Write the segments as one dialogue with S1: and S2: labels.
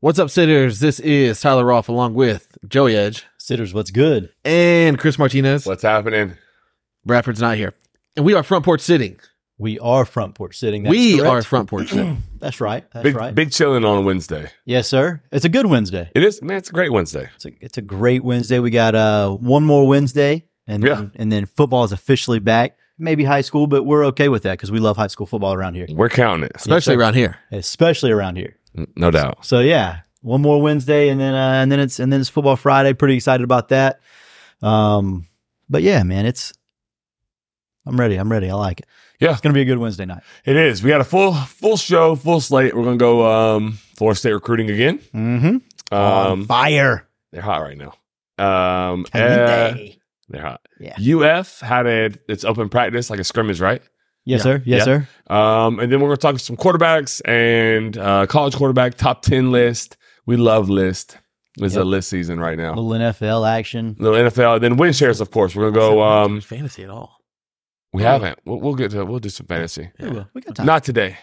S1: What's up, sitters? This is Tyler Roth along with Joey Edge
S2: Sitters, what's good?
S1: and Chris Martinez.
S3: What's happening?
S1: Bradford's not here. And we are front porch sitting.
S2: We are front porch sitting. That's
S1: we
S2: correct.
S1: are front porch sitting.
S2: That's right. That's
S3: Big,
S2: right.
S3: big chilling on a Wednesday.
S2: Yes, sir. It's a good Wednesday.
S3: It is, man. It's a great Wednesday.
S2: It's a, it's a great Wednesday. We got uh one more Wednesday, and
S3: Yeah.
S2: then, and then football is officially back. Maybe high school, but we're okay with that because we love high school football around here,
S3: We're counting it,
S1: Especially
S2: sir.
S1: around here.
S2: especially around here.
S3: no doubt.
S2: So yeah, one more Wednesday, and then uh, and then it's and then it's football Friday. Pretty excited about that. Um, but yeah, man, it's. I'm ready. I'm ready. I like it.
S3: Yeah.
S2: it's gonna be a good Wednesday night.
S3: It is. We got a full full show, full slate. We're gonna go um, Florida State recruiting again.
S2: Mm-hmm.
S3: Um,
S2: fire.
S3: they're hot right now. Um, eh,
S2: Caliente.
S3: they're hot.
S2: Yeah.
S3: UF had a it's open practice like a scrimmage, right?
S2: Yes,
S3: Yeah.
S2: sir. Yes,
S3: Yeah.
S2: sir.
S3: Um, and then we're gonna talk some quarterbacks and uh, college quarterback top ten list. We love list. It's a
S2: Yep.
S3: list season right now.
S2: Little NFL action.
S3: Little NFL, then win shares, of course. We're gonna go. Um,
S1: fantasy at all.
S3: We haven't. We'll, we'll get to. We'll do some fantasy.
S2: We will. We got time.
S3: Not today.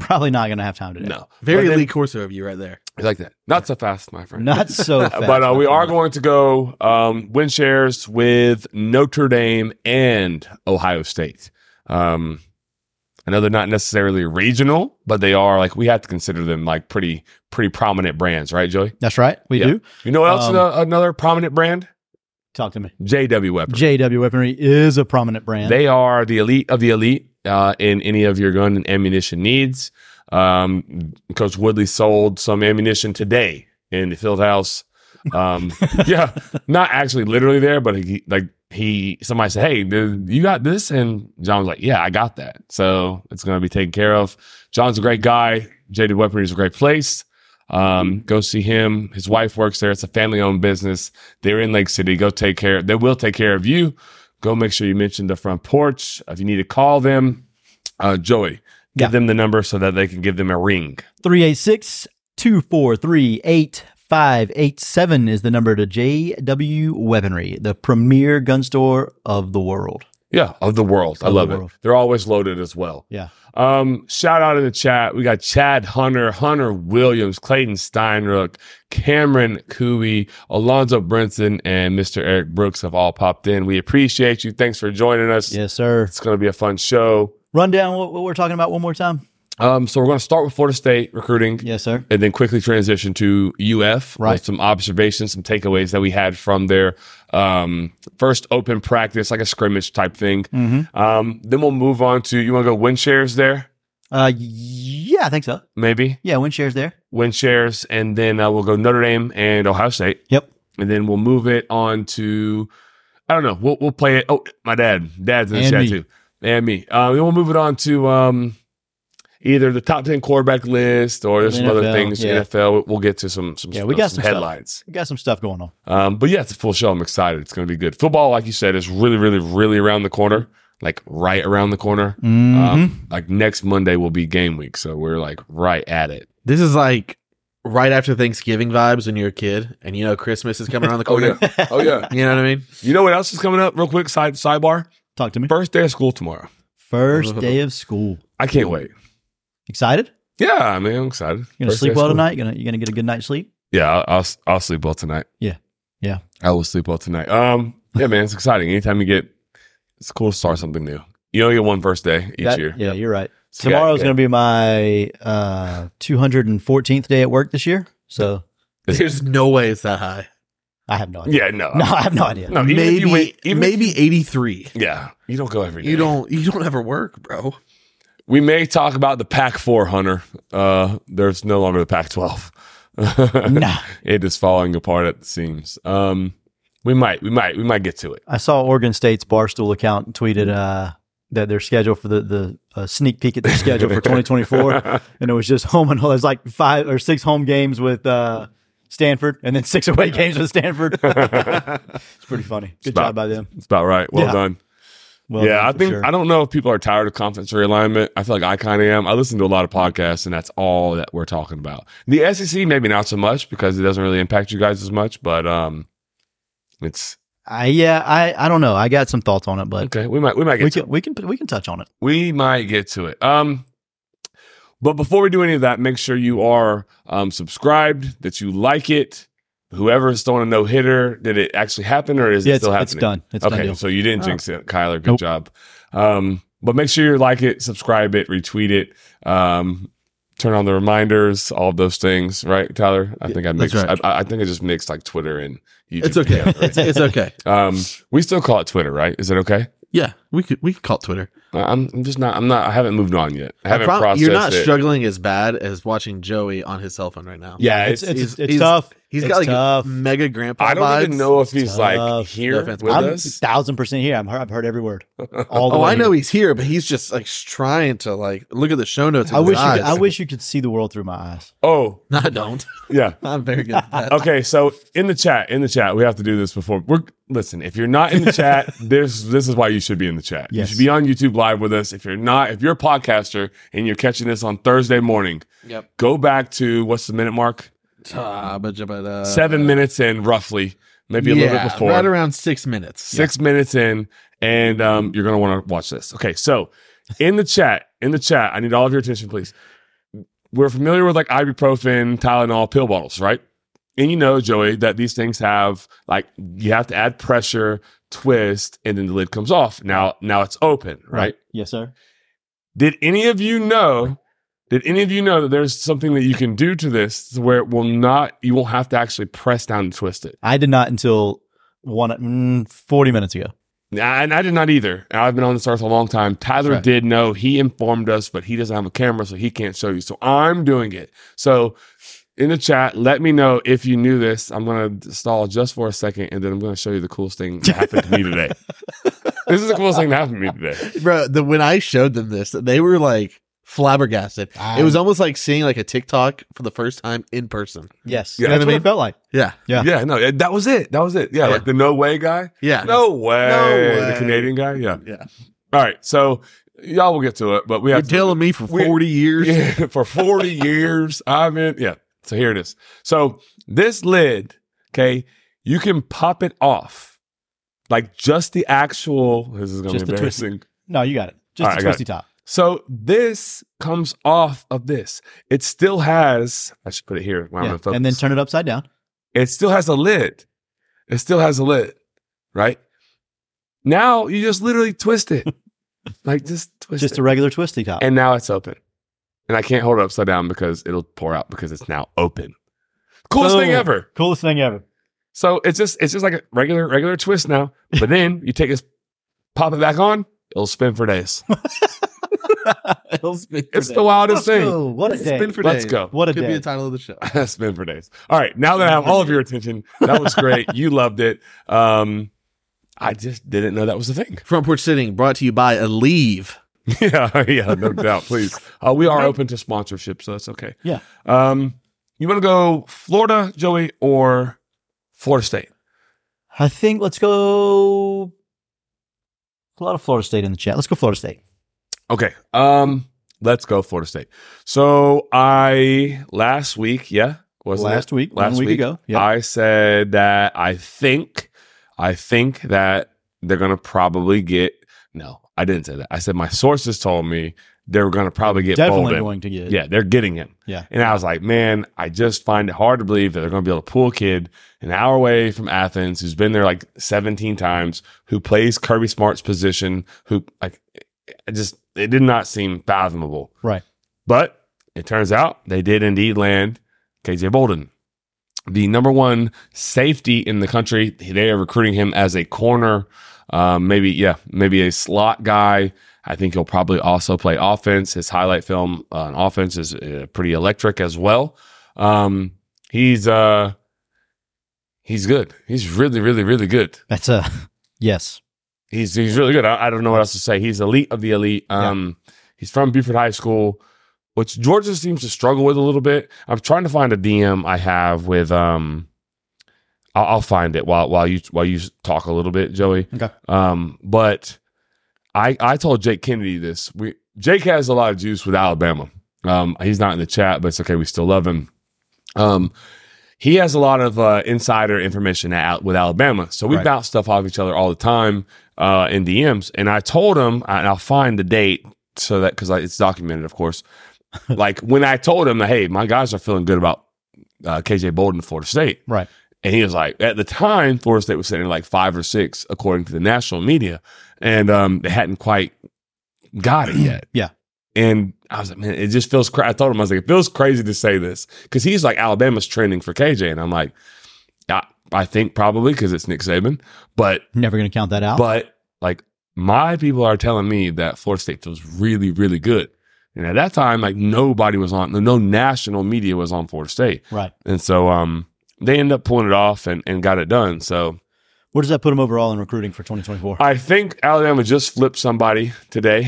S2: Probably not going to have time today.
S3: no.
S1: Very
S3: But then-
S1: Lee Corso of you right there.
S3: I like that. Not so fast, my friend.
S2: Not so fast.
S3: but uh, we
S2: my
S3: are
S2: friend.
S3: going to go um, win shares with Notre Dame and Ohio State. Um, I know they're not necessarily regional, but they are like we have to consider them like pretty pretty prominent brands, right, Joey?
S2: That's right. We
S3: Yeah.
S2: do.
S3: You know what else?
S2: Um,
S3: is a- another prominent brand,
S2: Talk to me.
S3: J.W. Weber.
S2: JW Weaponry E is a prominent brand.
S3: They are the elite of the elite uh, in any of your gun and ammunition needs. Um, Coach Woodley sold some ammunition today in the field house. Um, yeah, not actually literally there, but he, like he, somebody said, "Hey, dude, you got this," and John was like, "Yeah, I got that." So it's going to be taken care of. John's a great guy. JD Weaponry is a great place. Um, go see him. His wife works there. It's a family-owned business. They're in Lake City. Go take care. They will take care of you go make sure you mention the front porch. If you need to call them, uh, Joey, give
S2: Yeah.
S3: them the number so that they can give them a ring.
S2: 386 243 8587 is the number to JW Weaponry, E, the premier gun store of the world.
S3: Yeah, of the world. I
S2: Of the
S3: love
S2: world.
S3: it. They're always loaded as well.
S2: Yeah.
S3: Um, shout out in the chat. We got Chad Hunter, Hunter Williams, Clayton Steinrook, Cameron Cooey, Alonzo Brinson, and Mr. Eric Brooks have all popped in. We appreciate you. Thanks for joining us.
S2: Yes, sir.
S3: It's going to be a fun show.
S2: Run down what, what we're talking about one more time.
S3: Um, so we're going to start with Florida State recruiting.
S2: Yes, sir.
S3: and then quickly transition to UF
S2: Right.
S3: with some observations, some takeaways that we had from their um, first open practice, like a scrimmage type thing.
S2: Mm-hmm.
S3: Um, then we'll move on to you want to go win shares there,
S2: Uh, yeah, I think so.
S3: maybe
S2: Yeah, win shares there.
S3: win shares, and then uh, we'll go Notre Dame and Ohio State.
S2: Yep.
S3: and then we'll move it on to I don't know. We'll we'll play it. Oh, my dad, dad's in the
S2: And
S3: chat
S2: me.
S3: too, and me. Uh, then we'll move it on to um, either the top ten quarterback list or there's some other
S2: NFL,
S3: things
S2: yeah.
S3: NFL. We'll- We'll get to some some
S2: Yeah, we got some stuff.
S3: headlines.
S2: We got some stuff going on.
S3: Um, but yeah, it's a full show. I'm excited. It's going to be good. Football, like you said, is really, really, really around the corner. Like right around the corner. Um, like next Monday will be game week, so we're like right at it.
S1: This is like right after Thanksgiving vibes when you're a kid and you know Christmas is coming around the corner.
S2: Mm-hmm.
S3: Oh yeah.
S1: You know what I mean?
S3: you know what else is coming up? Real quick, side sidebar.
S2: Talk to me.
S3: First day of school tomorrow.
S2: First day of school.
S3: I can't wait.
S2: Excited?
S3: Yeah, I mean, I'm excited.
S2: You gonna
S3: First day
S2: sleep
S3: of
S2: well
S3: school.
S2: tonight? You gonna you gonna get a good night's sleep?
S3: Yeah, I'll, I'll I'll sleep well tonight.
S2: Yeah. Yeah.
S3: I will sleep well tonight. Um, yeah, man, it's exciting. Anytime you get, it's cool to start something new. You only get one first day each
S2: That-
S3: year.
S2: Yeah, you're right.
S3: So you got-
S2: Tomorrow's
S3: yeah.
S2: gonna be my uh 214th day at work this year. So
S1: There's no way it's that high.
S2: I have no idea.
S3: Yeah, no,
S2: No, I have no idea.
S3: no. Even if
S1: maybe
S3: you went, even if
S1: maybe 83.
S3: Yeah, you don't go every day.
S1: You don't you don't ever work, bro.
S3: We may talk about the Pac Four Hunter. Uh, there's no longer the Pac Twelve.
S2: Nah.
S3: it is falling apart at the seams. Um, we might, we might, we might get to it.
S2: I saw Oregon State's Barstool account tweeted uh that their schedule for the the uh, sneak peek at their schedule for 2024, and it was just home and home. It was like five or six home games with uh Stanford, and then six away games with Stanford. it's pretty funny. Good
S3: Spot.
S2: job by them.
S3: It's about right. Well
S2: Yeah.
S3: done.
S2: Well
S3: yeah,
S2: done
S3: I
S2: for
S3: think
S2: sure.
S3: I don't know if people are tired of conference realignment. I feel like I kind of am. I listen to a lot of podcasts, and that's all that we're talking about. The SEC maybe not so much because it doesn't really impact you guys as much, but um, it's
S2: I yeah, I I don't know. I got some thoughts on it, but
S3: okay. We might we might get
S2: we
S3: to
S2: can we can we can touch on it.
S3: We might get to it. Um, But before we do any of that, make sure you are um, subscribed, that you like it. Whoever's throwing a no hitter, did it actually happen or is
S2: Yeah,
S3: it
S2: it's,
S3: still happening?
S2: it's done. It's
S3: okay,
S2: done. Deal.
S3: so you didn't
S2: Oh.
S3: jinx it, Kyler. Good
S2: Nope.
S3: job. Um, but make sure you like it, subscribe it, retweet it, um, turn on the reminders, all of those things, right, Tyler? I
S1: Yeah,
S3: think I
S1: that's
S3: mixed.
S1: right.
S3: I, I think I just mixed like Twitter and YouTube.
S1: It's okay.
S3: together.
S1: it's, it's okay.
S3: um, we still call it Twitter, right? Is it okay?
S1: Yeah, we could we could call it Twitter.
S3: I- I'm, I'm just not. I'm not. I haven't moved on yet. I haven't
S1: I prom-
S3: processed
S1: you're not
S3: it.
S1: struggling as bad as watching Joey on his cell phone right now.
S3: Yeah,
S2: It's
S3: it's.
S2: it's,
S1: he's-
S2: it's
S1: he's-
S2: tough.
S1: he's
S2: It's
S1: got like
S2: tough.
S1: mega grandpa.
S3: I don't
S1: vibes.
S3: even know if he's like
S2: Tough.
S3: here
S1: No
S3: with
S1: offense,
S2: I'm a
S3: us.
S2: thousand percent here. I'm, I've heard every word. All the
S1: Oh,
S2: way
S1: I know
S2: here.
S1: he's here, but he's just like trying to like look at the show notes.
S2: I
S1: with
S2: wish
S1: his
S2: you could,
S1: eyes.
S2: I wish you could see the world through my eyes.
S3: Oh,
S1: No, I don't.
S3: yeah.
S1: I'm very good at that.
S3: Okay, so in the chat, in the chat, we have to do this before. We're listen. If you're not in the chat, this this is why you should be in the chat.
S2: Yes.
S3: You should be on YouTube live with us. If you're not, if you're a podcaster and you're catching this on Thursday morning,
S1: Yep.
S3: go back to what's the minute mark?
S1: Ah, but, but, uh,
S3: Seven minutes in, roughly, maybe a little
S1: yeah,
S3: bit before.
S1: Right around six minutes.
S3: six minutes in, and um, you're gonna want to watch this. Okay, so in the chat, in the chat, I need all of your attention, please. We're familiar with like ibuprofen, Tylenol, pill bottles, right? And you know, Joey, that these things have like you have to add pressure, twist, and then the lid comes off. Now, now it's open, right?
S2: Yes, sir.
S3: Did any of you know? Did any of you know that there's something that you can do to this where it will not, you won't have to actually press down and twist it?
S2: I did not until one mm, 40 minutes ago.
S3: Nah, and I did not either. And I've been on this earth a long time. Tyler
S1: Right.
S3: did know. He informed us, but he doesn't have a camera, so he can't show you. So I'm doing it. So in the chat, let me know if you knew this. I'm going to stall just for a second, and then I'm going to show you the coolest thing that happened to me today. this is the coolest thing that happened to me today.
S1: Yeah. Bro, the, when I showed them this, they were like flabbergasted. it was almost like seeing like a TikTok for the first time in person.
S2: Yes.
S3: Yeah.
S2: That's
S1: You know what I
S2: what
S1: mean?
S2: it felt like.
S1: Yeah.
S2: Yeah.
S3: Yeah. no, that was it. That was it. Yeah,
S1: Yeah.
S3: like the no way guy.
S1: Yeah.
S3: No way.
S1: way.
S3: The Canadian guy. Yeah.
S1: Yeah.
S3: All right. So y'all will get to it, but we
S1: You're
S3: have to.
S1: telling me for
S3: we-
S1: 40 years.
S3: Yeah, for 40 years. I mean, yeah. So here it is. So this lid, okay, you can pop it off. Like just the actual, this is going to
S2: Just
S3: be
S2: the twist.
S3: embarrassing.
S2: No, you got it. Just
S3: All right,
S2: a
S3: I got
S2: twisty top.
S3: So this comes off of this. It still has, I should put it here. Where
S2: Yeah.
S3: I'm gonna
S2: And then
S3: focus.
S2: turn it upside down.
S3: it still has a lid. It still has a lid, right? Now you just literally twist it. like just twist
S2: Just
S3: it.
S2: a regular twisty top.
S3: And now it's open. And I can't hold it upside down because it'll pour out because it's now open. Coolest thing
S2: Boom.
S3: ever.
S2: Coolest thing ever.
S3: So it's just it's just like a regular regular twist now. But then you take this, pop it back on, it'll spin for days. It's the wildest thing.
S2: Oh, what a day.
S1: Spin for
S3: Let's
S1: days.
S3: go.
S2: What a
S1: Could be
S2: day.
S1: the title of the show.
S3: spin for days. All right, now that I have all of your attention, that was great. you loved it. Um, I just didn't know that was a thing.
S1: Front Porch Sitting brought to you by Aleve.
S3: yeah, yeah, no doubt. Please, uh, we are open to sponsorship, so that's okay.
S2: Yeah.
S3: Um, you want to go Florida, Joey, or Florida State?
S2: I think let's go. A lot of Florida State in the chat. Let's go Florida State.
S3: Okay. Um, let's go Florida State. So I last week, yeah, wasn't it?
S2: last week,
S3: Last
S2: one week,
S3: week,
S2: ago. Yeah.
S3: I said that I think, I think that they're gonna probably get. No, I didn't say that. I said my sources told me they're gonna probably get
S2: Definitely
S3: Bolden.
S2: going to get.
S3: Yeah, they're getting him.
S2: Yeah.
S3: And I was like, man, I just find it hard to believe that they're going to be able to pull a kid an hour away from Athens who's been there like 17 times, who plays Kirby Smart's position, who like, I just, it did not seem fathomable.
S2: Right.
S3: But it turns out they did indeed land KJ Bolden, the number one safety in the country. They are recruiting him as a corner, um, maybe, yeah, maybe a slot guy. I think he'll probably also play offense. His highlight film on offense is uh, pretty electric as well. Um, he's uh, he's good. He's really, really, really good.
S2: That's a yes.
S3: He's he's really good. I, I don't know what else to say. He's elite of the elite. Um, he's from Buford High School, which Georgia seems to struggle with a little bit. I'm trying to find a DM I have with um, I'll, I'll find it while while you while you talk a little bit, Joey.
S2: Okay.
S3: Um, but I I told Jake Kennedy this. We Jake has a lot of juice with Alabama. Um, he's not in the chat, but it's okay. We still love him. Um, he has a lot of uh, insider information at, Al- with Alabama, so we
S2: Right.
S3: bounce stuff off each other all the time uh, in DMs. And I told him, and I'll find the date so that because it's documented, of course. like when I told him, hey, my guys are feeling good about uh, KJ Bolden, Florida State.
S2: Right.
S3: And he was like, at the time, Florida State was sitting at like five or six, according to the national media. And um, they hadn't quite got it yet.
S2: Yeah.
S3: And I was like, man, it just feels cra I told him, I was like, it feels crazy to say this because he's like, Alabama's trending for KJ. And I'm like, I, I think probably because it's Nick Saban. But
S2: Never going to count that out.
S3: but like my people are telling me that Florida State feels really, really good. And at that time, like nobody was on, no national media was on Florida State.
S2: right.
S3: And so um, they end up pulling it off and, and got it done. So
S2: Where does that put them overall in recruiting for 2024?
S3: I think Alabama just flipped somebody today.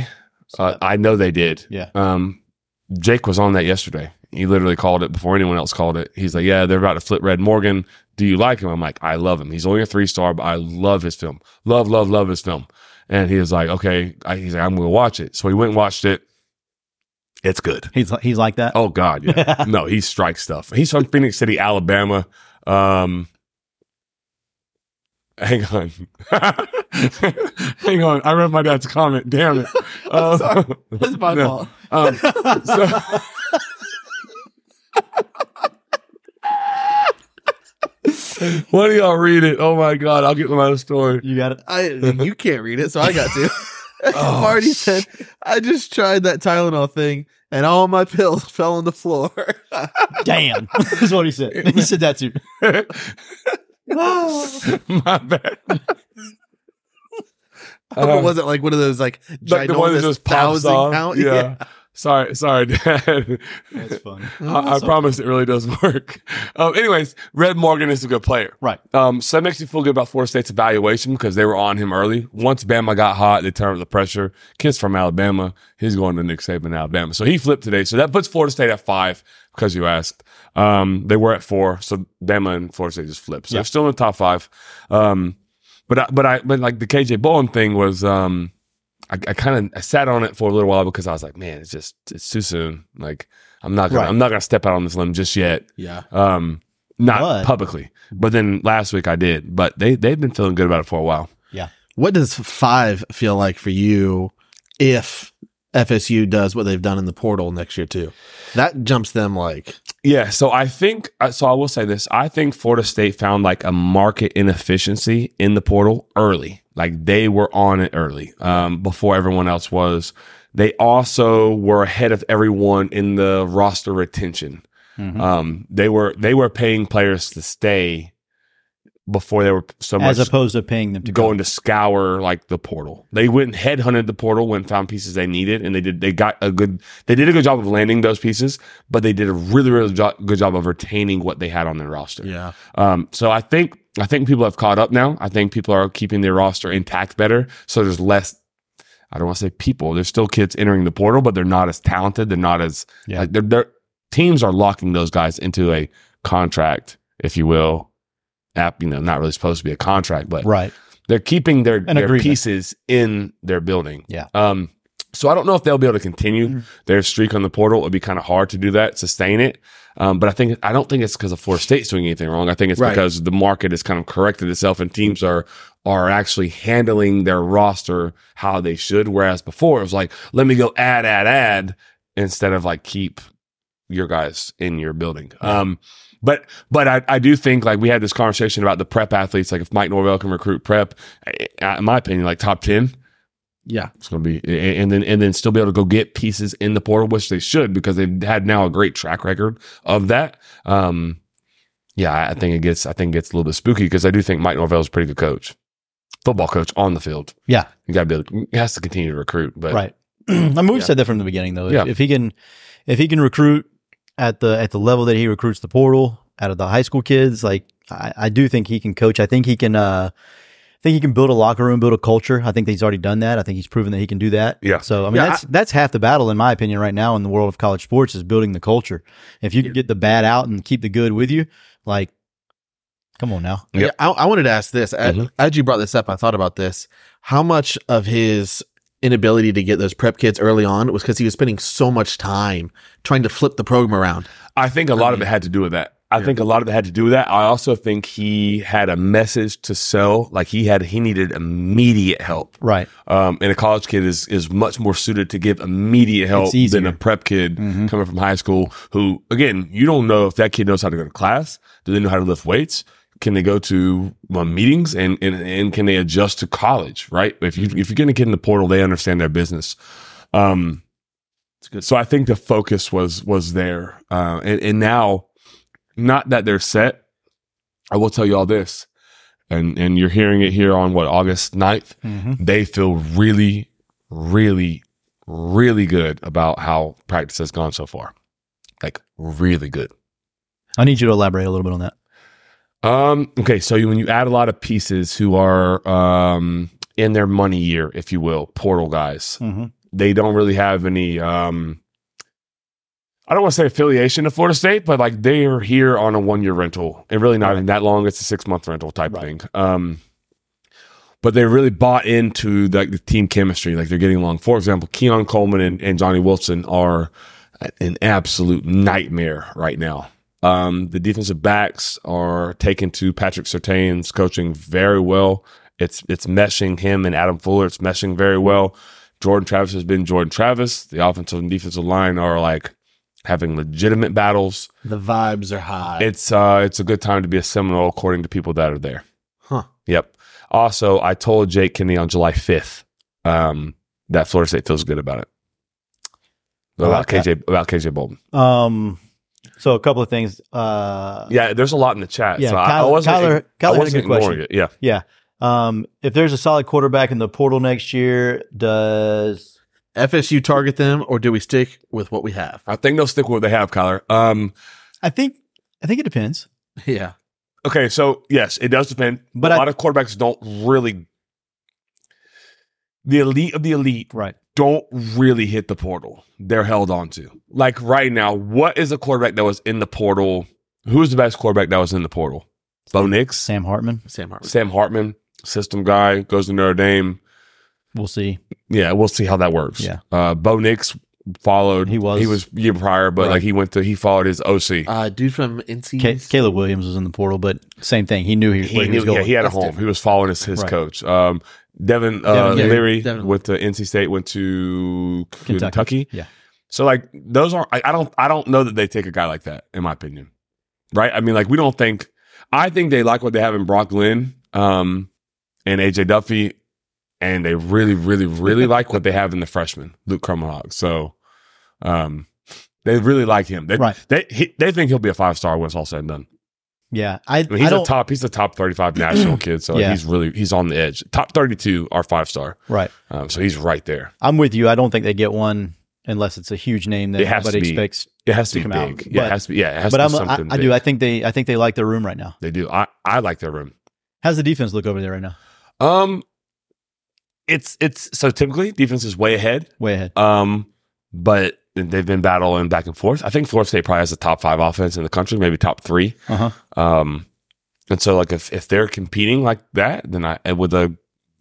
S2: Uh-huh.
S3: Uh, I know they did.
S2: yeah.
S3: Um, Jake was on that yesterday. He literally called it before anyone else called it. He's like, "Yeah, they're about to flip Red Morgan. Do you like him?" I'm like, "I love him. He's only a three star, but I love his film. Love, love, love his film." And he was like, "Okay." I, he's like, "I'm going to watch it." So he went and watched it. It's good.
S2: He's li- he's like that.
S3: Oh God, yeah. no, he strikes stuff. He's from Phoenix City, Alabama. Um, hang on, hang on. I read my dad's comment. Damn it. Um,
S2: That's my
S3: no.
S2: fault.
S3: Um, so- Why do y'all read it? Oh my God, I'll get my story.
S2: You got it.
S1: I you can't read it, so I got to.
S3: Oh,
S1: Marty said, "I just tried that Tylenol thing, and all my pills fell on the floor."
S2: Damn. That's what he said. He said that too.
S3: my bad.
S1: I hope it wasn't like one of those like
S3: Like Uh, the one that
S1: ginormous
S3: just pops
S1: thousand
S3: off.
S1: count.
S3: Yeah. Sorry, sorry, Dad.
S2: That's funny.
S3: I, I promise it really does work. Um, anyways, Red Morgan is a good player.
S2: Right.
S3: Um, so that makes you feel good about Florida State's evaluation because they were on him early. Once Bama got hot, they turned up the pressure. Kids from Alabama, he's going to Nick Saban, Alabama. So he flipped today. So that puts Florida State at five because you asked. Um, they were at four, so Bama and Florida State just flipped. So
S2: Yeah.
S3: they're still in the top five. Um, but I, but I but like the KJ Bowen thing was. Um, I, I kind of I sat on it for a little while because I was like, man, it's just it's too soon. Like I'm not gonna
S2: Right.
S3: I'm not gonna step out on this limb just yet.
S1: yeah.
S3: Um, not
S2: But-
S3: publicly, but then last week I did. But they they've been feeling good about it for a while.
S1: What does five feel like for you if FSU does what they've done in the portal next year too? That jumps them like
S3: Yeah. So I think uh, so. I will say this. I think Florida State found like a market inefficiency in the portal early. Like they were on it early, um, before everyone else was. They also were ahead of everyone in the roster retention.
S2: Mhm.
S3: Um, they were they were paying players to stay before they were so much
S2: As opposed to paying them to go.
S3: going to scour like the portal. They went and headhunted the portal when found pieces they needed, and they did. They got a good. They did a good job of landing those pieces, but they did a really really jo- good job of retaining what they had on their roster.
S1: yeah.
S3: Um, so I think I think people have caught up now. I think people are keeping their roster intact better. So there's less. I don't want to say people. There's still kids entering the portal, but they're not as talented. They're not as
S2: Yeah.
S3: like they're, they're teams are locking those guys into a contract, if you will. App, you know, not really supposed to be a contract, but
S2: Right.
S3: they're keeping their, their
S2: agreement.
S3: pieces in their building.
S2: Yeah. Mm-hmm.
S3: Um, so I don't know if they'll be able to continue their streak on the portal. It would be kind of hard to do that, sustain it. Um, but I think I don't think it's because of Florida State's doing anything wrong. I think it's
S1: Right.
S3: because the market has kind of corrected itself and teams are are actually handling their roster how they should. Whereas before it was like, let me go add, add, add instead of like keep your guys in your building. Um, but but I, I do think like we had this conversation about the prep athletes. Like if Mike Norvell can recruit prep, I- in my opinion, like top ten,
S1: Yeah.
S3: it's going to be a- and then and then still be able to go get pieces in the portal, which they should because they've had now a great track record of that. Um, yeah, I- I think it gets I think it gets a little bit spooky because I do think Mike Norvell's a pretty good coach, football coach on the field.
S2: Yeah.
S3: You got to be able to, he has to continue to recruit, but
S2: Right. I mean, we've
S3: Yeah.
S2: said that from the beginning, though. If,
S3: Yeah.
S2: if he can, if he can recruit at the at the level that he recruits the portal out of the high school kids, like I, I do think he can coach. I think he can. uh I think he can build a locker room, build a culture. I think he's already done that. I think he's proven that he can do that.
S3: Yeah.
S2: So I mean,
S1: Yeah,
S2: that's that's half the battle, in my opinion, right now in the world of college sports is building the culture. If you can get the bad out and keep the good with you, like, come on now,
S3: Yep.
S1: Yeah, I, I wanted to ask this. A-
S3: Mhm.
S1: As you brought this up, I thought about this. How much of his inability to get those prep kids early on was because he was spending so much time trying to flip the program around?
S3: I think a lot of it had to do with that. I think a lot of it had to do with that. I also think he had a message to sell. Like he had, he needed immediate help.
S2: Right.
S3: Um, and a college kid is is much more suited to give immediate help
S2: It's easier. Mm-hmm.
S3: than a prep kid coming from high school. Who, again, you don't know if that kid knows how to go to class. Do they know how to lift weights? Can they go to uh, meetings and, and and can they adjust to college? Right. If you if you're getting a kid in the portal, they understand their business. Um, so I think the focus was was there, uh, and, and now, not that they're set. I will tell you all this, and and you're hearing it here on what August 9th.
S2: Mm-hmm.
S3: They feel really, really, really good about how practice has gone so far, like really good.
S2: I need you to elaborate a little bit on that.
S3: Um, okay, so you, when you add a lot of pieces who are um, in their money year, if you will, portal guys,
S2: Mhm.
S3: they don't really have any um I don't want to say affiliation to Florida State, but like they are here on a one year rental and really not even that long. It's a six month rental type
S2: Right.
S3: thing. Um, but they really bought into like the team chemistry. Like they're getting along. For example, Keon Coleman and, and Johnny Wilson are an absolute nightmare right now. Um, the defensive backs are taken to Patrick Sertain's coaching very well. It's it's meshing him and Adam Fuller. It's meshing very well. Jordan Travis has been Jordan Travis. The offensive and defensive line are like having legitimate battles.
S1: The vibes are high.
S3: It's uh, it's a good time to be a Seminole, according to people that are there.
S1: Huh.
S3: Yep. Also, I told Jake Kennedy on July fifth um, that Florida State feels good about it.
S2: I
S3: About
S2: like that.
S3: KJ, about KJ Bolden.
S2: Um, so a couple of things. Uh,
S3: Yeah, there's a lot in the chat.
S2: Yeah,
S3: so I- I,
S2: Kyler-
S3: wasn't,
S2: Kyler- Kyler had
S3: I
S2: a
S3: wasn't
S2: good question.
S3: ignoring it. Yeah.
S2: Um, if there's a solid quarterback in the portal next year, does
S1: FSU target them, or do we stick with what we have?
S3: I think they'll stick with what they have, Kyler. Um,
S2: I think I think it depends.
S1: Yeah.
S3: okay, so yes, it does depend.
S2: But
S3: a
S2: I-
S3: lot of quarterbacks don't really. The elite of the elite
S2: Right.
S3: don't really hit the portal. They're held on to. Like right now, what is a quarterback that was in the portal? Who's the best quarterback that was in the portal? Bo Nix,
S2: Sam Hartman.
S1: Sam Hartman.
S3: Sam Hartman, system guy, goes to Notre Dame.
S2: We'll see.
S3: Yeah, we'll see how that works.
S2: Yeah.
S3: Uh, Bo Nix followed.
S2: He was-
S3: He was year prior, but
S2: Right.
S3: like he went to, he followed his OC.
S1: Uh, dude from NC.
S2: Ca Caleb Williams was in the portal, but same thing. He knew he,
S3: he,
S2: where he
S3: knew,
S2: was going.
S3: yeah, he had a
S1: That's
S3: home. He was following his, his
S2: Right.
S3: coach. Um, Devin, uh,
S2: Devin Leary.
S3: Leary
S1: Devin.
S3: went to NC State, went to Kentucky.
S2: Kentucky. Yeah.
S3: So like those aren't. I, I don't. I don't know that they take a guy like that. In my opinion, right? I mean, like we don't think. I think they like what they have in Brock Lynn, um, and AJ Duffy, and they really, really, really like what they have in the freshman Luke Crumhog. So, um, they really like him. They
S2: Right.
S3: they he, they think he'll be a five star when it's all said and done.
S2: Yeah. I,
S3: I mean, he's
S2: I
S3: a
S2: don't,
S3: top. He's a top thirty-five national kid, so like,
S2: Yeah.
S3: he's really he's on the edge. Top thirty-two are five star,
S2: right.
S3: um, so he's right there.
S2: I'm with you. I don't think they get one unless it's a huge name that
S3: It has to
S2: everybody
S3: be.
S2: expects.
S3: It has to be
S2: Come
S3: big.
S2: out.
S3: yeah, it
S2: But-
S3: has to be. Yeah, it has
S2: But
S3: to
S2: I'm,
S3: be
S2: I,
S3: something.
S2: I
S3: big.
S2: do. I think they, I think they like their room right now.
S3: they do. I I like their room.
S2: How's the defense look over there right now?
S3: Um, it's it's so typically defense is way ahead.
S2: Way ahead.
S3: Um, but they've been battling back and forth. I think Florida State probably has a top five offense in the country, maybe top three.
S2: Uh huh.
S3: Um, and so like if if they're competing like that, then I and with a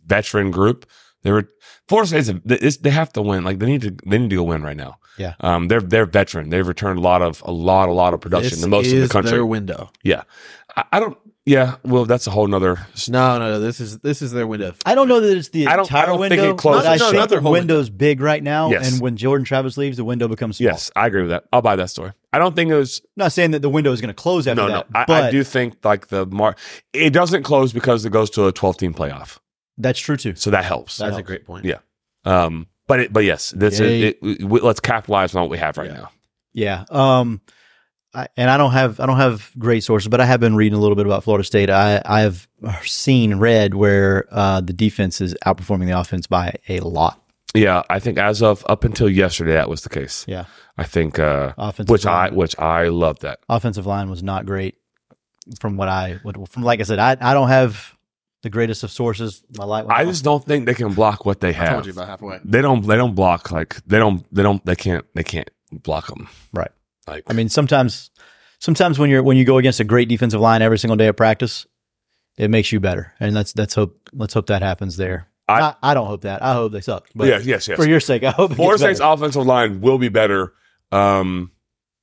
S3: veteran group, they were Florida State's a, it's, they have to win. Like they need to they need to go win right now.
S2: Yeah.
S3: Um, they're they're veteran. They've returned a lot of a lot a lot of production,
S1: This
S3: the most in the
S1: is
S3: country.
S1: Their window.
S3: I, I don't. Yeah. Well, that's a whole nother.
S1: No, no, no. This is this is their window.
S2: I don't know that it's the
S3: I don't- I
S2: entire
S3: don't think
S2: window.
S3: it closes.
S2: But I
S1: No, no, not
S2: think
S1: their
S2: the
S1: whole
S2: window's big right now.
S3: Yes.
S2: And when Jordan Travis leaves, the winndo becomes small.
S3: Yes, I agree with that. I'll buy that story. I don't think it was.
S2: I'm not saying that the window is going to close after
S3: no,
S2: that.
S3: no. I,
S2: but
S3: I do think like the mar. It doesn't close because it goes to a 12 team playoff,
S2: That's true too.
S3: so that helps.
S1: That's a
S2: helps.
S1: great point.
S3: Yeah. Um. But it, but yes, this
S2: Yay.
S3: is, it, we, let's capitalize on what we have right
S1: Yeah.
S3: now.
S2: Yeah. Um, I, and I don't have I don't have great sources, but I have been reading a little bit about Florida State. I I have seen read where uh, the defense is outperforming the offense by a lot.
S3: Yeah, I think as of up until yesterday, that was the case.
S2: Yeah.
S3: I think, uh,
S2: Offensive
S3: which I
S2: line,
S3: which I love that.
S2: offensive line was not great. From what I what- from like I said, I, I don't have the greatest of sources. My light. went
S3: I
S2: off.
S3: just don't think they can block what they
S1: I
S3: have.
S1: told you about halfway.
S3: they don't. They don't block like they don't. They don't. They can't. They can't block them.
S2: Right.
S3: Like
S2: I mean, sometimes, sometimes when you're when you go against a great defensive line every single day of practice, it makes you better. And let's let's hope let's hope that happens there.
S3: I-
S2: I, I, don't hope that. I hope they suck. But
S3: yes, yes, yes.
S2: for your sake, I hope. it
S3: Florida
S2: gets
S3: State's
S2: better.
S3: offensive line will be better. Um,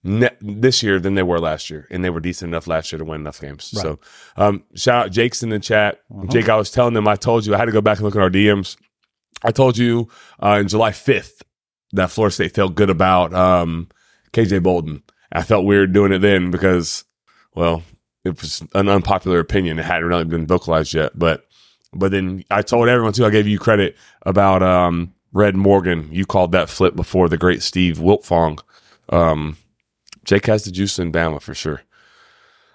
S3: ne- this year than they were last year, and they were decent enough last year to win enough games. So, um, shout out Jake's in the chat. Jake, I was telling them, I told you I had to go back and look at our DMs. I told you uh, on July fifth that Florida State felt good about um, KJ Bolden. I felt weird doing it then because, well, it was an unpopular opinion. It hadn't really been vocalized yet, but but then I told everyone too. I gave you credit about um, Red Morgan. You called that flip before the great Steve Wiltfong. Um, Jake has the juice in Bama for sure.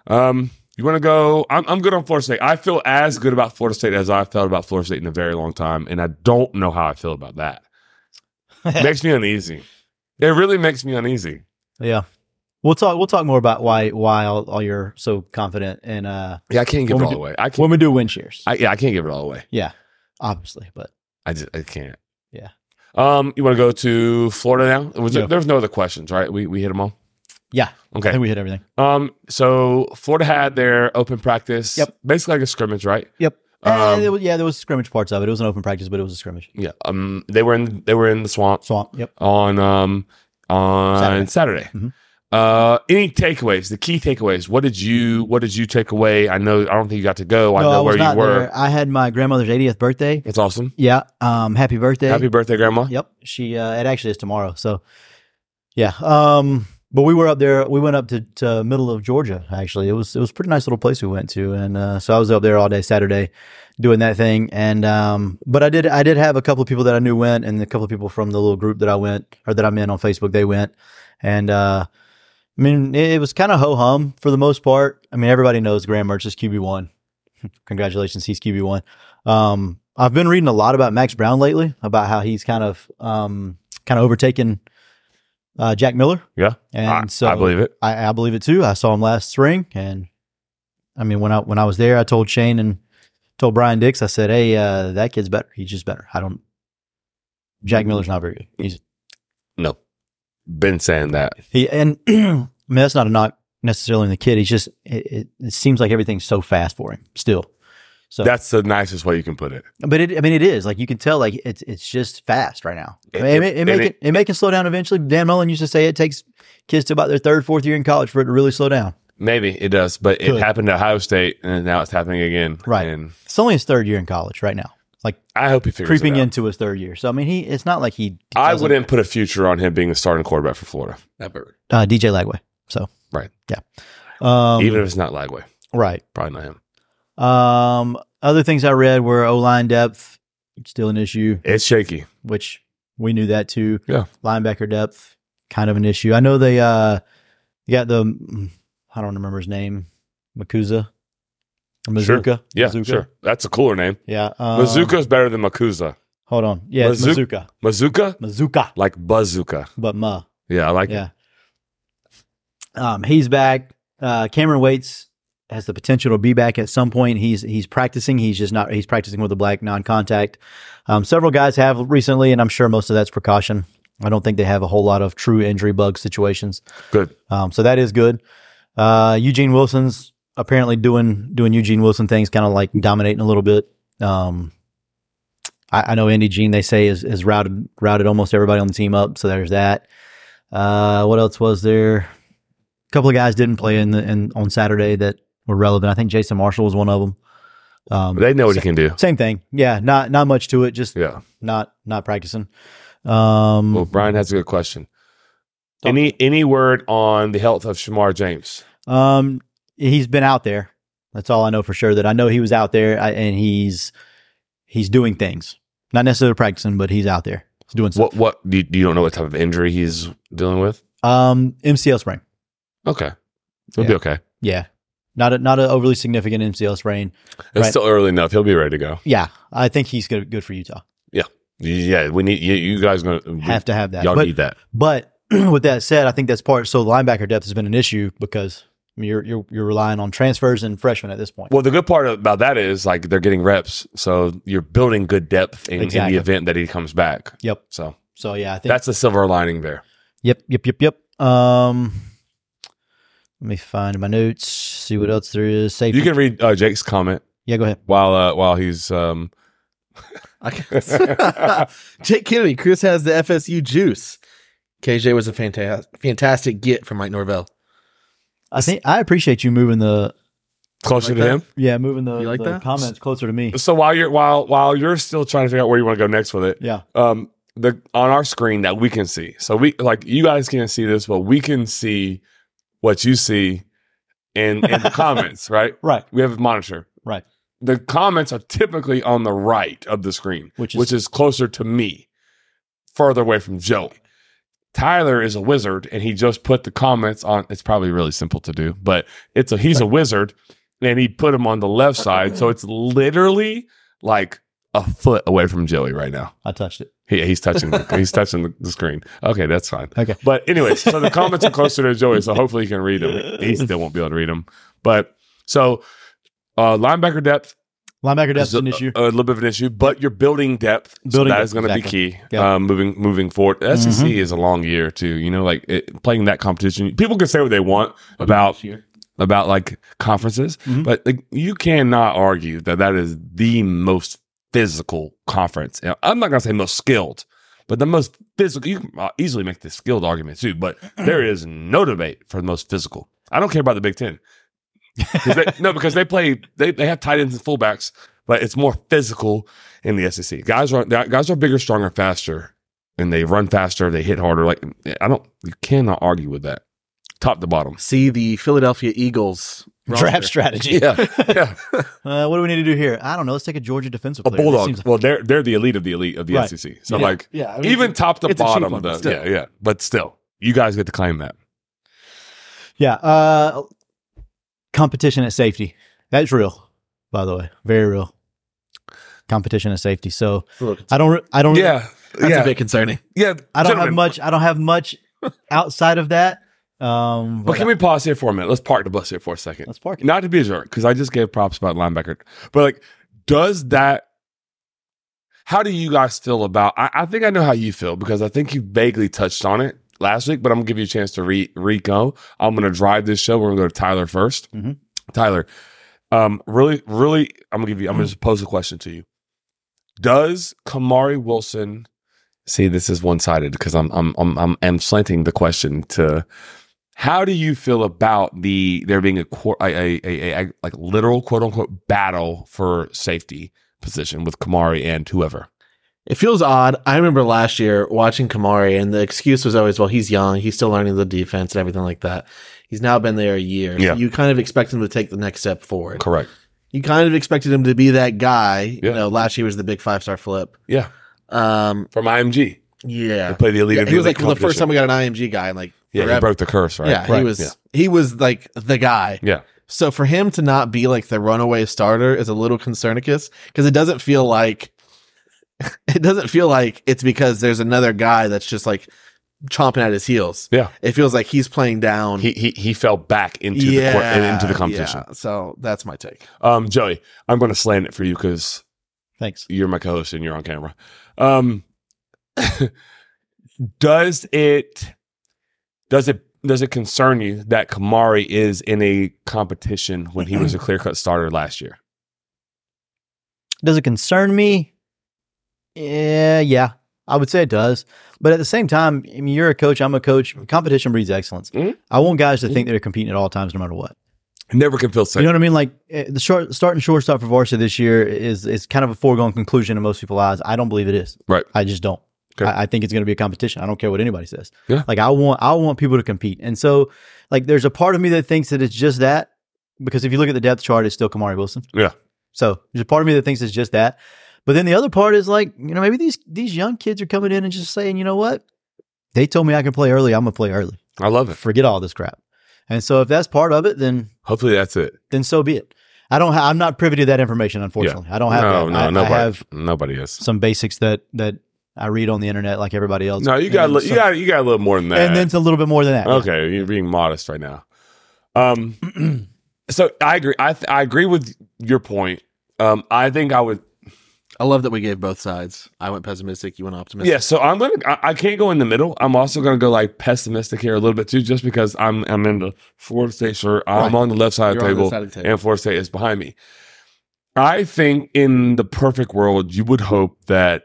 S3: Um, you want to go? I'm, I'm good on Florida State. I feel as good about Florida State as I felt about Florida State in a very long time, and I don't know how I feel about that. makes me uneasy. It really makes me uneasy.
S2: Yeah. We'll talk. We'll talk more about why why all, all you're so confident and uh,
S3: Yeah, I can't give
S2: When we
S3: it all
S2: do-
S3: away. I can't.
S2: when we do win shares.
S3: I, yeah, I can't give it all away.
S2: yeah, obviously. But
S3: I just I can't.
S2: Yeah.
S3: Um, you want to go to Florida now? Was
S2: Yeah.
S3: there, there was no other questions, right? We we hit them all.
S2: yeah, I
S3: Okay.
S2: think we hit everything.
S3: Um, so Florida had their open practice.
S2: Yep.
S3: Basically like a scrimmage, right?
S2: Yep.
S3: Um,
S2: Eh, there was- yeah, there was scrimmage parts of it. It was an open practice, but it was a scrimmage.
S3: Yeah. Um, they were in they were in the swamp
S2: Swamp. Yep.
S3: on um on Saturday.
S2: Mhm.
S3: Uh, any takeaways? The key takeaways. What did you What did you take away? I know. I don't think you got to go. I
S2: No,
S3: know
S2: I was
S3: where
S2: not
S3: you were.
S2: there. I had my grandmother's 80th birthday.
S3: It's awesome.
S2: Yeah. Um. Happy birthday.
S3: Happy birthday, Grandma.
S2: Yep. She uh, it actually is tomorrow. So yeah. Um but we were up there we went up to, to middle of Georgia actually. It was it was a pretty nice little place we went to and uh, so I was up there all day Saturday doing that thing and um but I did I did have a couple of people that I knew went and a couple of people from the little group that I went or that I'm in on Facebook they went and uh I mean it, it was kind of ho hum for the most part. I mean everybody knows Graham Mertz is QB1. Congratulations, he's QB1. Um, I've been reading a lot about Max Brown lately, about how he's kind of um, kind of overtaken uh, Jack Miller,
S3: Yeah.
S2: and
S3: I,
S2: so
S3: I believe it.
S2: I, I believe it too. I saw him last spring, and I mean when I when I was there, I told Shane and told Brian Dix, I said, "Hey, uh, that kid's better. He's just better. I don't. Jack Miller's not very good. He's
S3: No, been saying that.
S2: he and I mean that's not a knock necessarily on the kid. He's just it, it, it seems like everything's so fast for him still. So
S3: That's the nicest way you can put it.
S2: But it, I mean, it is like you can tell, like it's it's just fast right now. I
S3: It-
S2: mean, It,
S3: it-
S2: it, may
S3: and
S2: can,
S3: it-
S2: it may can slow down eventually. Dan Mullen used to say it takes kids to about their third, fourth year in college for it to really slow down.
S3: Maybe it does, but it
S2: Could.
S3: happened at Ohio State, and now it's happening again.
S2: Right.
S3: And
S2: It's only his third year in college right now, like
S3: I hope he figures
S2: creeping
S3: it out.
S2: into his third year. So I mean, he it's not like he.
S3: I
S2: doesn't-
S3: wouldn't put a future on him being the starting quarterback for Florida,
S1: Ever.
S2: uh, DJ Lagway. So
S3: Right.
S2: yeah, um,
S3: even if it's not Lagway.
S2: right.
S3: Probably not him.
S2: Um, other things I read were O line depth still an issue.
S3: It's shaky.
S2: which we knew that too.
S3: Yeah.
S2: Linebacker depth, kind of an issue. I know they uh they got the mm, I don't remember his name, Makuza. Or
S3: Sure.
S2: Mazuka.
S3: Yeah,
S2: Mazuka.
S3: sure. That's a cooler name.
S2: Yeah. Um,
S3: Mazuka's better than Makuza.
S2: Hold on. Yeah, it's
S3: Mazu-
S2: Mazuka.
S3: Mazuka,
S2: Mazuka.
S3: like bazooka.
S2: But ma.
S3: Yeah, I like it.
S2: yeah. Um, he's back. Uh, Cameron Waits has the potential to be back at some point. He's he's practicing. He's just not. He's practicing with a black non-contact. Um, several guys have recently, and I'm sure most of that's precaution. I don't think they have a whole lot of true injury bug situations.
S3: Good.
S2: Um, so that is good. Uh, Eugene Wilson's apparently doing doing Eugene Wilson things, kind of like dominating a little bit. Um, I, I know Andy Jean they say is is routed routed almost everybody on the team up. So there's that. Uh, what else was there? A couple of guys didn't play in the in on Saturday that were relevant. I think Jason Marshall was one of them. Um,
S3: They know what he can do.
S2: same thing. Yeah, not not much to it. Just
S3: Yeah.
S2: not not practicing. Um,
S3: Well, Brian has a good question. Any any word on the health of Shamar James?
S2: Um, he's been out there. That's all I know for sure. That I know he was out there, I, and he's he's doing things, not necessarily practicing, but he's out there. He's doing stuff.
S3: What what do you, you don't know what type of injury he's dealing with?
S2: Um, MCL sprain.
S3: Okay. He'll be
S2: Yeah.
S3: okay.
S2: Yeah, not a not an overly significant MCL sprain.
S3: It's
S2: Right.
S3: still early enough. He'll be ready to go.
S2: Yeah, I think he's good good for Utah.
S3: Yeah, we need you, you guys gonna we-
S2: Have to have that.
S3: y'all
S2: but
S3: need that.
S2: but with that said, I think that's part. So linebacker depth has been an issue because I mean, you're you're you're relying on transfers and freshmen at this point.
S3: Well, the good part about that is like they're getting reps, so you're building good depth in, in
S2: Exactly.
S3: the event that he comes back.
S2: Yep.
S3: So
S2: So yeah, I think
S3: that's the silver lining there.
S2: Yep, yep, yep, yep. Um, let me find my notes. See what else there is. Safety.
S3: You can read uh, Jake's comment
S2: yeah, go ahead.
S3: while uh, while he's um,
S1: I guess. Jake Kennedy, Chris has the FSU juice. KJ was a fantastic, fantastic get from Mike Norvell.
S2: I think I appreciate you moving the
S3: Closer
S1: Like
S3: to
S1: that?
S3: Oh, him.
S2: yeah moving the,
S1: You like
S2: the
S1: that?
S2: comments closer to me.
S3: So while you're while while you're still trying to figure out where you want to go next with it,
S2: Yeah,
S3: um the on our screen that we can see. So we like you guys can't see this, but we can see what you see in in the comments, right?
S2: right,
S3: We have a monitor.
S2: Right.
S3: The comments are typically on the right of the screen,
S2: which is
S3: which is closer to me, further away from Joey. Tyler is a wizard and he just put the comments on it's probably really simple to do, but it's a he's a wizard and he put them on the left side. So it's literally like a foot away from Joey right now.
S2: I touched it.
S3: He, he's touching the, he's touching the, the screen. Okay, that's fine.
S2: Okay.
S3: But anyways, so the comments are closer to Joey, so hopefully he can read them. He still won't be able to read them. But so uh, linebacker depth
S2: Linebacker depth's
S3: is a, uh,
S2: an issue.
S3: A, little bit of an issue, but your building depth
S2: Building
S3: building that
S2: depth,
S3: is going to
S2: exactly. Mm-hmm.
S3: be key
S2: Yeah.
S3: um, moving moving forward. The SEC is a long year too. You know, like it, playing that competition, people can say what they want about about like conferences,
S2: Mhm.
S3: but like, you cannot argue that that is the most physical conference. Now, I'm not going to say most skilled, but the most physical. You can uh, easily make the skilled argument too, but there is no debate for the most physical. I don't care about the Big Ten. 'Cause they- no, because they play they, they have tight ends and fullbacks, but it's more physical in the SEC. Guys are guys are bigger, stronger, faster, and they run faster. They hit harder. Like I don't, you cannot argue with that. Top to bottom.
S1: See the Philadelphia Eagles
S2: Draft
S1: roster.
S2: strategy.
S1: Yeah.
S3: Yeah.
S2: Uh, what do we need to do here? I don't know. Let's take a Georgia defensive
S3: a
S2: player. That
S3: bulldog.
S2: seems-
S3: well, they're they're the elite of the elite of the
S2: Right.
S3: SEC. So
S1: Yeah.
S3: like
S1: yeah. I mean,
S3: even top to
S1: it's a cheap
S3: bottom,
S1: one,
S3: the,
S1: but still.
S3: yeah, yeah. But still, you guys get to claim that.
S2: yeah. Uh, competition at safety. That's real, by the way. Very real. Competition at safety. So
S1: look,
S2: I don't. re- I don't.
S3: Yeah,
S1: that's
S3: yeah,
S1: a bit concerning.
S3: yeah.
S2: I don't have
S3: gentlemen.
S2: much. I don't have much outside of that. Um,
S3: But can we pause here for a minute? Let's park the bus here for a second.
S2: Let's park it.
S3: Not to be a jerk, because I just gave props about linebacker. But like, does that? How do you guys feel about? I, I think I know how you feel because I think you vaguely touched on it last week. But I'm gonna give you a chance to re Rico. I'm gonna drive this show. We're gonna go to Tyler 1st
S2: Mhm.
S3: Tyler, um, really, really, I'm gonna give you. I'm gonna just pose a question to you. Does Kamari Wilson? See, this is one sided because I'm I'm I'm I'm I'm slanting the question to how do you feel about the there being a quar- a, a, a, a- like literal quote unquote battle for safety position with Kamari and whoever?
S1: It feels odd. I remember last year watching Kamari, and the excuse was always, well, he's young. He's still learning the defense and everything like that. He's now been there a year.
S3: Yeah.
S1: So you kind of expect him to take the next step forward.
S3: Correct.
S1: You kind of expected him to be that guy.
S3: Yeah.
S1: You know, last year was the big five star flip.
S3: Yeah,
S1: Um,
S3: from IMG,
S1: yeah.
S3: they play the elite.
S1: Yeah,
S3: of
S1: he was
S3: elite
S1: like the first
S3: competition.
S1: time we got an IMG guy, in like
S3: Yeah, he
S1: forever.
S3: broke the curse, right?
S1: yeah, he
S3: Right.
S1: was
S3: Yeah.
S1: he was like the guy.
S3: Yeah.
S1: So for him to not be like the runaway starter is a little concernicus because it doesn't feel like it doesn't feel like it's because there's another guy that's just like chomping at his heels.
S3: Yeah.
S1: It feels like he's playing down
S3: He, he he fell back into the court and into the competition.
S1: yeah. So that's my take.
S3: Um, Joey, I'm going to slant it for you because
S2: Thanks.
S3: you're my co-host and you're on camera. Um, does it does it does it concern you that Kamari is in a competition when he was a clear cut starter last year?
S2: Does it concern me? Yeah, yeah. I would say it does. But at the same time, I mean, you're a coach. I'm a coach. Competition breeds excellence.
S3: Mhm.
S2: I want guys to think they're competing at all times, no matter what.
S3: Never can feel safe.
S2: You know what I mean? Like eh, the short starting shortstop for varsity this year is is kind of a foregone conclusion in most people's eyes. I don't believe it is.
S3: Right.
S2: I just don't.
S3: Okay.
S2: I, I think it's going to be a competition. I don't care what anybody says.
S3: Yeah.
S2: Like I want I want people to compete, and so like there's a part of me that thinks that it's just that because if you look at the depth chart, it's still Kamari Wilson.
S3: Yeah.
S2: So there's a part of me that thinks it's just that, but then the other part is like you know maybe these these young kids are coming in and just saying you know what they told me I can play early. I'm gonna play early.
S3: I love it.
S2: Forget all this crap. And so if that's part of it, then
S3: Hopefully that's it.
S2: then so be it. I don't. Ha- I'm not privy to that information, unfortunately. I don't have.
S3: No,
S2: that.
S3: no,
S2: I,
S3: nobody.
S2: I have
S3: Nobody is.
S2: some basics that that I read on the internet, like everybody else.
S3: No, you got a
S2: And
S3: li- you
S2: some-
S3: got you got a little more than that.
S2: and then it's a little bit more than that.
S3: okay, you're being modest right now. Um, so I agree. I th- I agree with your point. Um, I think I would
S1: I love that we gave both sides. I went pessimistic, you went optimistic.
S3: Yeah, so I'm gonna. I, I can't go in the middle. I'm also gonna go like pessimistic here a little bit too, just because I'm I'm in the Florida State shirt. I'm
S1: Right.
S3: on the left side of
S1: You're on
S3: the
S1: the
S3: table,
S1: side of the table.
S3: and Florida State is behind me. I think in the perfect world, you would hope that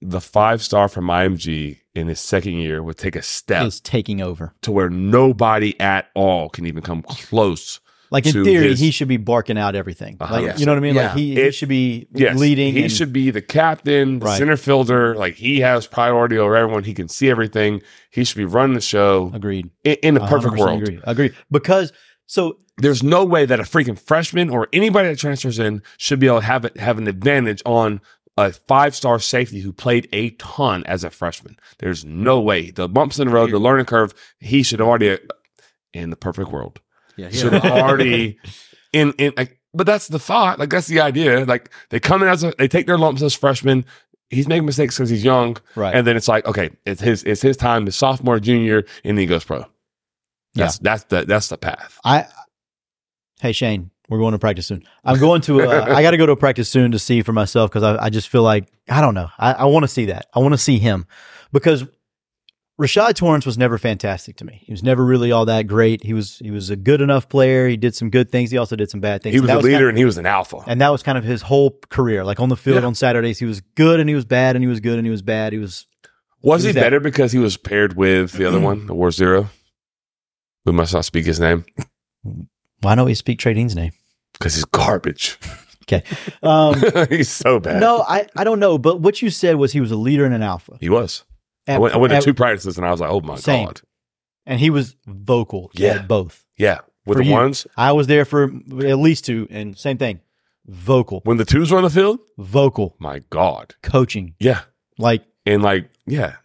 S3: the five star from IMG in his second year would take a step
S2: is taking over.
S3: to where nobody at all can even come close.
S2: Like in
S3: to
S2: theory,
S3: his-
S2: he should be barking out everything.
S3: Uh-huh.
S2: Like
S3: Yes.
S2: you know what I mean?
S1: Yeah.
S2: Like he, he
S3: It-
S2: should be
S3: Yes,
S2: leading.
S3: He
S2: and-
S3: should be the captain, the
S2: Right.
S3: center fielder. Like he has priority over everyone. He can see everything. He should be running the show.
S2: agreed.
S3: In, in the
S2: A
S3: perfect
S2: hundred percent
S3: world,
S2: Agreed. agreed. Because so
S3: there's no way that a freaking freshman or anybody that transfers in should be able to have it, have an advantage on a five star safety who played a ton as a freshman. There's no way. The bumps in the road, the learning curve, he should already in the perfect world
S1: Yeah,
S3: should already in in. Like, but that's the thought. Like that's the idea. Like they come in as a, they take their lumps as freshmen. He's making mistakes because he's young,
S2: right.
S3: and then it's like okay, it's his it's his time, his sophomore, junior, and then he goes pro. That's that's the that's the path.
S2: I hey Shane, we're going to practice soon. I'm going to. Uh, I got to go to a practice soon to see for myself because I, I just feel like I don't know. I, I want to see that. I want to see him because Rashad Torrance was never fantastic to me. He was never really all that great. He was he was a good enough player. He did some good things. He also did some bad things.
S3: He was
S2: That
S3: a leader
S2: kind of-
S3: and he was an alpha.
S2: and that was kind of his whole career. Like on the field
S3: Yeah.
S2: on Saturdays, he was good and he was bad and he was good and he was bad. He was
S3: Was he
S2: Who's that? Mm-hmm.
S3: better because he was paired with the other one, the War Zero? We must not speak his name
S2: why don't we speak Trey Dean's name?
S3: because he's garbage.
S2: Um,
S3: he's so bad.
S2: no, I, I don't know. But what you said was he was a leader and an alpha.
S3: he was. I went, I went to two practices and I was like, oh my
S2: Same.
S3: god,
S2: and he was vocal
S3: Yeah.
S2: at both.
S3: yeah. With
S2: For
S3: the
S2: you.
S3: ones
S2: I was there for at least two, and same thing, vocal,
S3: when the twos were on the field,
S2: vocal
S3: my god,
S2: coaching.
S3: yeah.
S2: Like,
S3: And like, yeah,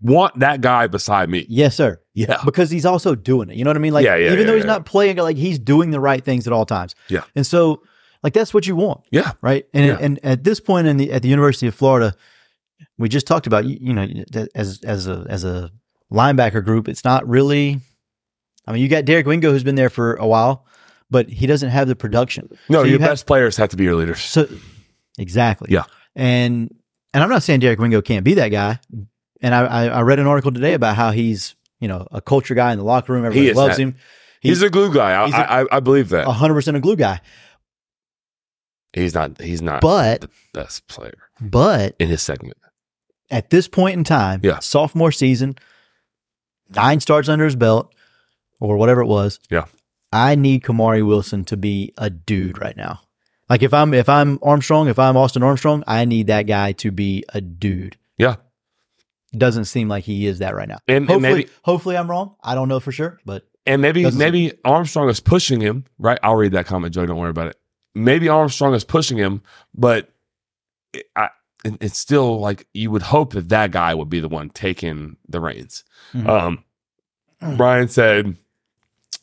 S3: want that guy beside me,
S2: yes, sir,
S3: yeah.
S2: because he's also doing it. You know what I mean? Like,
S3: Yeah, yeah,
S2: even
S3: yeah,
S2: though he's
S3: yeah.
S2: not playing, like he's doing the right things at all times.
S3: Yeah.
S2: and so like that's what you want,
S3: Yeah.
S2: right? And
S3: Yeah.
S2: and at this point in the at the University of Florida, we just talked about you, you know that as as a as a linebacker group, it's not really. I mean, you got Derek Wingo who's been there for a while, but he doesn't have the production.
S3: No,
S2: So you
S3: your
S2: have-
S3: best players have to be your leaders.
S2: So exactly.
S3: Yeah.
S2: And and I'm not saying Derek Wingo can't be that guy. And I, I, I read an article today about how he's you know a culture guy in the locker room. Everybody
S3: is
S2: loves
S3: that.
S2: him.
S3: He's,
S2: He's,
S3: a glue guy. I
S2: he's a- Uh-huh.
S3: I I- I believe that.
S2: hundred percent a glue guy.
S3: he's not. He's not
S2: But
S3: the best player
S2: but
S3: in his segment.
S2: at this point in time,
S3: Yeah.
S2: sophomore season, nine starts under his belt or whatever it was.
S3: Yeah.
S2: I need Kamari Wilson to be a dude right now. Like if I'm if I'm Armstrong, if I'm Austin Armstrong, I need that guy to be a dude.
S3: Yeah.
S2: doesn't seem like he is that right now.
S3: And- and
S2: hopefully,
S3: maybe-
S2: hopefully I'm wrong. I don't know for sure, but
S3: And maybe
S2: Doesn't-
S3: maybe Armstrong is pushing him, right? I'll read that comment, Joey. Don't worry about it. Maybe Armstrong is pushing him, but it, I, it- it's still like you would hope that that guy would be the one taking the reins.
S2: Mhm.
S3: Um, Brian said,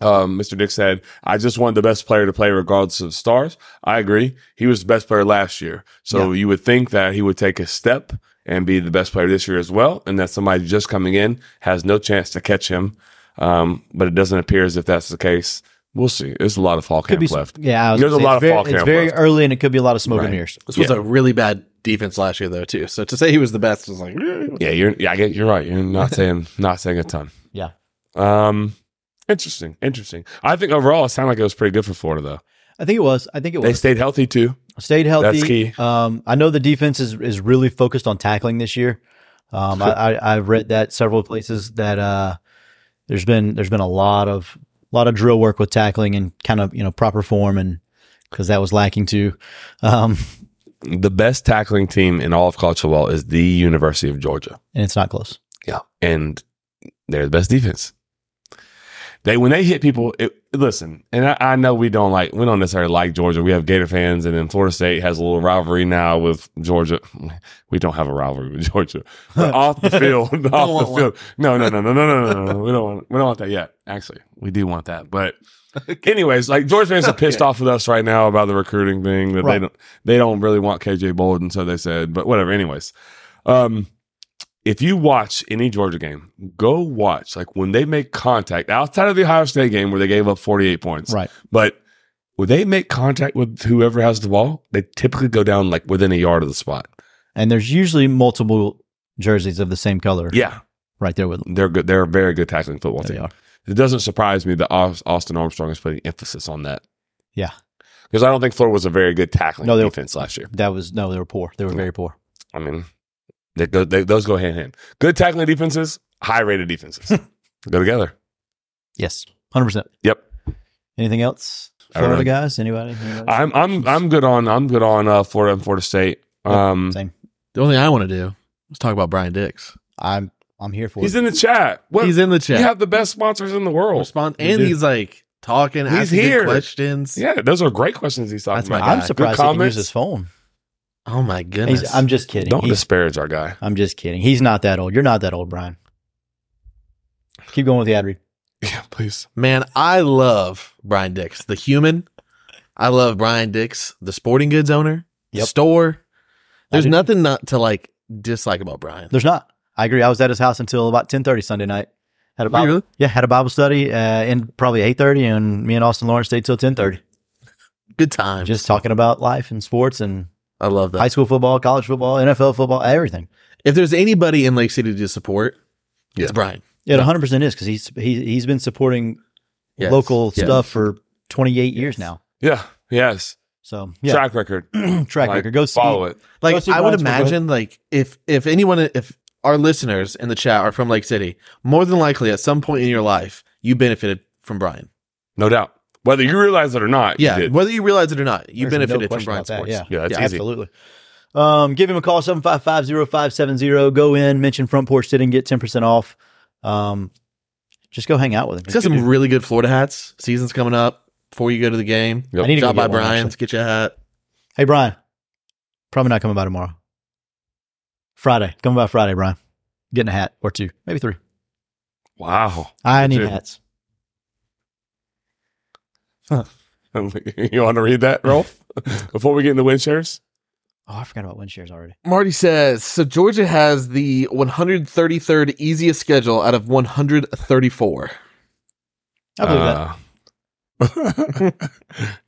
S3: um, Mr. Dick said, I just want the best player to play regardless of stars. I agree. He was the best player last year. So you would think that he would take a step and be the best player this year as well, and that somebody just coming in has no chance to catch him. Um, but it doesn't appear as if that's the case. We'll see. There's a lot of fall
S2: could
S3: camp
S2: be
S3: left.
S2: Yeah, I was
S3: There's
S2: gonna
S3: a
S2: say,
S3: lot
S2: it's
S3: of
S2: very,
S3: fall camp
S2: It's very
S3: left.
S2: early and it could be a lot of smoke
S3: Right.
S2: and mirrors.
S1: This was a really bad defense last year, though, too. So to say he was the best was like, eh.
S3: Yeah, you're. Yeah, I get. You're right. You're not saying not saying a ton.
S2: Yeah.
S3: Um. Interesting. Interesting. I think overall it sounded like it was pretty good for Florida though.
S2: I think it was. I think it
S3: They
S2: was.
S3: stayed healthy too.
S2: Stayed healthy.
S3: That's key.
S2: Um, I know the defense is is really focused on tackling this year. Um, I, I, I've read that several places that uh, there's been there's been a lot of lot of drill work with tackling and kind of you know proper form and because that was lacking too. Um,
S3: The best tackling team in all of college football is the University of Georgia.
S2: and it's not close.
S3: Yeah. And they're the best defense. They when they hit people, it, listen, and I, I know we don't like we don't necessarily like Georgia. We have Gator fans, and then Florida State has a little rivalry now with Georgia. We don't have a rivalry with Georgia. But off the field, off
S1: want
S3: the
S1: one.
S3: field. No, no, no, no, no, no, no, no. We don't want we don't want that yet. Actually, we do want that. But anyways, like Georgia fans are pissed off with us right now about the recruiting thing that they
S2: Right.
S3: don't they don't really want KJ Bolden, so they said. But whatever. Anyways, um, if you watch any Georgia game, go watch like when they make contact outside of the Ohio State game where they gave up 48 points.
S2: Right.
S3: But when they make contact with whoever has the ball, they typically go down like within a yard of the spot.
S2: And there's usually multiple jerseys of the same color
S3: Yeah.
S2: right there with them.
S3: They're good. They're a very good tackling football
S2: There they
S3: team.
S2: are.
S3: It doesn't surprise me that Aus- Austin Armstrong is putting emphasis on that.
S2: Yeah.
S3: Because I don't think Florida was a very good tackling
S2: No, they-
S3: defense last year.
S2: That was no, they were poor. They were very poor.
S3: I mean, They go, they, those go hand in hand. Good tackling defenses, high rated defenses go together.
S2: Yes, hundred percent.
S3: Yep.
S2: Anything else?
S3: I don't
S2: Florida
S3: know.
S2: guys? Anybody? Anybody?
S3: I'm I'm I'm good on I'm good on uh, Florida and Florida State. Um,
S2: Same.
S1: The only thing I want to do is talk about Brian Dix.
S2: I'm I'm here for
S3: he's
S2: it.
S3: in the chat. What,
S1: He's in the chat.
S3: You have the best sponsors in the world.
S1: Respond,
S2: We
S1: and
S2: do.
S1: he's like talking,
S3: He's
S1: asking good
S3: here.
S1: questions.
S3: Yeah, those are great questions he's talking
S1: That's my
S3: about.
S1: guy.
S2: I'm
S1: Good
S2: surprised he can
S3: comments.
S2: use his phone.
S1: Oh my
S2: He's-
S1: goodness!
S2: I'm just kidding.
S3: Don't
S2: He's-
S3: disparage our guy.
S2: I'm just kidding. He's not that old. You're not that old, Brian. Keep going with the ad read.
S3: Yeah, please.
S1: Man, I love Brian Dix, the human. I love Brian Dix, the sporting goods owner, the
S2: Yep.
S1: store. There's
S2: do.
S1: nothing not to like dislike about Brian.
S2: There's not. I agree. I was at his house until about 10:30 Sunday night. Had a Bible,
S1: Really?
S2: yeah, had a Bible study, uh, and probably 8:30, and me and Austin Lawrence stayed till 10:30,
S1: Good time.
S2: just talking about life and sports and
S1: I love that.
S2: high school football, college football, NFL football, everything.
S1: if there's anybody in Lake City to support,
S3: Yeah.
S1: it's Brian.
S2: It 100 percent is because he's he, he's been supporting
S1: Yes.
S2: local
S1: Yes.
S2: stuff for 28 years now.
S3: Yeah. Yes.
S2: So yeah,
S3: Track record.
S2: track,
S3: Like,
S2: record. Go see.
S3: Follow it.
S2: Go
S1: Like
S2: see
S1: I would
S2: Brian's work, go ahead.
S1: imagine, like if if anyone if our listeners in the chat are from Lake City, more than likely at some point in your life you benefited from Brian.
S3: No doubt. Whether you realize it or not, you
S1: Yeah,
S3: did.
S1: whether you realize it or not, you
S2: There's no
S1: benefited from
S2: question
S1: Brian
S2: about that,
S1: Sports.
S2: yeah.
S3: Yeah, that's
S1: Yeah,
S3: easy.
S2: Absolutely. Um, give him a call, 755-0570. Go in, mention Front Porch Sitting, get 10% off. Um, just go hang out with him.
S1: He's got some really good Florida hats. Season's coming up. Before you go to the game,
S3: Yep.
S2: I need to go
S1: Shop by
S2: get one,
S1: Brian's.
S2: actually.
S1: Get your hat.
S2: Hey, Brian. Probably not coming by tomorrow. Friday. Coming by Friday, Brian. Getting a hat or two, maybe three.
S3: Wow.
S2: I need
S3: Dude.
S2: hats.
S3: you want to read that, Rolf? Before we get in the wind shares?
S2: Oh, I forgot about wind shares already.
S1: Marty says so. Georgia has the 133rd easiest schedule out of 134.
S3: Uh,
S2: I believe that.
S3: that. Uh,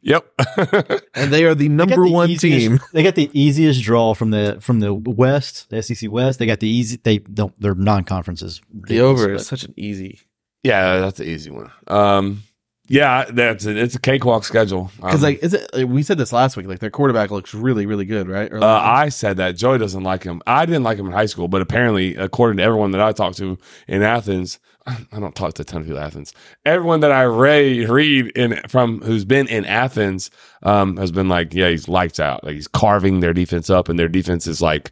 S3: yep.
S1: and they are the
S2: They got
S1: number
S2: the
S1: one
S2: easiest-
S1: team.
S2: They got the easiest draw from the from the West, the SEC West. They got the easy. They don't. Their non conferences.
S1: The over is such an easy
S3: yeah, that's the easy one. Um, yeah, that's it. It's a cakewalk schedule.
S1: because
S3: Um,
S1: like is it? like, We said this last week. Like their quarterback looks really, really good, right? Or
S3: Uh, I said that Joey doesn't like him. I didn't like him in high school, but apparently, according to everyone that I talked to in Athens, I don't talk to a ton of people in Athens. Everyone that I re- read in from who's been in Athens um, has been like, yeah, he's lights out. Like he's carving their defense up, and their defense is like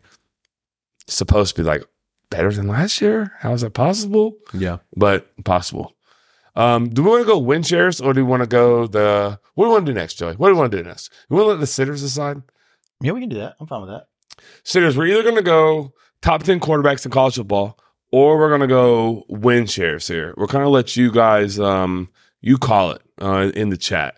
S3: supposed to be like better than last year. How is that possible?
S1: yeah,
S3: But possible. Um, do we want to go win shares or do we want to go the? What do we want to do next, Joey? What do we want to do next? We want to let the sitters decide.
S2: Yeah, we can do that. I'm fine with that.
S3: Sitters, we're either going to go top 10 quarterbacks in college football or we're going to go win shares here. We're going to let you guys, um, you call it uh, in the chat.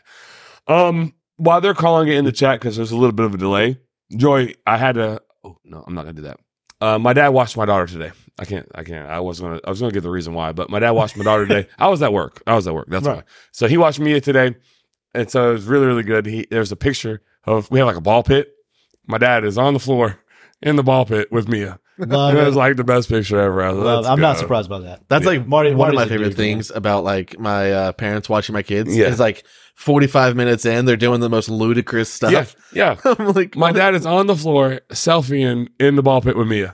S3: Um, while they're calling it in the chat, because there's a little bit of a delay, Joy, I had to, oh, no, I'm not going to do that. Uh, my dad watched my daughter today. I can't. I can't. I was gonna. I was gonna give the reason why, but my dad watched my daughter today. I was at work. I was at work. That's
S2: Right.
S3: why. So he watched me today, and so it was really, really good. He there's a picture of we have like a ball pit. My dad is on the floor in the ball pit with Mia.
S2: Love
S3: It
S2: it.
S3: was like the best picture ever. I was like,
S2: Love-
S3: "Let's
S2: uh, I'm not
S3: go."
S2: surprised by that.
S1: that's
S3: Yeah.
S1: like
S2: Marty-
S1: one of
S2: Marty's
S1: my
S2: a
S1: favorite
S2: dude, man.
S1: things about like my uh, parents watching my kids
S3: Yeah.
S1: is like forty five minutes in, they're doing the most ludicrous stuff.
S3: Yeah, yeah.
S1: I'm like,
S3: My dad is on the floor selfieing in the ball pit with Mia,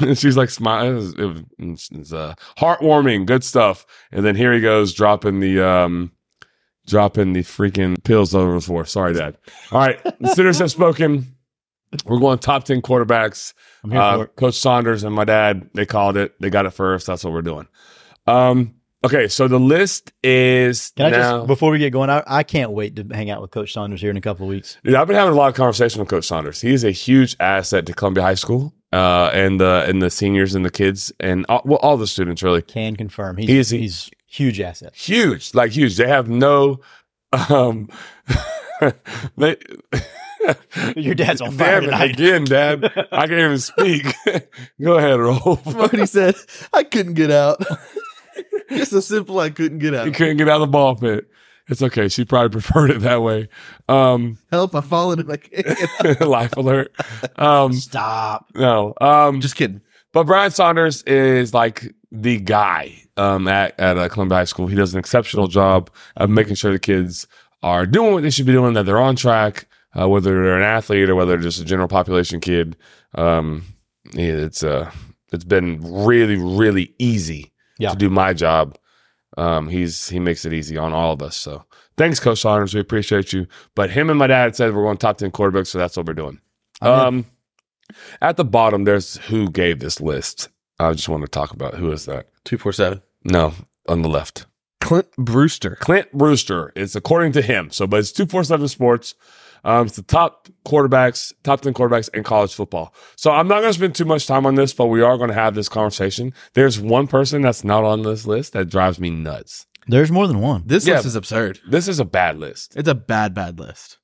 S3: and she's like smiling. It was, it was, it was, uh, heartwarming, good stuff. And then here he goes dropping the um, dropping the freaking pills over the floor. Sorry, Dad. All right, the sinners have spoken. We're going top ten quarterbacks.
S2: I'm here
S3: Uh,
S2: for it.
S3: Coach Saunders and my dad, they called it. They got it first. That's what we're doing. Um, okay, so the list is
S2: Can I
S3: now.
S2: just before we get going? I, I can't wait to hang out with Coach Saunders here in a couple of weeks.
S3: Dude, I've been having a lot of conversation with Coach Saunders. He is a huge asset to Columbia High School uh, and the and the seniors and the kids and all, well, all the students really
S2: Can confirm he's
S3: He's-
S2: he's, huge asset.
S3: huge, like huge. They have no. Um, they,
S2: Your dad's on fire
S3: Damn it,
S2: tonight.
S3: again, Dad. I can't even speak. Go ahead, Rolf.
S1: Marty said, I couldn't get out. Just a simple, I couldn't get
S3: He
S1: out.
S3: couldn't get out of the ball pit. It's okay. She probably preferred it that way. Um,
S1: Help! I'm falling and I can't get out.
S3: life alert. Um,
S2: Stop.
S3: no. Um,
S1: Just kidding.
S3: But Brian Saunders is like the guy um, at at uh, Columbia High School. He does an exceptional job of making sure the kids are doing what they should be doing, that they're on track, uh, whether they're an athlete or whether they're just a general population kid. Um, yeah, it's uh, it's been really, really easy
S2: Yeah.
S3: to do my job. Um, he's he makes it easy on all of us. So thanks, Coach Saunders. We appreciate you. But him and my dad said we're going top ten quarterbacks, so that's what we're doing.
S2: I'm in.
S3: Um, at the bottom, there's who gave this list. I just want to talk about who is that.
S1: Two four seven.
S3: No, on the left.
S1: Clint Brewster.
S3: Clint Brewster. It's according to him. So, but it's 247 Sports. Um, it's the top quarterbacks, top 10 quarterbacks in college football. So I'm not going to spend too much time on this, but we are going to have this conversation. There's one person that's not on this list that drives me nuts.
S2: There's more than one.
S1: This
S3: Yeah.
S1: list is absurd.
S3: This is a bad list.
S1: It's a bad, bad list.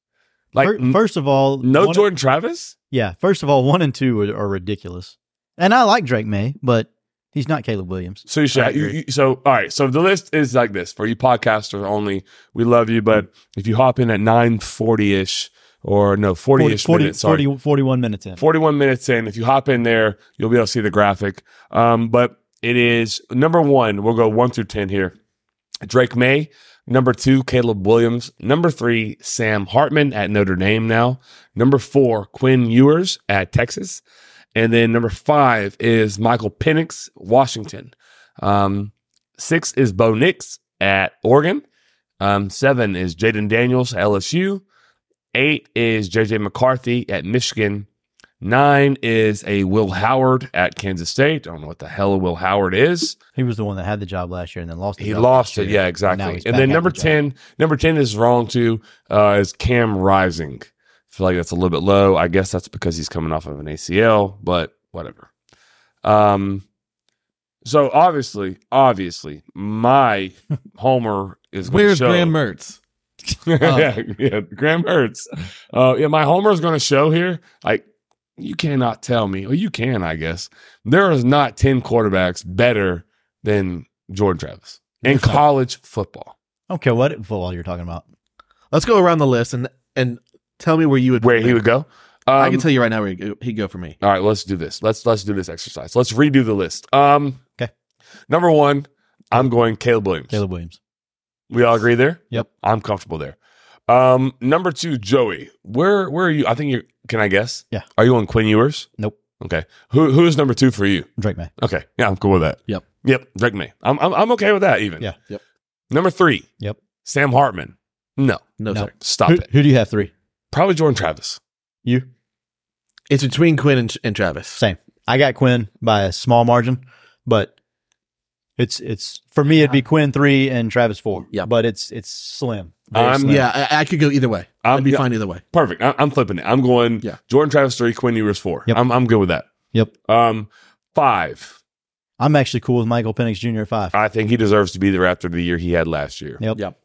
S3: Like,
S2: Fir- first of all,
S3: n- no
S2: one-
S3: Jordan Travis?
S2: Yeah, first of all, one and two are, are ridiculous, and I like Drake May, but he's not Caleb Williams.
S3: So you
S1: I
S3: should. You,
S1: agree.
S3: you- so all right. So the list is like this for you podcasters only. We love you, but if you hop in at nine forty ish or no forty ish
S2: 40
S3: minutes, sorry,
S2: 40 41 minutes in.
S3: 41 minutes in. If you hop in there, you'll be able to see the graphic. Um, but it is number one. We'll go one through 10 here. Drake May. Number two, Caleb Williams. Number three, Sam Hartman at Notre Dame now. Number four, Quinn Ewers at Texas. And then number five is Michael Penix, Washington. Um, six is Bo Nix at Oregon. Um, seven is Jaden Daniels at LSU. Eight is JJ McCarthy at Michigan. Nine is a Will Howard at Kansas State. I don't know what the hell a Will Howard is.
S2: He was the one that had the job last year and then lost. The
S3: He
S2: job
S3: lost
S2: last
S3: it.
S2: year.
S3: Yeah,
S2: Now
S3: exactly.
S2: he's
S3: And
S2: back
S3: then
S2: at
S3: number
S2: the job.
S3: 10, number 10 is wrong too, uh, is Cam Rising. I feel like that's a little bit low. I guess that's because he's coming off of an ACL, but whatever. Um, so obviously, obviously, my Homer is going to
S1: Where's
S3: show.
S1: Graham Mertz?
S3: yeah, yeah, Graham Hurts. Uh, yeah, my homer's going to show here. Like, you cannot tell me, or you can, I guess. There is not 10 quarterbacks better than Jordan Travis in college football.
S2: I don't care what football you're talking about.
S1: Let's go around the list and and tell me where you would.
S3: Where he would go.
S1: I
S3: Um,
S1: can tell you right now where he'd go, he'd go for me.
S3: All right, let's do this. Let's let's do this exercise. Let's redo the list. Um,
S2: Okay.
S3: Number one, I'm going Caleb Williams.
S2: Caleb Williams.
S3: We all agree there.
S2: Yep.
S3: I'm comfortable there. Um, number two, Joey. Where where are you? I think you're. Can I guess?
S2: Yeah.
S3: Are you on Quinn Ewers?
S2: Nope.
S3: Okay. Who who is number two for you?
S2: Drake May.
S3: Okay. Yeah, I'm cool with that.
S1: Yep.
S3: Yep. Drake May. I'm I'm, I'm okay with that even.
S2: Yeah.
S1: Yep.
S3: Number three.
S2: Yep.
S3: Sam Hartman. No.
S1: No,
S2: No.
S1: sir.
S3: Stop
S2: Who,
S3: it.
S2: who do you have three?
S3: Probably Jordan Travis.
S2: You.
S1: It's between Quinn and, and Travis.
S2: Same. I got Quinn by a small margin, but it's it's for me it'd be Quinn three and Travis four.
S1: Yeah.
S2: but it's it's slim.
S3: I'm-
S2: slim.
S1: Yeah, I, I could go either way.
S3: I'm-
S1: I'd be
S3: Um, yeah.
S1: fine either way.
S3: Perfect. I, I'm flipping it. I'm going.
S1: Yeah.
S3: Jordan Travis three. Quinn Ewers four.
S2: Yep.
S3: I'm I'm good with that.
S2: Yep.
S3: Um, five.
S2: I'm actually cool with Michael Penix Jr. at five.
S3: I think he deserves to be there after the year he had last year.
S2: Yep.
S1: Yep.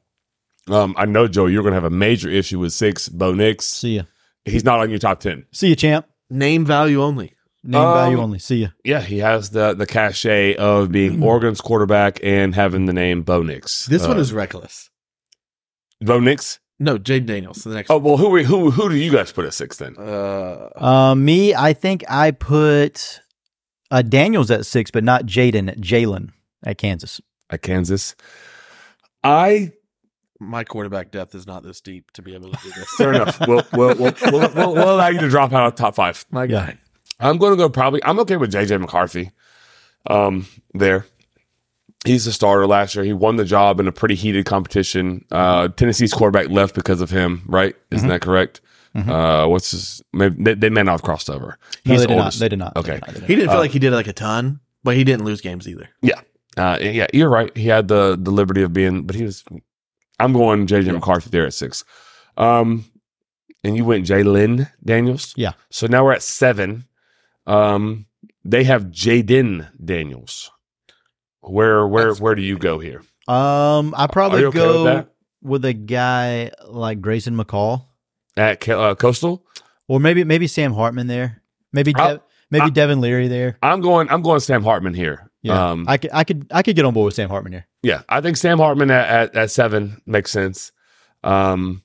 S3: Um, I know, Joe, you're going to have a major issue with six. Bo Nix,
S2: See ya.
S3: he's not on your top ten.
S2: See ya, champ.
S1: Name value only.
S2: Name
S3: Um,
S2: value only. See ya.
S3: Yeah, he has the the cachet of being Oregon's quarterback and having the name Bo Nix.
S1: Mm-hmm. This
S3: Uh,
S1: one is reckless.
S3: Bo Nix.
S1: No, Jade Daniels. The next.
S3: Oh well, who who who do you guys put at six then?
S1: Uh,
S2: Uh, me, I think I put uh, Daniels at six, but not Jaden. Jalen at Kansas.
S3: At Kansas, I
S1: my quarterback depth is not this deep to be able to do this.
S3: fair enough. We'll we'll, we'll, we'll, we'll we'll allow you to drop out of top five.
S1: my
S2: Yeah.
S1: guy.
S3: I'm going to go probably. I'm okay with JJ McCarthy. Um, there, he's the starter last year. He won the job in a pretty heated competition. Uh, Tennessee's quarterback left because of him, right? Isn't that correct? Uh, what's his? Maybe, they, they may not have crossed over.
S2: No,
S3: He's
S2: they
S3: the
S2: did not.
S3: oldest.
S2: They did not. They
S3: Okay.
S2: did not. They did
S1: He didn't feel like he did like a ton, but he didn't lose games either.
S3: Yeah, uh, yeah, you're right. He had the the liberty of being, but he was. I'm going JJ McCarthy there at six. Um, and you went Jalen Daniels.
S2: Yeah.
S3: So now we're at seven. Um, they have Jaden Daniels. Where where
S1: That's
S3: where do you go here?
S2: not. Um, I probably
S3: you okay
S2: go
S3: with
S2: with,
S3: that?
S2: a guy like Grayson McCall,
S3: At Ca- uh, Coastal,
S2: or maybe maybe Sam Hartman there. Maybe
S3: I-
S2: Dev maybe
S3: I-
S2: Devin Leary there.
S3: I'm going. I'm going Sam Hartman here.
S2: Yeah,
S3: Um,
S2: I could I could I could get on board with Sam Hartman here.
S3: Yeah, I think Sam Hartman at, at, at seven makes sense. Um,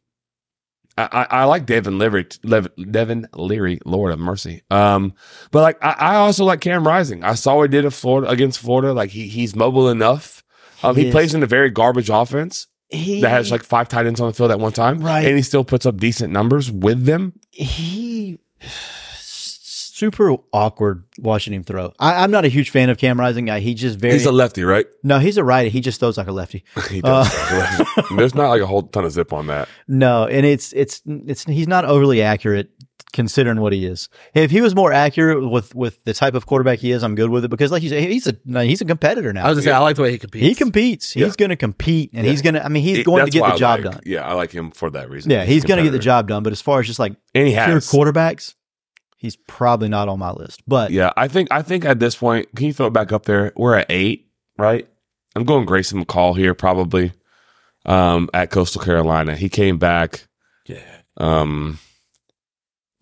S3: I, I, I like Devin Leary, Lev, Devin Leary, Lord of mercy. Um, but like I, I also like Cam Rising. I saw what he did at Florida against Florida. Like he he's mobile enough. Um, he
S2: Yes.
S3: plays in a very garbage offense
S2: He
S3: that has like five tight ends on the field at one time,
S2: Right.
S3: And he still puts up decent numbers with them.
S2: he s- super awkward watching him throw. I, I'm not a huge fan of Cam Rising guy. He just very
S3: He's a lefty, right?
S2: no. He's a righty. He just throws like a lefty.
S3: He
S2: Uh,
S3: does. right? There's not like a whole ton of zip on that.
S2: No, and it's it's it's he's not overly accurate considering what he is. If he was more accurate with with the type of quarterback he is, I'm good with it because like you say, he's a no, he's a competitor now.
S1: I was gonna say I like the way he competes.
S2: he competes.
S3: Yeah.
S2: He's going to compete, and he's going to. I mean, he's
S3: It-
S2: going to
S3: that's
S2: get
S3: why
S2: the
S3: I
S2: job
S3: like-
S2: done.
S3: Yeah, I like him for that reason.
S2: Yeah, he's going to get the
S3: competitor.
S2: job done. But as far as just like
S3: And he
S2: pure
S3: has.
S2: quarterbacks, he's probably not on my list. But
S3: Yeah, I think I think at this point, can you throw it back up there? We're at eight, right? I'm going Grayson McCall here, probably. Um, at Coastal Carolina, he came back.
S1: yeah.
S3: Um,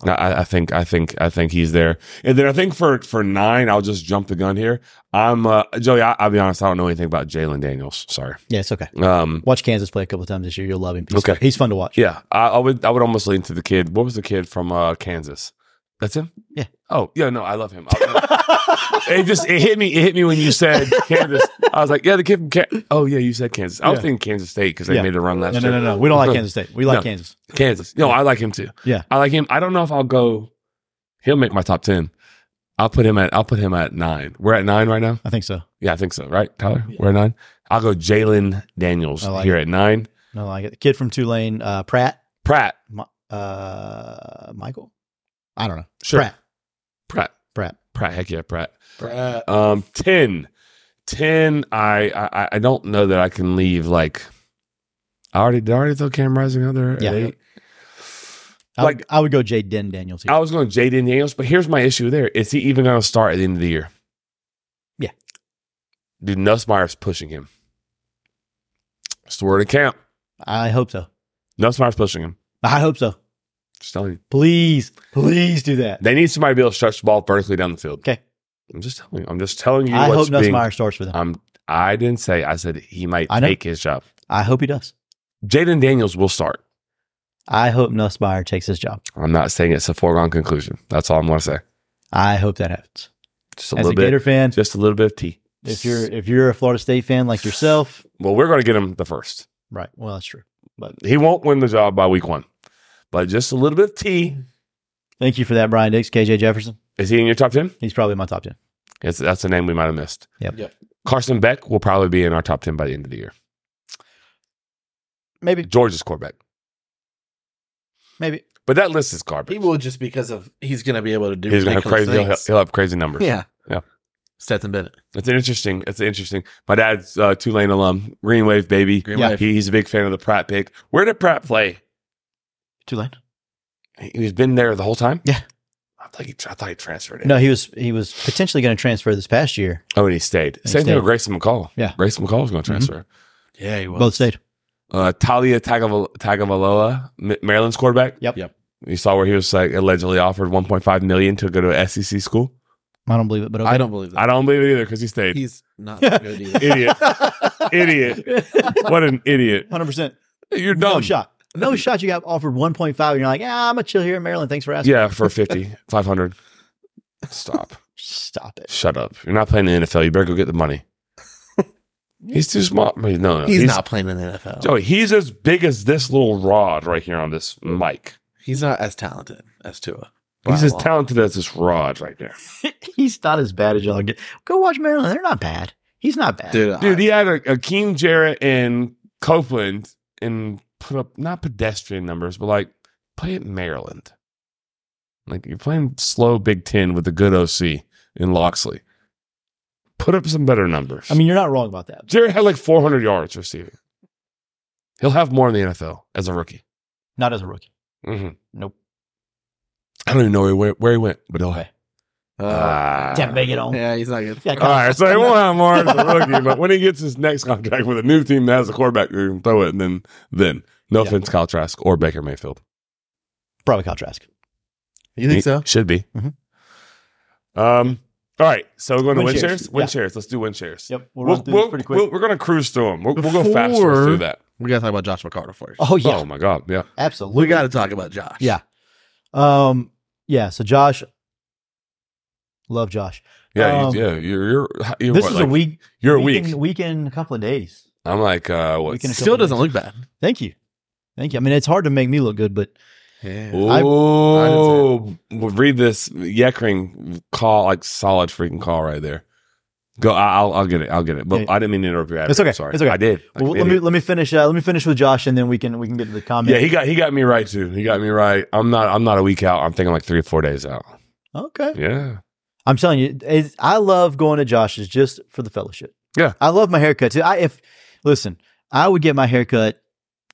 S3: I, I think I think I think he's there, and then I think for for nine, I'll just jump the gun here. I'm uh, Joey. I, I'll be honest, I don't know anything about Jalen Daniels. Sorry.
S2: yeah, it's okay.
S3: Um,
S2: Watch Kansas play a couple times this year. You'll love him. He's,
S3: Okay.
S2: he's fun to watch.
S3: yeah, I, I would I would almost lean to the kid. What was the kid from uh, Kansas? That's him.
S2: Yeah.
S3: Oh yeah, no, I love him. I- it just it hit me. It hit me when you said Kansas. I was like, yeah, the kid from. Ka- oh yeah, you said Kansas. I was
S2: Yeah.
S3: thinking Kansas State because they
S2: Yeah.
S3: made a run last
S2: No, no,
S3: year.
S2: no, no. We don't like Kansas State. We like Kansas.
S3: Kansas. No, I like him too.
S2: Yeah.
S3: I like him. I don't know if I'll go. He'll make my top ten. I'll put him at. I'll put him at nine. We're at nine right now.
S2: I think so.
S3: Yeah, I think so. Right, Tyler. We're at nine. I'll go Jalen Daniels
S2: I like
S3: here
S2: it.
S3: at nine.
S2: No, I like it. Kid from Tulane, uh, Pratt,
S3: Pratt.
S2: Mi- uh, Michael. I don't know.
S3: Sure.
S2: Pratt.
S3: Pratt.
S2: Pratt.
S3: Pratt. Heck yeah, Pratt.
S1: uh,
S3: Um, 10. 10, I, I I don't know that I can leave like I already did I already throw Cam Rising out there. at
S2: Yeah.
S3: eight?
S2: I,
S3: Like-
S2: would, I would go Jay Den Daniels. Here.
S3: I was going Jaden Daniels, but here's my issue there. Is he even gonna start at the end of the year?
S2: Yeah.
S3: Dude, Nussmeyer's pushing him. It's the word of camp.
S2: I hope so.
S3: Nussmeyer's pushing him.
S2: I hope so.
S3: Just telling you.
S2: Please, please do that.
S3: They need somebody to be able to stretch the ball vertically down the field.
S2: Okay.
S3: I'm just telling you. I'm just telling you
S2: I hope
S3: what's being,
S2: Nussmeyer starts with him.
S3: I'm I didn't say I said he might
S2: I know.
S3: take his job.
S2: I hope he does.
S3: Jaden Daniels will start.
S2: I hope Nussmeyer takes his job.
S3: I'm not saying it's a foregone conclusion. That's all I'm going to say.
S2: I hope that happens.
S3: Just a
S2: As a
S3: little bit.
S2: Gator fan,
S3: Just a little bit of tea.
S2: if you're if you're a Florida State fan like yourself,
S3: well, we're going to get him the first.
S2: right? Well, that's true.
S3: He won't win the job by week one, but just a little bit of tea.
S2: Thank you for that, Brian Dix, KJ Jefferson.
S3: Is he in your top ten?
S2: He's probably in my top ten.
S3: It's, that's a name we might have missed.
S2: Yep.
S1: Yep.
S3: Carson Beck will probably be in our top ten by the end of the year.
S2: Maybe,
S3: Georgia's quarterback,
S2: maybe.
S3: but that list is garbage.
S1: He will just because of he's gonna be able to do.
S3: He's going to have
S1: ridiculous
S3: crazy. He'll,
S1: things.
S3: he'll have crazy numbers.
S1: yeah.
S3: Yeah.
S1: Stetson Bennett.
S3: It's an interesting. It's an interesting. My dad's uh, Tulane alum, Green Wave baby.
S1: Green
S2: Yeah.
S1: Wave.
S3: He, he's a big fan of the Pratt pick. Where did Pratt play?
S2: Tulane.
S3: He- He's been there the whole time.
S2: Yeah.
S3: I thought he, I thought he transferred it.
S2: No, he was he was potentially going to transfer this past year.
S3: Oh, and he stayed.
S2: he
S3: Same
S2: stayed.
S3: thing with Grayson McCall.
S2: Yeah. Mm-hmm.
S3: Grayson McCall was going to transfer.
S1: Yeah, he was.
S2: Both stayed.
S3: Uh, Talia Tagaval- Tagovailoa, M- Maryland's quarterback.
S2: Yep.
S1: Yep.
S3: You saw where he was like allegedly offered 1.5 million to go to a SEC school.
S2: I don't believe it, but okay.
S1: I don't believe
S3: I
S1: that.
S3: don't believe it either because he stayed.
S1: He's not that good either.
S3: idiot, idiot. What an idiot!
S2: Hundred percent.
S3: You're dumb.
S2: No shot. No shot. You got offered one point five, and you're like, yeah, I'm gonna chill here in Maryland. Thanks for asking.
S3: Yeah, for 50, 500. Stop.
S2: Stop it.
S3: Shut up. You're not playing in the NFL. You better go get the money. He's too smart. No, no.
S1: He's, not playing in the NFL.
S3: Joey, Oh, he's as big as this little rod right here on this mic.
S1: He's not as talented as Tua.
S3: He's
S1: By a
S3: as
S1: lot.
S3: talented as this rod right there.
S2: He's not as bad as y'all get. Go watch Maryland. They're not bad. He's not bad.
S1: Dude,
S3: Dude,
S1: I-
S3: he had a Akeem Jarrett and Copeland and put up not pedestrian numbers, but like play at Maryland. Like you're playing slow Big Ten with a good OC in Loxley. Put up some better numbers.
S2: I mean, you're not wrong about that.
S3: Jarrett had like 400 yards receiving. He'll have more in the NFL as a rookie.
S2: Not as a rookie.
S3: hmm
S2: Mm-hmm. Nope.
S3: I don't even know where, where he went, but he'll have.
S1: Uh,
S3: Ah.
S2: Can't make it on.
S1: yeah, he's not good.
S2: Yeah,
S3: All right, so he won't have more as a rookie, but when he gets his next contract with a new team that has a quarterback who can throw it, then then no
S2: Yeah.
S3: offense, Kyle Trask or Baker Mayfield.
S2: Probably Kyle Trask.
S1: You think
S3: He
S1: so?
S3: Should be.
S2: Mhm. Mm-hmm.
S3: Um. All right, so we're going to
S2: Win
S3: win
S2: shares.
S3: shares. Win
S2: Yeah.
S3: shares. Let's do win shares.
S2: Yep. We'll,
S3: We'll,
S2: run through
S3: we'll,
S2: this pretty quick.
S3: we'll- we're going to cruise through them. We'll, we'll go
S1: Before-
S3: faster through that.
S1: We gotta talk about Josh McCarter first.
S2: oh yeah,
S3: Oh my god. Yeah.
S2: absolutely.
S1: we gotta talk about Josh.
S2: Yeah. Um. Yeah. So Josh, love Josh.
S3: Yeah.
S2: Um,
S3: you, yeah. You're. You're. you're
S2: This
S3: what,
S2: is a
S3: like-
S2: week.
S3: You're a
S2: week
S3: week.
S2: in- week in a couple of days.
S3: I'm like. uh What?
S2: Week in a
S1: Still doesn't look bad.
S2: Thank you, thank you. I mean, it's hard to make me look good, but
S1: Yeah.
S3: Oh, well, read this Yekring call, like solid freaking call right there. Go, I- I'll, I'll get it, I'll get it. But
S2: Yeah.
S3: I didn't mean to interrupt you. Adam.
S2: It's okay,
S3: I'm sorry.
S2: it's okay.
S3: I did. Like
S2: Well,
S3: an
S2: let me
S3: idiot.
S2: let me finish. Uh, let me finish with Josh, and then we can we can get to the comments.
S3: yeah, he got he got me right too. He got me right. I'm not I'm not a week out. I'm thinking like three or four days out.
S2: okay.
S3: Yeah,
S2: I'm telling you, it's, I love going to Josh's just for the fellowship.
S3: Yeah.
S2: I love my haircut too. I if listen, I would get my haircut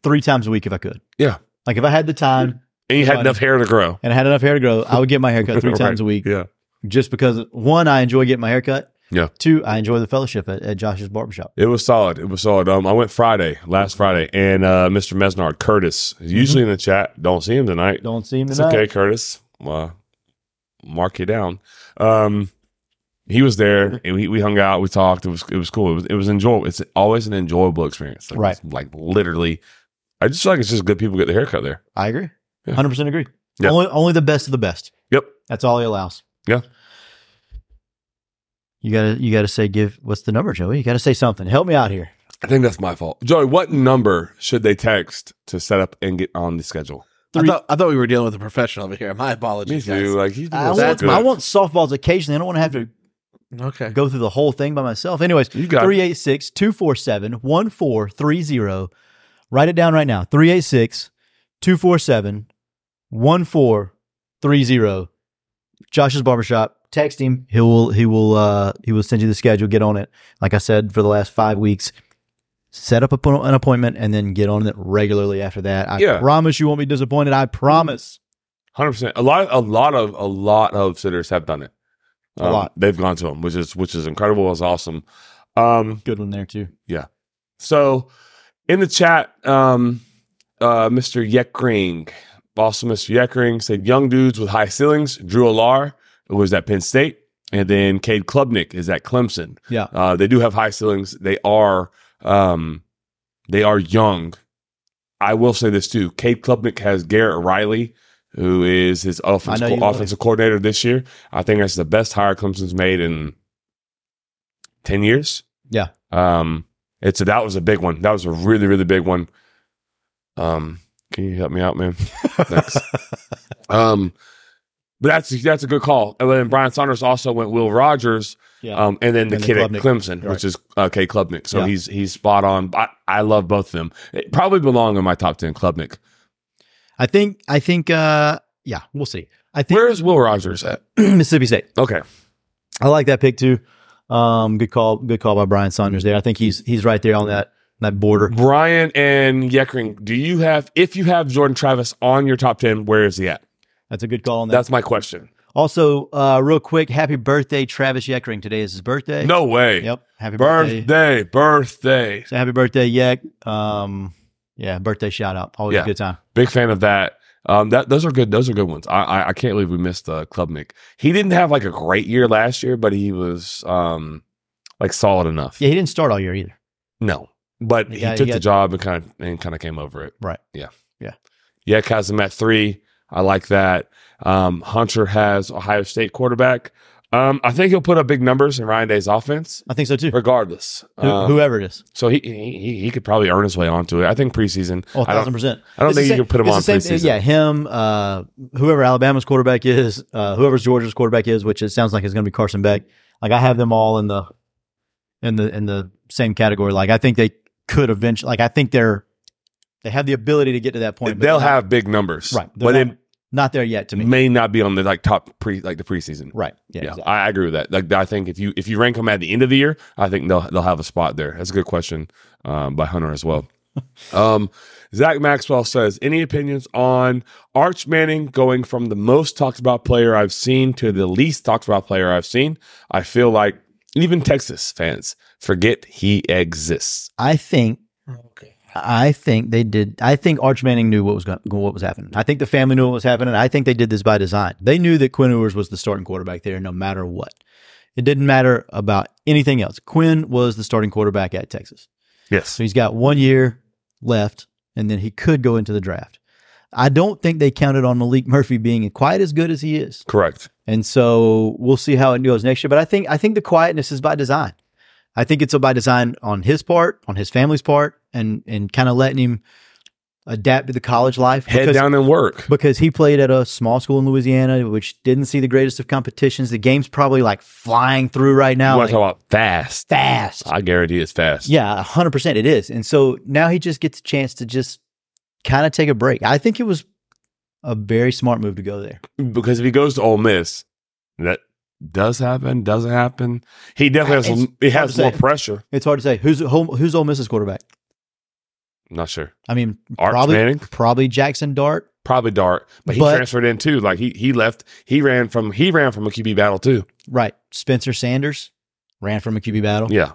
S2: three times a week if I could.
S3: Yeah.
S2: like if I had the time
S3: and you had
S2: Fun.
S3: enough hair to grow.
S2: and I had enough hair to grow, I would get my haircut three
S3: Right.
S2: times a week.
S3: Yeah.
S2: just because one, I enjoy getting my haircut.
S3: Yeah.
S2: Two, I enjoy the fellowship at, at Josh's barbershop.
S3: It was solid. It was solid. Um, I went Friday, last Friday, and uh, Mr. Mesnard, Curtis, is usually
S2: Mm-hmm.
S3: in the chat. Don't see him tonight.
S2: Don't see him
S3: It's
S2: tonight.
S3: okay, Curtis. Uh, mark you down. Um, he was there, and we, we hung out. We talked. It was it was cool. It was it was enjoyable. It's always an enjoyable experience. Like,
S2: Right.
S3: it's- Like literally, I just feel like it's just good people get their haircut there.
S2: I agree.
S3: Yeah.
S2: Hundred percent agree.
S3: Yeah.
S2: Only only the best of the best.
S3: Yep.
S2: That's all he allows.
S3: Yeah.
S2: You gotta you gotta say give what's the number, Joey? You gotta say something. Help me out here.
S3: I think that's my fault, Joey. What number should they text to set up and get on the schedule?
S1: I, thought, I thought we were dealing with a professional over here. My apologies. guys.
S3: Like he's
S2: I
S1: Well,
S2: want,
S1: that's
S2: I want softballs occasionally. I don't want to have to
S1: Okay.
S2: go through the whole thing by myself. Anyways,
S3: You got it.
S2: 386 247 1430. Write it down right now 386 247 1430. Josh's barbershop. Text him. He will, he will, uh, he will send you the schedule. Get on it. Like I said, for the last five weeks, set up a, po- an appointment and then get on it regularly after that. I
S3: Yeah.
S2: promise you won't be disappointed. I promise.
S3: Hundred percent. A lot, a lot of, a lot of sitters have done it. Um,
S2: A lot.
S3: They've gone to him, which is, which is incredible. It's awesome. Um,
S2: Good one there, too.
S3: so in the chat, um, uh, Mr. Yekring, also Mr. Yekring said, "Young dudes with high ceilings." Drew Alar, who was at Penn State, and then Cade Klubnik is at Clemson.
S2: Yeah.
S3: Uh, they do have high ceilings. They are, um, they are young. I will say this too. Cade Klubnik has Garrett Riley, who is his offense,
S2: know you love
S3: offensive coordinator this year. I think that's the best hire Clemson's made in ten years.
S2: Yeah.
S3: Um, it's a, that was a big one. That was a really really big one. Um, can you help me out, man? Thanks. um, but that's that's a good call. And then Brian Saunders also went Will Rogers.
S2: Yeah.
S3: Um, and then the
S2: And then
S3: kid at
S2: Klubnik.
S3: Clemson,
S2: Right.
S3: which is uh, K. Klubnik. So
S2: Yeah.
S3: he's he's spot on. I, I love both of them. It probably belong in my top ten. Klubnik.
S2: I think, I think, uh, yeah, we'll see. I think
S3: Where is Will Rogers at?
S2: Mississippi State.
S3: Okay,
S2: I like that pick too. Um, good call, good call by Brian Saunders there. I think he's he's right there on that that border.
S3: Brian and Yekring. Do you have if you have Jordan Travis on your top ten? Where is he at?
S2: That's a good call on that.
S3: That's my question.
S2: also, uh, real quick, happy birthday, Travis Yekring. Today is his birthday.
S3: No way.
S2: Yep. Happy birthday.
S3: Birthday, birthday.
S2: So happy birthday, Yek. Um, yeah, birthday shout out. Always
S3: Yeah.
S2: a good time.
S3: Big fan of that. Um, that those are good. Those are good ones. I I, I can't believe we missed uh, Klubnik. He didn't have like a great year last year, but he was um like solid enough.
S2: Yeah, he didn't start all year either.
S3: No, but
S2: He
S3: he,
S2: got- he
S3: took the
S2: got-
S3: job and kind of and kind of came over it.
S2: Right.
S3: Yeah.
S2: Yeah.
S3: Yeah. Kazem at three. I like that. Um, Hunter has Ohio State quarterback. Um, I think he'll put up big numbers in Ryan Day's offense,
S2: I think so too.
S3: regardless.
S2: Who,
S3: Um,
S2: whoever it is,
S3: so he, he he- he could probably earn his way onto it. I think preseason.
S2: oh,
S3: I
S2: thousand
S3: don't.
S2: percent.
S3: I don't
S2: It's the
S3: think you
S2: same-
S3: can put him
S2: it's
S3: on
S2: the same-
S3: preseason.
S2: Yeah, him, uh, whoever Alabama's quarterback is, uh, whoever Georgia's quarterback is, which it sounds like is going to be Carson Beck. Like I have them all in the in the in the same category. Like I think they could eventually. Like I think they're they have the ability to get to that point. but
S3: They'll
S2: they're not-
S3: have big numbers,
S2: Right. They're
S3: But
S2: not-
S3: it
S2: not there yet to me.
S3: may not be on the like top pre like the preseason.
S2: Right. Yeah.
S3: Yeah,
S2: exactly.
S3: I I agree with that. Like, I think if you if you rank them at the end of the year, I think they'll they'll have a spot there. That's a good question um, by Hunter as well. um, Zach Maxwell says, any opinions on Arch Manning going from the most talked about player I've seen to the least talked about player I've seen? I feel like even Texas fans forget he exists.
S2: I think
S1: Okay.
S2: I think they did. I think Arch Manning knew what was going, what was happening. I think the family knew what was happening. I think they did this by design. They knew that Quinn Ewers was the starting quarterback there, no matter what. It didn't matter about anything else. Quinn was the starting quarterback at Texas,
S3: Yes,
S2: so he's got one year left, and then he could go into the draft. I don't think they counted on Malik Murphy being quite as good as he is.
S3: correct.
S2: And so we'll see how it goes next year. But I think I think the quietness is by design. I think it's by design on his part, on his family's part, and and kind of letting him adapt to the college life.
S3: Head
S2: because-
S3: down and work.
S2: because he played at a small school in Louisiana, which didn't see the greatest of competitions. The game's probably like flying through right
S3: You
S2: now,
S3: want
S2: like,
S3: to talk about fast?
S2: fast.
S3: I guarantee it's fast.
S2: Yeah, hundred percent, it is. And so now he just gets a chance to just kind of take a break. I think it was a very smart move to go there.
S3: because if he goes to Ole Miss, that does happen. Doesn't happen. He definitely has.
S2: It's
S3: He
S2: hard
S3: has
S2: to
S3: more
S2: say.
S3: pressure.
S2: It's hard to say who's who's Ole Miss's quarterback.
S3: I'm not sure.
S2: I mean,
S3: Art
S2: probably
S3: Manning?
S2: probably Jackson Dart.
S3: Probably Dart, but he
S2: But-
S3: transferred in too. Like he he left. He ran from he ran from a QB battle too.
S2: Right, Spencer Sanders ran from a QB battle.
S3: Yeah.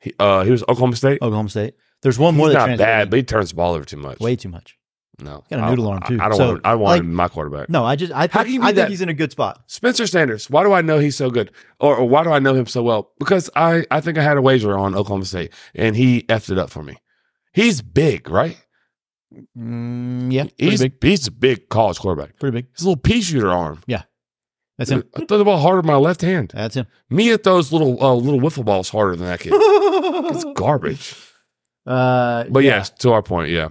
S3: He uh he was Oklahoma State.
S2: Oklahoma State. There's one Oh, more
S3: He's
S2: that's
S3: not bad, but he turns the ball over too much.
S2: way too much.
S3: no,
S2: got a
S3: I-
S2: noodle arm, too.
S3: I, I don't
S2: So,
S3: want. I want
S2: like-
S3: him my quarterback.
S2: No, I just I
S3: How
S2: think,
S3: can you be
S2: I think
S3: that-
S2: he's in a good spot.
S3: Spencer Sanders. Why do I know he's so good, or, or why do I know him so well? Because I I think I had a wager on Oklahoma State, and he effed it up for me. He's big, right?
S2: Mm, yeah, pretty
S3: He's
S2: big,
S3: he's a big college quarterback.
S2: pretty big.
S3: His little pea shooter arm.
S2: That's him.
S3: I throw the ball harder with my left hand.
S2: That's him.
S3: Mia throws little uh, little wiffle balls harder than that kid. It's garbage.
S2: uh,
S3: But yes, to our point, yeah,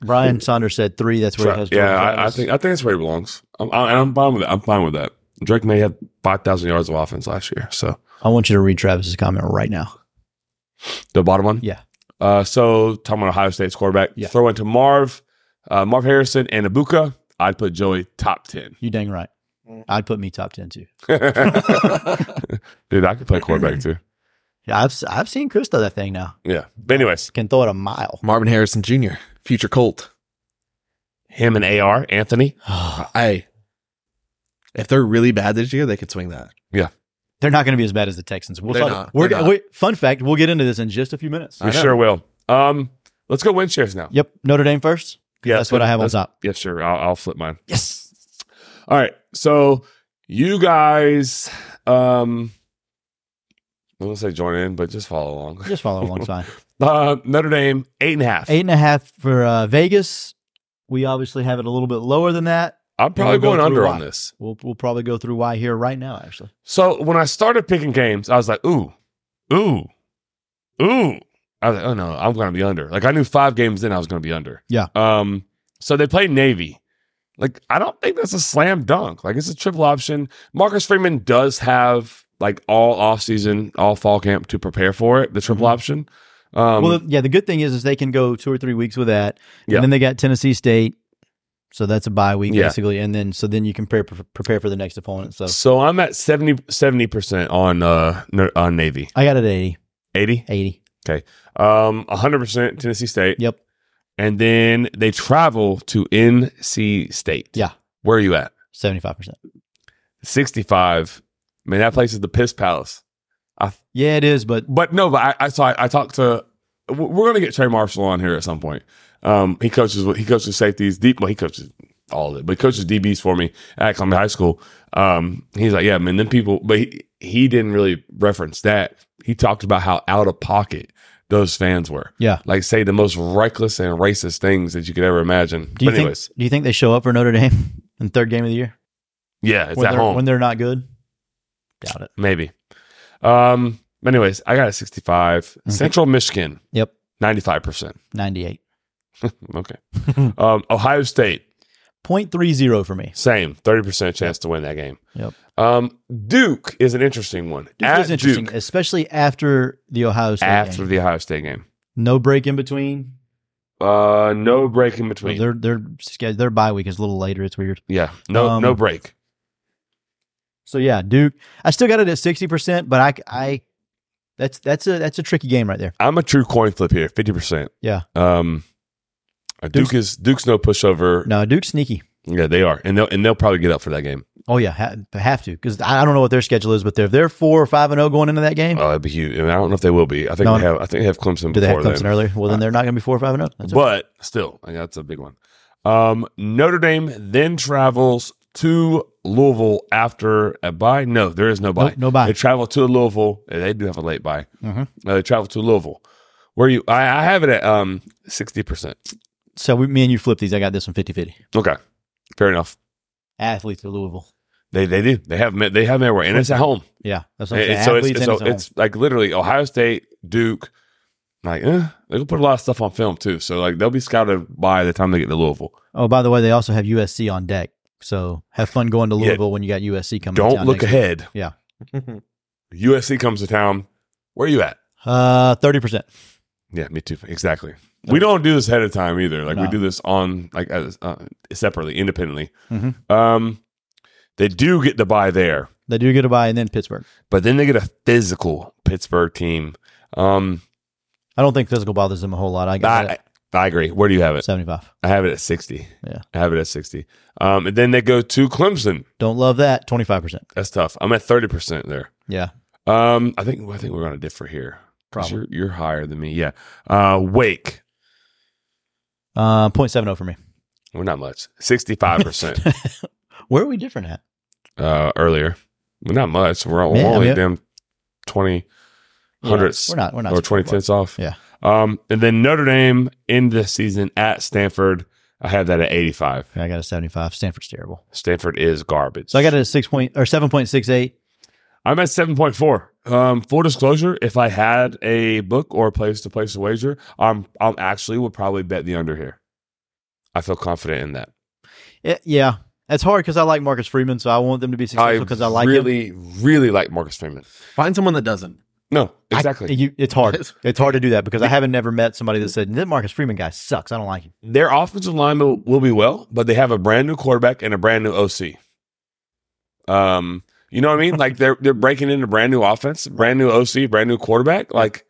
S2: Brian Saunders said three. That's where it
S3: Try-
S2: has.
S3: yeah. I, I think I think that's where he belongs. I'm, I, I'm fine with that. I'm fine with that. Drake May had five thousand yards of offense last year, so
S2: I want you to read Travis's comment right now.
S3: The bottom one?
S2: Yeah.
S3: Uh, so talking about Ohio State's quarterback,
S2: Yeah.
S3: throw into Marv, uh, Marv Harrison and Abuka. I'd put Joey top ten.
S2: You dang right.
S1: Mm.
S2: I'd put me top ten too.
S3: Dude, I could play quarterback too.
S2: Yeah, I've I've seen Chris throw that thing now.
S3: Yeah. But anyways,
S2: Can throw it a mile.
S1: Marvin Harrison Jr., future Colt.
S3: him and AR Anthony.
S1: I. If they're really bad this year, they could swing that.
S2: They're not going to be as bad as the Texans. We'll
S1: They're
S2: talk.
S1: not.
S2: We're,
S1: They're not.
S2: Wait, fun fact. We'll get into this in just a few minutes.
S3: We
S1: know.
S3: sure will. Um, let's go win shares now.
S2: Yep. Notre Dame first.
S3: Yeah,
S2: that's what I have on
S3: let's-
S2: top.
S3: Yeah, sure. I'll, I'll flip mine.
S2: Yes.
S3: All right. So you guys, um, I won't say join in, but just follow along.
S2: Just follow along, it's fine.
S3: Uh, Notre Dame eight and a half.
S2: Eight and a half for uh, Vegas. We obviously have it a little bit lower than that.
S3: I'm probably
S2: We'll go
S3: going
S2: through
S3: under
S2: why.
S3: on this.
S2: We'll we'll probably go through why here right now. Actually,
S3: So when I started picking games, I was like, ooh, ooh, ooh. I was like, oh no, I'm gonna be under. Like I knew five games in I was gonna be under.
S2: Yeah.
S3: Um, so they play Navy. Like, I don't think that's a slam dunk. Like it's a triple option. Marcus Freeman does have like all offseason, all fall camp to prepare for it, the triple
S2: Mhm.
S3: option. Um
S2: well, yeah. The good thing is, is they can go two or three weeks with that, and
S3: Yeah.
S2: then they got Tennessee State, so that's a bye week
S3: Yeah.
S2: basically, and then so then you can prepare prepare for the next opponent. So
S3: so I'm at 70 percent on uh N- on Navy.
S2: I got it at 80.
S3: 80?
S2: 80.
S3: Um 100% Tennessee State.
S2: Yep.
S3: and then they travel to NC State.
S2: Yeah.
S3: Where are you at?
S2: Seventy five percent.
S3: 65. Man, that place is the piss palace.
S2: Yeah, it is, but
S3: But no, but I, I saw I talked to w- we're gonna get Trey Marshall on here at some point. Um, he coaches he coaches safeties deep well, he coaches all of it, but he coaches DBs for me at Columbia High School. Um, he's like, Yeah, man, them people but he, he didn't really reference that. He talked about how out of pocket those fans were.
S2: Yeah.
S3: Like say the most reckless and racist things that you could ever imagine.
S2: do you
S3: but
S2: think
S3: anyways,
S2: do you think they show up for Notre Dame in the third game of the year
S3: yeah, it's
S2: when
S3: at
S2: they're
S3: home.
S2: when they're not good? Doubt it.
S3: Maybe. Um. Anyways, I got a 65.
S2: Okay.
S3: Central Michigan,
S2: Yep,
S3: 95%.
S2: ninety eight
S3: Okay. um, Ohio State,
S2: point three zero for me.
S3: same, 30% chance to win that game.
S2: Yep.
S3: Um, Duke is an interesting one.
S2: This
S3: At
S2: is interesting,
S3: Duke,
S2: especially after the Ohio State
S3: after
S2: game.
S3: the Ohio State game.
S2: No break in between.
S3: Uh, no break in
S2: Well,
S3: between.
S2: their their schedule, their bye week is a little later. It's weird.
S3: yeah. No.
S2: Um,
S3: no break.
S2: So yeah, Duke. I still got it at sixty percent, but I I that's that's a that's a tricky game right there.
S3: I'm a true coin flip here. 50%.
S2: Yeah.
S3: Um. uh, Duke
S2: Duke's-
S3: is Duke's no pushover.
S2: No, Duke's sneaky.
S3: Yeah, they are, and they'll and they'll probably get up for that game.
S2: Oh yeah, ha- they have to because I I don't know what their schedule is, but they're they're four or five and zero going into that game.
S3: Oh, that'd be huge. I, mean, I don't know if they will be. I think
S2: No,
S3: they have. I think they have Clemson.
S2: Do they have
S3: before
S2: Clemson
S3: then.
S2: earlier? Well, then they're not going to be four or five and zero. That's okay.
S3: but still, I that's a big one. Um, Notre Dame then travels to Louisville after a bye. No, there is no bye.
S2: Nope, no bye.
S3: They travel to Louisville. and They do have a late bye.
S2: Mhm.
S3: Uh, they travel to Louisville. Where you? I, I have it at um sixty percent.
S2: so we, me and you flip these. I got this one 50-50.
S3: Okay, fair enough.
S2: Athletes to Louisville.
S3: They they do. They have met. They have everywhere, and it's at home.
S2: Yeah, that's what I'm
S3: And-
S2: saying.
S3: and so it's,
S2: Athletes and
S3: so
S2: it's at home.
S3: it's like literally Ohio State, Duke, Like, eh, they'll put a lot of stuff on film too. So like they'll be scouted by the time they get to Louisville.
S2: Oh, by the way, they also have USC on deck. So have fun going to
S3: Yeah.
S2: Louisville when you got USC coming. to
S3: Don't
S2: town
S3: look
S2: next week.
S3: ahead. USC comes to town. Where are you at?
S2: Uh, thirty percent.
S3: Yeah, me too. Exactly. We don't do this ahead of time either. Like we
S2: No.
S3: do this on like as, uh, separately, independently.
S2: Mhm.
S3: Um, they do get to buy there,
S2: They do get a bye, and then Pittsburgh.
S3: but then they get a physical Pittsburgh team. Um,
S2: I don't think physical bothers them a whole lot. I got
S3: I, I agree. Where do you have it?
S2: seventy-five.
S3: I have it at sixty.
S2: Yeah.
S3: I have it at sixty. Um, and then they go to Clemson.
S2: Don't love that. Twenty-five percent.
S3: That's tough. I'm at thirty percent there.
S2: Yeah,
S3: Um, I think I think we're gonna differ here. 'Cause
S2: Probably.
S3: You're, you're higher than me. Yeah. Uh, Wake.
S2: uh, 0.70 for me.
S3: Well, not much. Sixty five percent.
S2: Where are we different at?
S3: uh, earlier. Well, not much. We're, all,
S2: Yeah,
S3: we're only
S2: I mean-
S3: damn 20 hundredths
S2: We're not. We're not.
S3: or 20 tenths off.
S2: Yeah.
S3: Um, and then Notre Dame in the season at Stanford. I have that at 85.
S2: I got a seventy-five. Stanford's terrible.
S3: Stanford is garbage.
S2: So I got it at six point or seven point six eight.
S3: I'm at 7.4. Um, full disclosure, if I had a book or a place to place a wager, I'm, I'm actually would probably bet the under here. I feel confident in that.
S2: It, Eh, yeah, it's hard because I like Marcus Freeman, so I want them to be successful because I, like him.
S3: really, really like Marcus Freeman.
S1: Find someone that doesn't.
S3: No,
S2: I-
S3: exactly.
S2: you, it's hard.
S1: It's-
S2: It's hard to do that because I haven't never met somebody that said that Marcus Freeman guy sucks. I don't like him.
S3: their offensive line will, will be well, but they have a brand new quarterback and a brand new OC. Um, you know what I mean? Like they're they're breaking into brand new offense, brand new OC, brand new quarterback. Like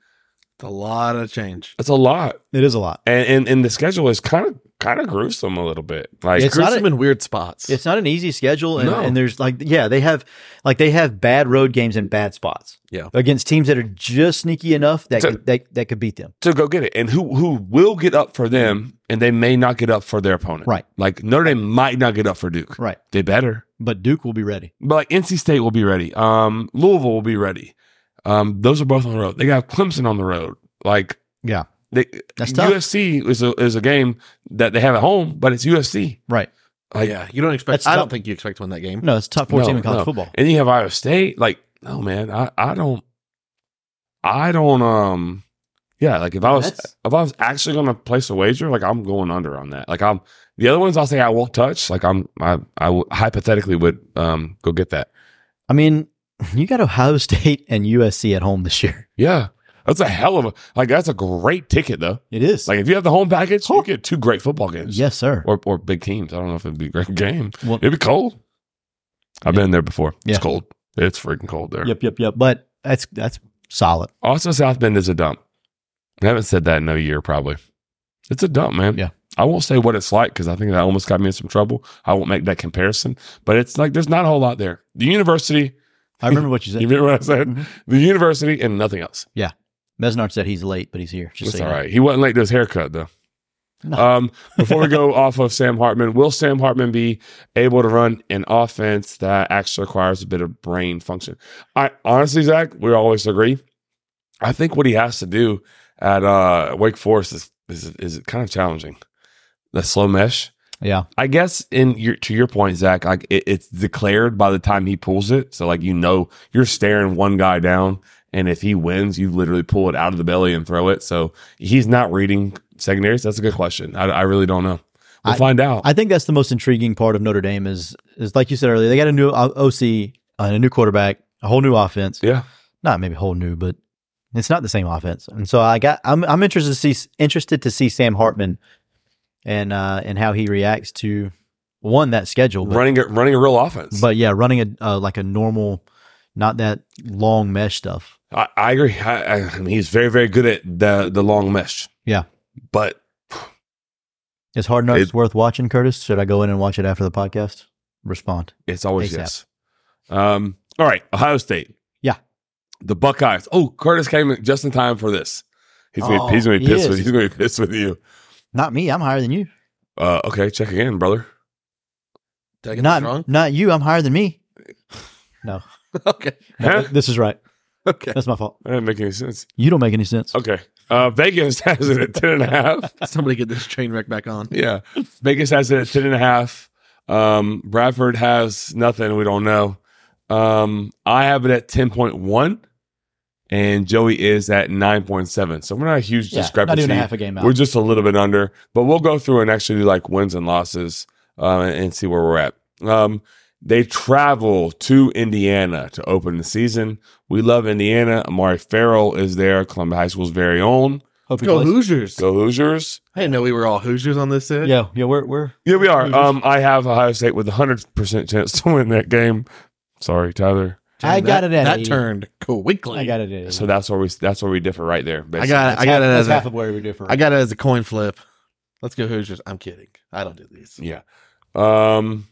S1: It's a lot of change.
S3: it's a lot,
S2: It is a lot.
S3: and and, and the schedule is kind of kind of gruesome a little bit. Like
S2: It's
S1: It's
S2: not
S1: gruesome in weird spots.
S2: It's not an easy schedule, and,
S3: No.
S2: and there's like yeah, they have like they have bad road games and bad spots.
S1: Yeah.
S2: against teams that are just sneaky enough that
S3: So-
S2: could, that that could beat them.
S3: to go get it, and who who will get up for them, and they may not get up for their opponent.
S2: Right.
S3: Like Notre Dame might not get up for Duke.
S2: Right,
S3: They better.
S2: but Duke will be ready.
S3: But like NC State will be ready. Um, Louisville will be ready. Um, those are both on the road. They got Clemson on the road. Like
S2: Yeah.
S3: they,
S2: That's tough.
S3: USC is a is a game that they have at home, but it's USC.
S2: Right.
S3: Like,
S1: yeah, you don't expect.
S2: That's
S1: I don't
S2: tough.
S1: think you expect to win that game.
S2: No, it's a top four
S3: No,
S2: team in college
S3: no.
S2: football.
S3: and you have Iowa State. Like, no man, I I don't, I don't. Um, yeah. Like if I was
S2: That's-
S3: if I was actually gonna place a wager, like I'm going under on that. Like I'm the other ones. I'll say I won't touch. Like I'm I I w- hypothetically would um go get that.
S2: I mean, you got Ohio State and USC at home this year.
S3: Yeah. That's a hell of a like. That's a great ticket though.
S2: It is
S3: Like if you have the home package, you get two great football games.
S2: yes, sir.
S3: Or or big teams. I don't know if it'd be a great game.
S2: Well-
S3: it'd be cold. I've been there before.
S2: Yeah.
S3: It's cold. It's freaking cold there.
S2: Yep, yep, yep. But that's that's solid.
S3: Austin South Bend is a dump. I haven't said that in a year probably. It's a dump, man.
S2: Yeah.
S3: I won't say what it's like because I think that almost got me in some trouble. I won't make that comparison, but it's like there's not a whole lot there. The university,
S2: I remember what you
S3: you
S2: said.
S3: remember what I said?
S2: Mhm.
S3: The university and nothing else.
S2: Mesnard said he's late, but he's here. Just
S3: That's
S2: so
S3: all
S2: you know.
S3: right. He wasn't late to his haircut though.
S2: No.
S3: Um, before we go off of Sam Hartman, will Sam Hartman be able to run an offense that actually requires a bit of brain function? I honestly, Zach, we always agree. I think what he has to do at uh, Wake Forest is, is is kind of challenging. The slow mesh.
S2: Yeah,
S3: I guess in your to your point, Zach, like it, it's declared by the time he pulls it. So like you know you're staring one guy down, and if he wins, you literally pull it out of the belly and throw it. So he's not reading secondaries. That's a good question. I, I really don't know. We'll
S2: I-
S3: find out.
S2: I think that's the most intriguing part of Notre Dame is is like you said earlier, they got a new O- OC, uh, a new quarterback, a whole new offense.
S3: yeah,
S2: Not maybe whole new, but it's not the same offense. And so I got I'm I'm interested to see interested to see Sam Hartman and uh and how he reacts to one that schedule, but,
S3: running a, running a real offense.
S2: but yeah, running a uh, like a normal, not that long mesh stuff.
S3: I, I agree. I, I, I mean, he's very very good at the the long mesh.
S2: Yeah.
S3: but
S2: Is Hard Knocks
S3: It-
S2: worth watching, Curtis? Should I go in and watch it after the podcast? Respond.
S3: It's always
S2: ASAP.
S3: yes. Um, all right, Ohio State.
S2: Yeah.
S3: The Buckeyes. Oh, Curtis came in just in time for this. He's gonna,
S2: Oh,
S3: he's gonna be
S2: he
S3: pissed
S2: is.
S3: with he's gonna be pissed with you.
S2: Not me. I'm higher than you.
S3: Uh, okay, check again, brother.
S1: Did I get
S2: Not
S1: this wrong?
S2: not you. I'm higher than me.
S1: okay.
S3: Huh?
S2: Uh, This is right.
S1: Okay.
S2: That's my fault.
S3: That didn't make any sense.
S2: You don't make any sense.
S3: Okay. Uh, Vegas has it at ten and a half.
S1: Somebody get this train wreck back on.
S3: Yeah. Vegas has it at ten and a half. Um, Bradford has nothing, we don't know. Um, I have it at ten point one. and Joey is at 9.7. So we're not a huge
S2: Yeah, not
S3: discrepancy.
S2: even a half a game out.
S3: We're just a little bit under, but we'll go through and actually do like wins and losses uh, and see where we're at. Um, they travel to Indiana to open the season. We love Indiana. Amari Farrell is there, Columbia High School's very own.
S2: Hope he
S1: Go
S2: plays.
S1: Hoosiers.
S3: Go Hoosiers.
S1: I didn't know we were all Hoosiers on this set.
S2: Yeah, yeah, we're we're
S3: Yeah, we are.
S2: Hoosiers.
S3: Um, I have Ohio State with a 100% chance to win that game. Sorry, Tyler.
S1: Damn,
S2: I got
S1: that-
S2: it at
S1: That
S2: 80.
S1: turned quickly.
S2: I got it. in.
S3: So that's where we that's where we differ right there.
S1: I
S3: Basically.
S1: got it.
S2: That's
S1: I got
S2: half-
S1: it
S2: that's
S1: as
S2: half
S1: a,
S2: of where we differ.
S1: I got it as a coin flip. Let's go Hoosiers. I'm kidding. I don't do these.
S3: Yeah. Um,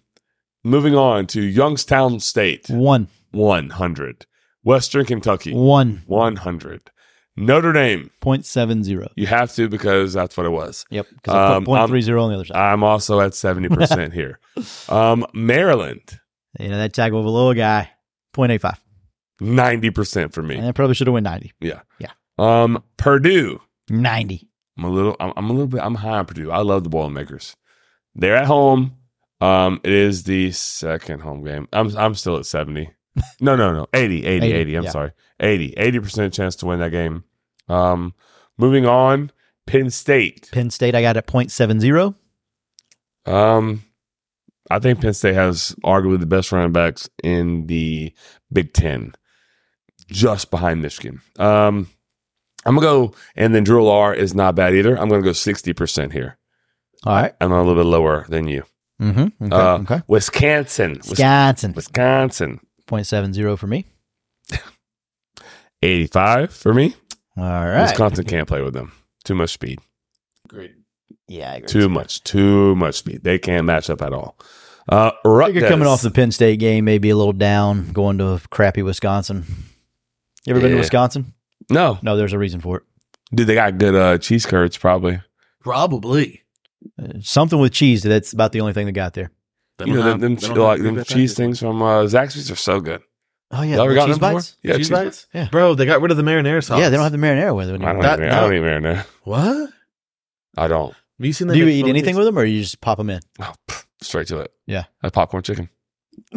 S3: moving on to Youngstown State,
S2: one,
S3: 100. Western Kentucky,
S2: one
S3: 100. Notre Dame,
S2: point seven zero.
S3: you have to because that's what it was.
S2: Yep, because I
S3: Um,
S2: put point
S3: I'm-
S2: three zero on the other side.
S3: I'm also at 70% here. Um, Maryland,
S2: you know that Tagovailoa guy, point eight five.
S3: 90% for
S2: And
S3: me.
S2: I probably should have went ninety.
S3: Um, Purdue,
S2: Ninety.
S3: I'm a little, I'm, I'm a little bit, I'm high on Purdue. I love the Boilermakers. They're at home. Um, it is the second home game. I'm, I'm still at 70. No, no, no. 80, 80, 80.
S2: 80,
S3: I'm
S2: yeah.
S3: sorry. 80, 80% chance to win that game. Um, moving on, Penn State.
S2: Penn State, I got at point seven zero.
S3: Um, I think Penn State has arguably the best running backs in the Big Ten, just behind Michigan. Um, I'm gonna go, and then Drew Lar is not bad either. I'm gonna go 60% here.
S2: All right.
S3: I'm a little bit lower than you.
S2: Mm-hmm. Okay.
S3: Uh,
S2: okay.
S3: Wisconsin. Wis-
S2: Wisconsin,
S3: Wisconsin.
S2: point seven zero for me.
S3: 85 for me.
S2: All right.
S3: Wisconsin can't play with them. Too much speed.
S1: Great.
S2: Yeah, I agree.
S3: Too much. Too much speed. They can't match up at all. Uh,
S2: I think
S3: Rutgers.
S2: you're coming off the Penn State game, maybe a little down, going to crappy Wisconsin. You ever been to
S3: Yeah.
S2: Wisconsin?
S3: No.
S2: No, there's a reason for it.
S3: Dude, they got good uh, cheese curds probably.
S1: Probably.
S2: Uh, something with cheese. That's about the only thing that got there.
S1: They
S3: You
S1: don't
S3: know, them,
S1: have-
S3: them,
S1: they
S3: che-
S1: don't have
S3: like,
S1: fruit
S3: them
S1: that
S3: cheese
S1: fast.
S3: things from uh, Zaxby's are so good.
S2: Oh yeah,
S3: Y'all ever
S2: the
S3: gotten
S2: cheese
S3: them
S2: bites.
S3: before? Yeah,
S1: cheese, bites? Bro, they got rid of the marinara sauce.
S2: Yeah, they don't have the marinara with it.
S3: I
S2: anymore.
S3: don't,
S1: That-
S3: even, I
S1: that-
S3: don't even remember now.
S1: What? Have
S3: I don't.
S1: you seen that?
S2: Do you
S1: big
S2: eat
S1: phone
S2: anything
S1: case?
S2: with them, or you just pop them in?
S3: Oh, pff, straight to it.
S2: Yeah.
S3: That's popcorn chicken.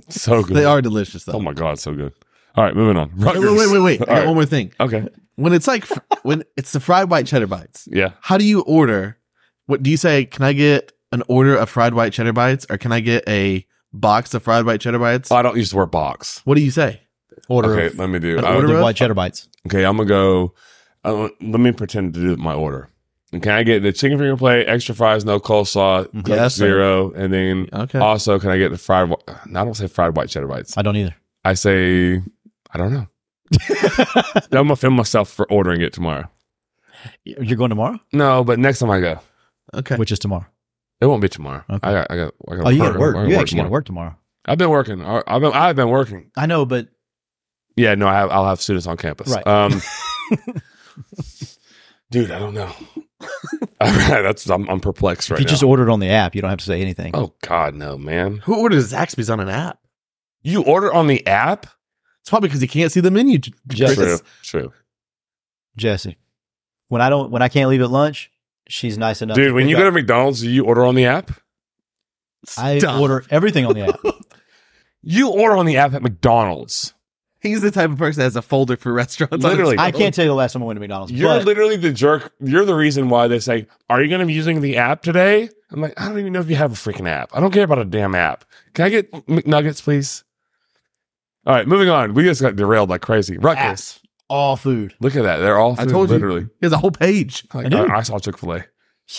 S3: So good.
S1: They are delicious though.
S3: Oh my God, so good. All right, moving on.
S1: Wait,
S3: Rutgers.
S1: wait, wait, wait. I
S3: All
S1: got
S3: right.
S1: one more thing.
S3: Okay.
S1: When it's like when it's the fried white cheddar bites.
S3: Yeah.
S1: How do you order? What do you say? Can I get an order of fried white cheddar bites, or can I get a box of fried white cheddar bites?
S3: I don't use the word box.
S1: What do you say?
S2: Order
S3: okay,
S2: of,
S3: let me do.
S1: an
S3: I-
S1: order
S2: order
S1: of-
S2: of white cheddar bites.
S3: okay, I'm gonna go. Uh, let me pretend to do my order. And Can I get the chicken finger plate, extra fries, no coleslaw,
S2: Mhm.
S3: Coke
S1: Yeah, that's
S3: zero, and then
S1: Okay.
S3: also can I get the fried? wh- No, I don't say fried white cheddar bites.
S2: I don't either.
S3: I say I don't know. I'm gonna film myself for ordering it tomorrow.
S2: You're going tomorrow,
S3: No, but next time I go,
S1: Okay.
S2: which is tomorrow.
S3: it won't be tomorrow.
S2: Okay.
S3: I got, I got, I got.
S2: Oh, you got to
S3: to
S2: work. You actually got to work tomorrow.
S3: I've been working. I- I've been, I've been working.
S2: I know, but
S3: Yeah, no, I have, I'll have students on campus.
S2: Right.
S3: Um, dude, I don't know. That's I'm, I'm perplexed
S2: if
S3: right
S2: you
S3: now.
S2: just order it on the app, you don't have to say anything.
S3: oh God, no, man!
S1: Who orders Zaxby's on an app?
S3: You order on the app?
S1: It's probably because he can't see the menu. J-
S2: Just-
S1: Chris.
S3: true.
S2: Jesse, when I don't, when I can't leave at lunch, she's nice enough.
S3: Dude, when you go to McDonald's, do you order on the app?
S2: I
S1: Stop.
S2: order everything on the app.
S3: You order on the app at McDonald's.
S1: He's the type of person that has a folder for restaurants. on his
S3: Literally.
S1: phone.
S2: I can't tell you the last time I went to McDonald's.
S3: You're
S2: but
S3: literally the jerk. You're the reason why they say, "Are you going to be using the app today?" I'm like, I don't even know if you have a freaking app. I don't care about a damn app. Can I get McNuggets, please? All right, moving on. We just got derailed like crazy. Ruckus.
S2: apps, all food.
S3: Look at that. They're all food,
S1: I told you.
S3: literally.
S1: He has a whole page.
S3: Like,
S2: I do.
S3: I, I saw Chick fil A.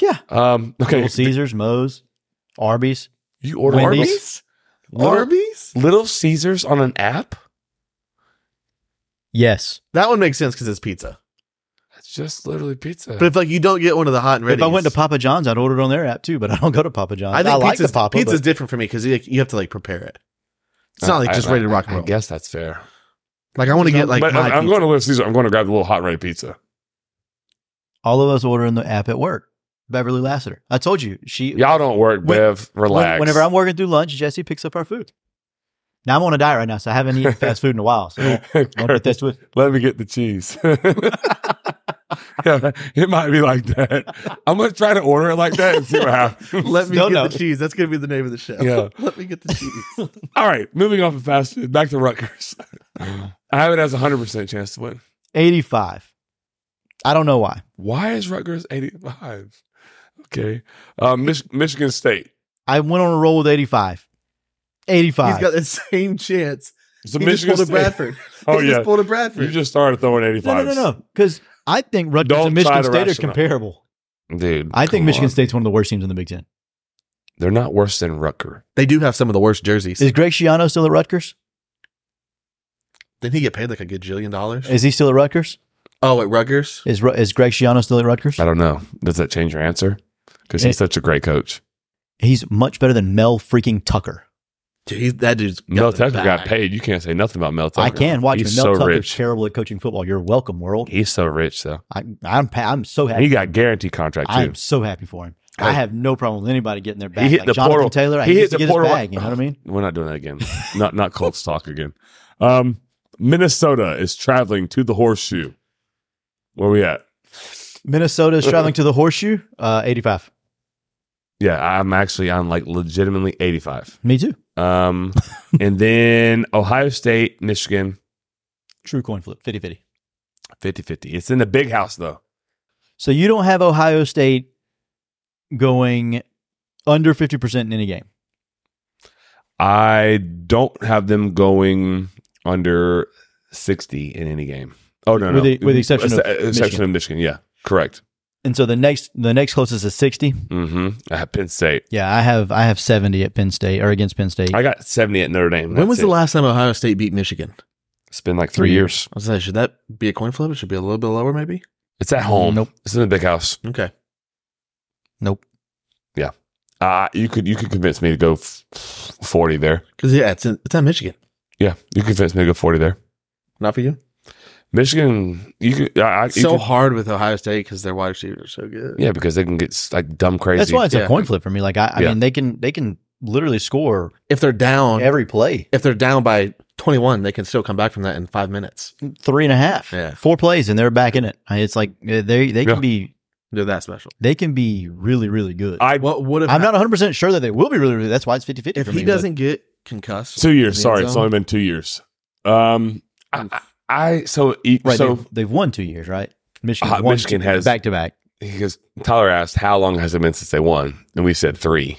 S2: Yeah,
S3: Um, okay.
S2: Little Caesars, Moe's, Arby's.
S3: You order
S2: Wendy's?
S3: Arby's? Little,
S1: Arby's?
S3: Little Caesars on an app?
S2: Yes.
S1: That one makes sense because it's pizza.
S3: That's just literally pizza.
S1: But if like you don't get one of the hot and ready,
S2: If I went to Papa John's, I'd order it on their app too. But I don't go to Papa John's.
S1: I think
S2: like
S1: pizza's,
S2: the Papa.
S1: pizza's
S2: but-
S1: different for me because you, you have to like prepare it. It's not like
S3: I-
S1: just
S3: I-
S1: ready to rock and roll.
S3: I guess that's fair.
S1: like I want to get like
S3: but
S1: my
S3: I'm, I'm
S1: pizza.
S3: going to Little Caesars. I'm going to grab the little hot ready pizza.
S2: all of us ordering the app at work. Beverly Lassiter. I told you she.
S3: Y'all don't work,
S2: When-
S3: Bev. Relax.
S2: when- whenever I'm working through lunch, Jesse picks up our food. Now I'm on a diet right now, so I haven't eaten fast food in a while. So don't, don't put this with.
S3: Let me get the cheese. yeah, it might be like that. I'm going to try to order it like that and see what happens.
S1: Let me
S2: No,
S1: get
S2: no.
S1: the cheese. That's gonna be the name of the show.
S3: Yeah.
S1: Let me get the cheese.
S3: All right, moving off of fast food, back to Rutgers. I have it as a 100% chance to win.
S2: 85. I don't know why.
S3: Why is Rutgers 85? Okay. Uh, Mich- Michigan State.
S2: I went on a roll with 85. 85.
S1: He's got the same chance.
S3: It's a
S1: he just
S3: Michigan
S1: pulled a
S3: State.
S1: Bradford.
S3: Oh,
S1: he
S3: yeah.
S1: just pulled a
S3: You
S1: Bradford.
S3: just started throwing 85s.
S2: no, no, no, no. Because I think Rutgers
S3: Don't
S2: and Michigan
S3: try to
S2: State are
S3: rationalize.
S2: comparable.
S3: Dude.
S2: I think
S3: come
S2: Michigan
S3: on.
S2: State's one of the worst teams in the Big Ten.
S3: They're not worse than Rutger.
S1: they do have some of the worst jerseys.
S2: Is Greg Schiano still at Rutgers?
S1: Didn't he get paid like a gajillion dollars?
S2: Is he still at Rutgers?
S1: oh, at Rutgers?
S2: Is Ru- is Greg Schiano still at Rutgers?
S3: I don't know. Does that change your answer? Because he's
S2: It-
S3: such a great coach.
S2: He's much better than Mel freaking Tucker.
S1: Dude, he's, that dude's got
S3: Mel
S1: the
S3: Tucker got
S1: bag.
S3: paid. You can't say nothing about Mel Tucker.
S2: I can watch
S3: He's
S2: him. Mel
S3: so
S2: Tucker's
S3: rich.
S2: terrible at coaching football. You're welcome, world.
S3: He's so rich, though.
S2: I, I'm pa- I'm so
S3: He
S2: happy.
S3: got guarantee contract too.
S2: I'm so happy for him. I
S3: Hey.
S2: have no problem with anybody getting their back.
S3: hit
S2: like
S3: the
S2: Jonathan
S3: portal.
S2: Taylor, I
S3: He
S2: he
S3: hit
S2: hit to
S3: the
S2: get his
S3: portal.
S2: bag. You know what I mean?
S3: We're not doing that again. not not Colts talk again. Um, Minnesota is traveling to the horseshoe. Where we at?
S2: Minnesota is traveling to the horseshoe. Uh, 85.
S3: Yeah, I'm actually on like legitimately 85.
S2: Me too.
S3: Um, and then Ohio State, Michigan,
S2: True coin flip. 50 50.
S3: 50 50. It's in the big house though.
S2: So you don't have Ohio State going under 50% in any game.
S3: I don't have them going under 60 in any game. Oh no, no.
S2: With the- with the exception of
S3: Ex- exception of Michigan. Yeah, correct.
S2: And so the next the next closest is 60.
S3: hmm I have Penn State.
S2: Yeah, I have I have 70 at Penn State or against Penn State.
S3: I got 70 at Notre Dame.
S1: When was
S3: That's
S1: the
S3: it.
S1: last time Ohio State beat Michigan?
S3: It's been like three
S2: Three
S3: years.
S1: I was like, should that be a coin flip? It should be a little bit lower, maybe.
S3: It's at home.
S2: Nope.
S3: It's in the big house.
S1: Okay.
S2: nope.
S3: Uh, you could you could convince me to go f- 40 there.
S1: Because, yeah, it's, in, it's at Michigan.
S3: Yeah, you convinced me to go 40 there.
S1: Not for you.
S3: Michigan, you could. I, I, you
S1: so
S3: could-
S1: hard with Ohio State because their wide receivers are so good.
S3: yeah, because they can get s- like dumb crazy.
S2: That's why it's
S1: Yeah.
S2: a coin flip for me. Like I, I
S3: Yeah.
S2: mean they can they can literally score
S1: If they're down,
S2: every play.
S1: if they're down by 21, they can still come back from that in five minutes.
S2: Three and a half.
S1: Yeah.
S2: Four plays and they're back in it. I mean, It's like uh, they they can
S3: Yeah.
S2: be
S1: They're that special.
S2: they can be really, really good.
S3: I
S1: What would have
S2: I'm not 100 percent sure that they will be really, really. That's why it's 50 50.
S1: if he doesn't get concussed?
S3: two years.
S1: in the end
S3: Sorry, it's
S1: zone?
S3: only been two years. Um, I, I- I so e-
S2: right,
S3: so
S2: they've, they've won two years, right? Michigan,
S3: Uh,
S2: won
S3: Michigan has-
S2: back to back.
S3: he goes. Tyler asked, "How long has it been since they won?" And we said three.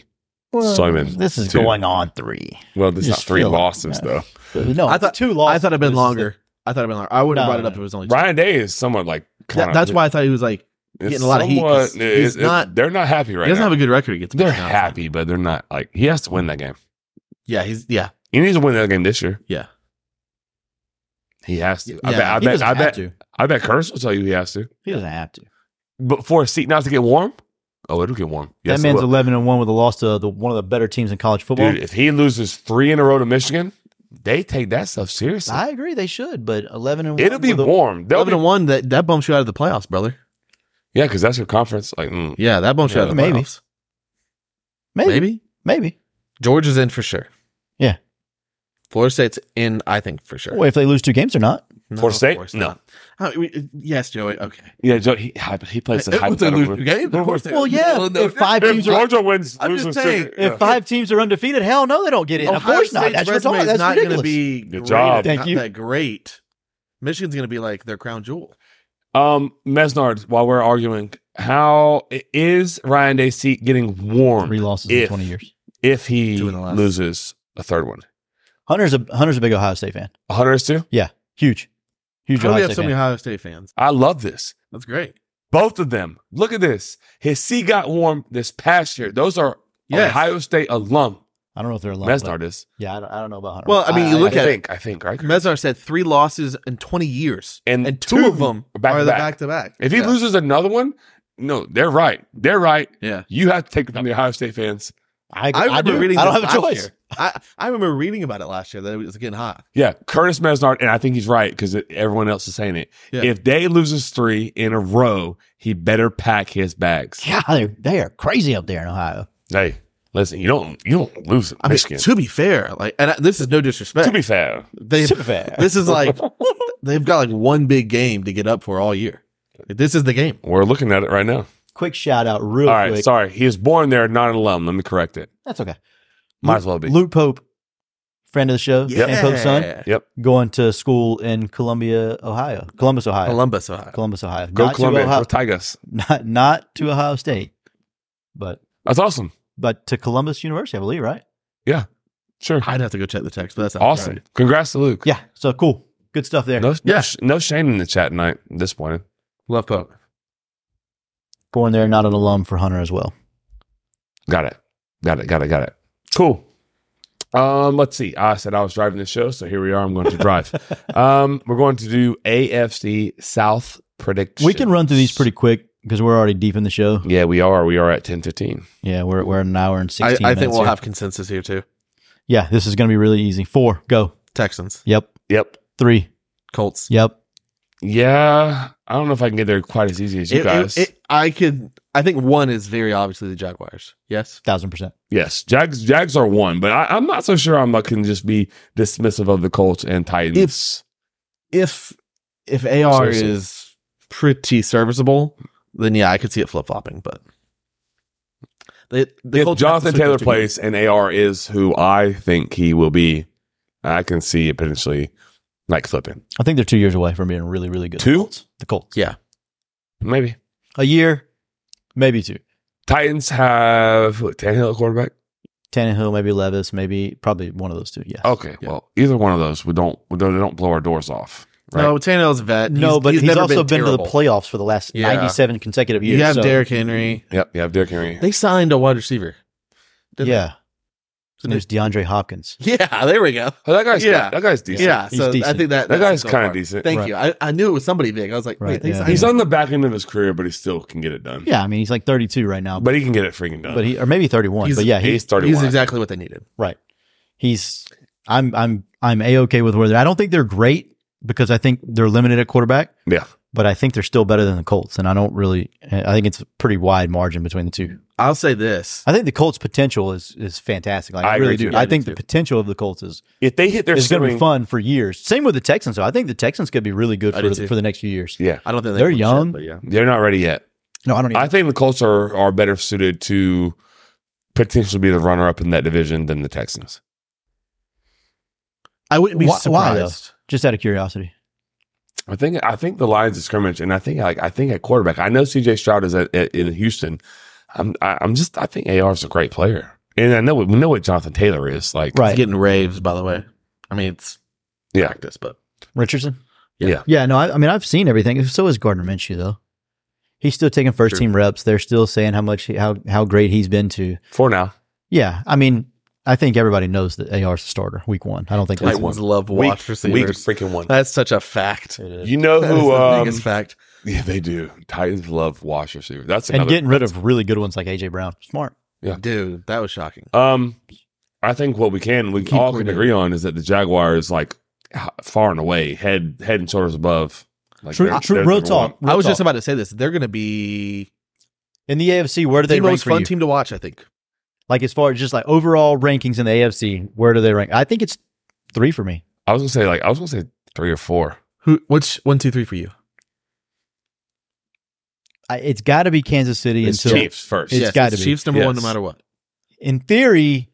S3: So I'm in
S2: This is
S3: two.
S2: going on three.
S3: Well, there's not
S2: Just
S3: three
S2: feel like-
S3: losses
S2: yeah.
S3: though.
S2: No,
S1: I thought-
S2: two losses.
S1: I thought it'd
S2: This
S1: been
S2: is
S1: longer. I thought it'd been longer. I would have
S2: No,
S1: brought it
S2: no,
S1: up if it was only. two.
S3: Ryan Day is somewhat like
S1: That-
S3: kinda-
S1: that's why I thought he was like
S3: it's
S1: getting a lot of heat 'cause
S3: somewhat- it-
S1: he's
S3: it-
S1: not-
S3: They're not happy right
S1: he doesn't
S3: now.
S1: have a good record against.
S3: they're
S1: Michigan.
S3: happy, but they're not like he has to win that game.
S1: Yeah, he's yeah
S3: He needs to win that game this year.
S1: yeah.
S3: He has to. I
S1: Yeah,
S3: bet. I
S2: he
S3: bet.
S2: doesn't
S3: I
S2: have
S3: bet.
S2: to.
S3: I bet. Curse will tell you he has to.
S2: He doesn't have to.
S3: But for a seat not to get warm, oh, it'll get warm. Yes,
S2: that man's
S3: it will.
S2: 11 and one with a loss to the one of the better teams in college football.
S3: dude. If he loses three in a row to Michigan, they take that stuff seriously.
S2: I agree, they should, but 11 and
S3: It'll
S2: one
S3: be
S2: with a-
S3: warm. They'll
S1: Eleven
S3: be,
S1: to one that that bumps you out of the playoffs, brother.
S3: yeah, because that's your conference. Like, mm.
S1: Yeah, that bumps you out of the
S2: Maybe.
S1: playoffs.
S2: maybe,
S1: Maybe.
S2: maybe,
S1: Georgia's in for sure.
S2: Yeah.
S1: Florida State's in. I think for sure.
S2: Well, if they lose two games or not,
S1: No,
S3: Florida
S1: of
S3: State?
S1: course
S3: No.
S1: not. I mean, yes, Joey. Okay.
S3: yeah, Joe, he, he plays
S1: It was a lose game. Of course they-
S2: Well, yeah,
S1: no, no,
S2: if five
S1: no.
S2: teams
S3: If
S2: are-
S3: Georgia wins,
S1: I'm
S3: loses
S1: just saying,
S3: two-
S2: if
S3: yeah.
S2: five teams are undefeated, hell no, they don't get in. of
S1: Ohio
S2: course not.
S1: State's
S2: That's
S1: resume
S2: retarded.
S1: is
S2: That's
S1: not going
S2: ridiculous.
S1: to be
S3: Good
S1: great
S3: job.
S1: and
S2: Thank
S1: not
S2: you.
S1: that great. Michigan's going to be like their crown jewel.
S3: Um, Mesnard, while we're arguing, how is Ryan Day seat getting warm
S2: Three losses
S3: if,
S2: in 20 years.
S3: if he
S1: Two in the last.
S3: loses a third one?
S2: Hunter's a Hunter's a big Ohio State fan.
S3: Hunter is too.
S2: Huge,
S1: How do
S2: huge
S1: we
S2: Ohio
S1: have
S2: State
S1: so many
S2: fan.
S1: Ohio State fans?
S3: I love this.
S1: That's great.
S3: Both of them. Look at this. His seat got warm this past year. Those are
S1: Yes.
S3: Ohio State alum.
S2: I don't know if they're a lot, but-
S3: Mesnard is.
S2: Yeah, I don't, I don't know about Hunter.
S1: Well, I mean, you look
S3: I
S1: at it.
S3: think. I think right.
S1: Mezar said three losses in 20 years,
S3: And
S1: and, two,
S3: two
S1: of them
S3: are back
S1: are
S3: to
S1: the
S3: back.
S1: back to back.
S3: If he
S1: yeah.
S3: loses another one, no, they're right. They're right.
S1: yeah.
S3: You have to take it from the Ohio State fans.
S2: I,
S1: I
S2: I,
S1: remember
S2: do.
S1: reading.
S2: I don't
S1: this
S2: have a
S1: last
S2: choice.
S1: year. I, I remember reading about it last year that it was getting hot.
S3: Yeah, Curtis Mesnard, and I think he's right because everyone else is saying it.
S1: Yeah.
S3: If Day loses three in a row, he better pack his bags.
S2: God, they're, they are crazy up there in Ohio.
S3: Hey, listen, you don't you don't lose at
S1: I
S3: Michigan.
S1: mean, to be fair, like, and I, this is no disrespect.
S3: to be fair,
S1: they,
S2: Super fair.
S1: this is like they've got like one big game to get up for all year. This is the game.
S3: we're looking at it right now.
S2: Quick shout out, real
S3: All right,
S2: quick.
S3: sorry, he is born there, not an alum. Let me correct it.
S2: That's okay.
S3: Might as well be.
S2: Luke Pope, friend of the show,
S1: Yeah.
S2: and Pope's son,
S3: Yep.
S2: going to school in Columbia, Ohio, Columbus, Ohio,
S1: Columbus, Ohio.
S2: Columbus, Ohio.
S3: Go
S2: not
S3: Columbia.
S2: to
S3: Go
S2: Ohio,
S3: Tigers.
S2: not not to Ohio State, but
S3: That's awesome.
S2: but to Columbus University, I believe, right?
S3: Sure.
S1: I'd have to go check the text, but that's not
S3: Awesome.
S1: right.
S3: Congrats to Luke.
S2: Yeah. So cool, good stuff there.
S3: No,
S1: Yeah.
S3: no, sh no shame in the chat tonight. Disappointed.
S1: Love Pope.
S2: Born there, not an alum for Hunter as well.
S3: Got it. Got it. Got it. Got it. Cool. Um, let's see. I said I was driving the show, so here we are. I'm going to drive. um, we're going to do AFC South predictions.
S2: We can run through these pretty quick because we're already deep in the show.
S3: Yeah, we are. We are at 10:15.
S2: Yeah, we're we're an hour and
S1: I,
S2: sixteen.
S1: I think
S2: minutes
S1: we'll
S2: here.
S1: have consensus here too.
S2: Yeah, this is going to be really easy. Four, go.
S1: Texans,
S2: Yep.
S3: Yep.
S2: Three.
S1: Colts.
S2: Yep.
S3: Yeah. I don't know if I can get there quite as easy as you
S1: It- it-
S3: guys.
S1: it- I could. I think one is very obviously the Jaguars. Yes.
S2: Thousand percent.
S3: yes, Jags. Jags are one, but I, I'm not so sure. I'm not can just be dismissive of the Colts and Titans.
S1: If if AR
S3: Seriously.
S1: is pretty serviceable, then yeah, I could see it flip flopping. But they, the
S3: if
S1: Colts have to
S3: Jonathan
S1: switch
S3: Taylor
S1: their two
S3: plays and AR is who I think he will be, I can see it potentially like flipping
S2: I think they're two years away from being really, really good.
S3: Two?
S2: The Colts.
S1: Yeah.
S3: maybe.
S2: A year, maybe two.
S3: Titans have who, Tannehill at quarterback.
S2: Tannehill, maybe Levis, maybe probably one of those two. Yeah.
S3: Okay,
S1: Yeah.
S3: well either one of those we don't we don't, they don't blow our doors off. Right?
S1: No, Tannehill's a vet.
S2: no, but he's,
S1: never
S2: also been, to the
S1: terrible.
S2: playoffs for the last
S1: Yeah.
S2: 97 consecutive years.
S1: You have
S2: so-
S1: Derrick Henry.
S3: Yep. You have Derrick Henry.
S1: They signed a wide receiver. didn't
S2: Yeah.
S1: So
S2: And there's DeAndre Hopkins.
S1: Yeah, there we go.
S3: Oh, that guy's
S1: Yeah.
S3: that guy's decent.
S1: Yeah,
S2: He's
S1: so I
S2: decent.
S1: think that
S3: That
S1: that's
S3: guy's
S1: so
S3: kinda
S1: far.
S3: decent.
S1: Thank
S2: Right.
S1: you. I, I knew it was somebody big. I was like,
S2: Right,
S1: wait, they
S2: yeah.
S1: signed
S3: He's
S1: him.
S3: on the back end of his career, but he still can get it done.
S2: Yeah, I mean he's like 32 right now, but,
S3: But he can get it freaking done.
S2: but he or maybe 31.
S1: He's-
S2: but yeah, he,
S3: he's thirty
S1: He's
S3: one.
S1: exactly what they needed.
S2: Right. He's I'm I'm I'm a okay with where they're. I don't think they're great because I think they're limited at quarterback.
S3: Yeah.
S2: But I think they're still better than the Colts, and I don't really. I think it's a pretty wide margin between the two.
S1: I'll say this.
S2: I think the Colts' potential is is fantastic. Like I,
S3: I agree
S2: really do.
S3: too.
S2: I
S1: Yeah,
S2: think
S1: me
S2: the
S1: too.
S2: potential of the Colts is
S3: If they hit their
S2: is going to be
S3: ceiling-
S2: fun for years. Same with the Texans. though. I think the Texans could be really good
S1: I do
S2: for
S1: too.
S2: for the next few years.
S3: Yeah.
S1: I don't think they
S2: They're
S1: won shit,
S2: young.
S1: but yeah.
S3: They're not ready yet.
S2: No, I don't.
S3: I
S2: Even,
S3: think the Colts are, are better suited to potentially be the runner up in that division than the Texans.
S1: I wouldn't be
S2: Why- why, though?
S1: surprised.
S2: just out of curiosity.
S3: I think I think the Lions is scrimmage, and I think like I think at quarterback, I know CJ Stroud is at, at, in Houston. I'm I, I'm just I think AR is a great player, and I know we know what Jonathan Taylor is like.
S1: He's
S2: Right.
S1: getting raves, by the way. I mean, it's
S3: Yeah.
S1: practice, but
S2: Richardson.
S3: Yeah. Yeah.
S2: yeah. No, I, I mean I've seen everything. So is Gardner Minshew though. He's still taking first
S1: True.
S2: team reps. They're still saying how much he- how how great he's been to.
S3: For now,
S2: Yeah, I mean I think everybody knows that AR's the starter week one. I don't think that's
S1: Titans love
S3: week,
S1: watch
S3: week
S1: receivers.
S3: freaking one.
S1: That's such a fact.
S3: You know
S1: That is
S3: who?
S1: the
S3: Um,
S1: biggest fact.
S3: yeah, they do. Titans love wash receivers. That's
S2: and
S3: another.
S2: getting rid of really good ones like AJ Brown. Smart.
S3: yeah.
S1: Dude, that was shocking.
S3: um, I think what we can we
S1: Keep
S3: all can
S1: winning.
S3: agree on is that the Jaguars like h- far and away head head and shoulders above. Like
S2: True,
S3: they're-
S2: true.
S3: they're
S2: Real
S3: number
S2: talk.
S1: I
S2: real
S1: was just
S2: talk.
S1: about to say this. They're going to be
S2: in the AFC. Where do they
S1: the
S2: rank
S1: most
S2: for
S1: fun
S2: you?
S1: team to watch, I think.
S2: Like as far as just like overall rankings in the AFC, where do they rank? I think it's three for me.
S3: I was gonna say like I was gonna say three or four.
S1: Who? Which one, two, three for you?
S2: I, it's got to be Kansas City
S3: It's
S2: until
S3: Chiefs first.
S2: It's
S1: Yes,
S2: gotta be.
S1: Chiefs number one, no
S3: Yes.
S1: matter what.
S2: in theory,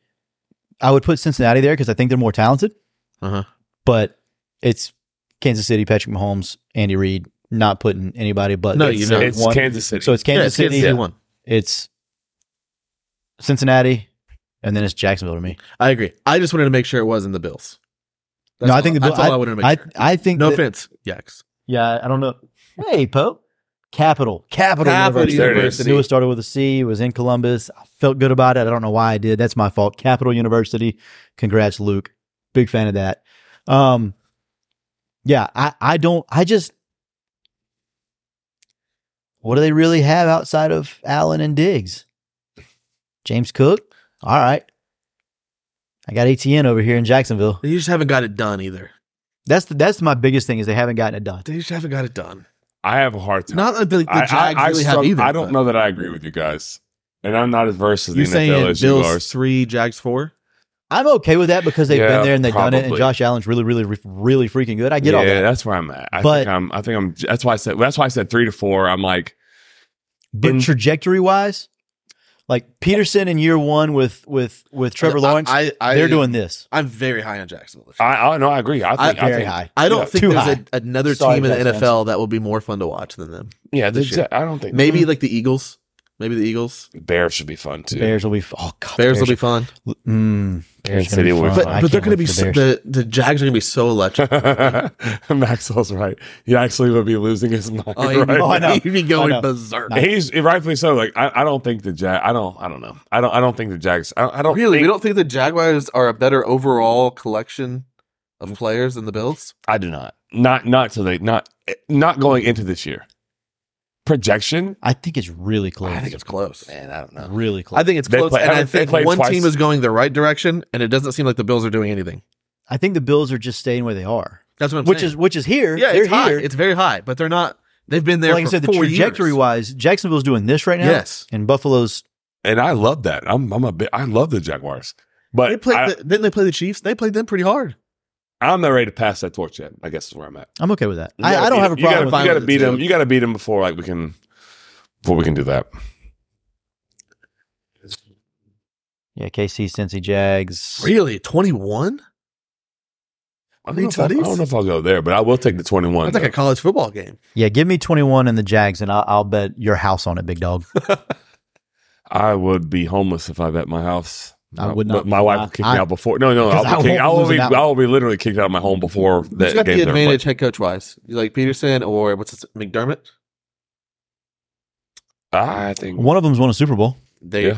S2: I would put Cincinnati there because I think they're more talented.
S1: Uh-huh.
S2: But it's Kansas City, Patrick Mahomes, Andy Reid, not putting anybody but
S1: No,
S2: it's
S1: you
S3: It's,
S1: know,
S2: the
S3: it's
S2: one.
S3: Kansas City.
S2: So it's
S1: yeah,
S2: Kansas
S1: it's
S2: City,
S1: Kansas City one.
S2: it's Cincinnati, and then it's Jacksonville to me.
S1: I agree. I just wanted to make sure it wasn't the Bills.
S2: no, I
S1: all-
S2: think the
S1: that's
S2: Bill-
S1: all I, wanted to make
S2: I,
S1: sure.
S2: I think
S1: No
S2: that-
S1: offense, Yaks.
S2: Yeah, I don't know. Hey, Pope. Capital. Capital,
S1: Capital
S2: University.
S3: University.
S2: Knew it started with a C, was in Columbus. I felt good about it. I don't know why I did. That's my fault. Capital University. Congrats, Luke. Big fan of that. Um yeah, I, I don't I just what do they really have outside of Allen and Diggs? James Cook? All right. I got ATN over here in Jacksonville.
S1: They just haven't got it done either.
S2: That's the, that's my biggest thing is they haven't gotten it done.
S1: They just haven't got it done.
S3: I have a hard time.
S1: Not that the, the
S3: I,
S1: Jags
S3: I, I,
S1: really
S3: struggle-
S1: have either.
S3: I don't
S1: but-
S3: know that I agree with you guys, and I'm not as versed as
S1: You
S3: the NFL
S1: saying
S3: as you are.
S1: Bills three, Jags four?
S2: I'm okay with that because they've
S3: Yeah,
S2: been there and they've done it, and
S3: probably.
S2: Josh Allen's really, really, re- really freaking good. I get
S3: yeah,
S2: all that.
S3: that's where I'm at. I
S2: But-
S3: think I'm. I think I'm. That's why I said. That's why I said three to four. I'm like
S2: But
S3: in-
S2: trajectory wise, Like Peterson in year one with with with Trevor Lawrence,
S1: I, I,
S2: they're doing this.
S1: I'm very high on Jacksonville. this year.
S3: I, I no, I agree. I think, I,
S2: Very
S3: think
S2: high.
S1: I don't
S3: Yeah,
S1: think
S2: too
S1: there's
S2: high.
S1: a, another
S2: Sorry,
S1: team in the
S2: Jets
S1: NFL that will be more fun to watch than them.
S2: Mm-hmm.
S3: yeah, the
S1: This year.
S3: Jet- I don't think
S1: Maybe like the Eagles. Maybe the Eagles.
S3: Bears should be fun too.
S2: Bears will be f- oh god,
S1: Bears will be fun,
S2: Mm,
S3: Bears
S2: Bears are gonna
S3: City
S2: be
S3: will be
S2: fun.
S1: but
S2: I
S1: but they're going
S2: can't
S1: to
S2: wait
S1: be
S2: for
S1: so,
S2: Bears.
S1: the the Jags are going to be so electric.
S3: Maxwell's right. He actually would be losing his mind.
S1: Oh, he'd, be,
S3: right
S2: Oh, I know.
S1: he'd be going
S2: I know.
S1: berserk.
S3: now. He's rightfully so. Like I, I don't think the Jag. I don't. I don't know. I don't. I don't think the Jags. I don't.
S2: Oh,
S3: I don't
S1: Really,
S3: think-
S1: we don't think the Jaguars are a better overall collection of players than the Bills.
S3: I do not. Not not today. Not not going into this year. Projection.
S2: I think it's really close.
S1: I think it's close.
S3: Man, I don't know.
S2: really close.
S1: I think it's
S3: They
S1: close,
S3: play-
S1: and I
S3: they
S1: think
S3: played
S1: one
S3: twice.
S1: team is going the right direction, and it doesn't seem like the Bills are doing anything.
S2: I think the Bills are just staying where they are,
S1: That's what I'm
S2: which
S1: saying.
S2: is which is here.
S1: yeah,
S2: they're
S1: it's high.
S2: here.
S1: It's very high, but they're not. They've been there
S2: like I
S1: for
S2: said, the
S1: four
S2: trajectory
S1: years.
S2: wise, Jacksonville's doing this right now.
S1: Yes.
S2: and Buffalo's
S3: And I love that. I'm I'm a bit. I love the Jaguars. But
S1: They played.
S3: I,
S1: the, didn't they play the Chiefs? They played them pretty hard.
S3: I'm not ready to pass that torch yet. I guess is where I'm at.
S2: I'm okay with that.
S3: You
S2: I,
S3: gotta
S2: I don't
S3: beat
S2: have a
S3: him. You gotta-
S2: problem with
S1: fine
S3: You got to
S1: with
S3: beat
S1: it,
S3: him.
S1: too.
S3: You got to beat him before like we can before we can do that.
S2: Yeah, KC, Cincy, Jags.
S1: Really, twenty one?
S3: I
S1: Three
S3: don't, know if I'll, I
S1: tutties?
S3: don't know if I'll go there, but I will take the 21.
S1: That's like a college football game.
S2: Yeah, give me 21 and the Jags, and I'll, I'll bet your house on it, big dog.
S3: I would be homeless if I bet my house.
S2: I would
S3: My-
S2: not.
S3: My wife
S2: I-
S3: will kick me
S2: I-
S3: out before. No, no,
S2: because I
S3: I'll be
S2: won't
S3: kicked, I will
S2: lose
S3: be.
S2: that
S3: I will be literally kicked out of my home before
S1: Who's
S3: that
S1: got the
S3: game's over.
S1: advantage head coach wise? You like Peterson or what's his, McDermott?
S3: I think
S2: One of them's won a Super Bowl.
S1: They
S3: Yeah.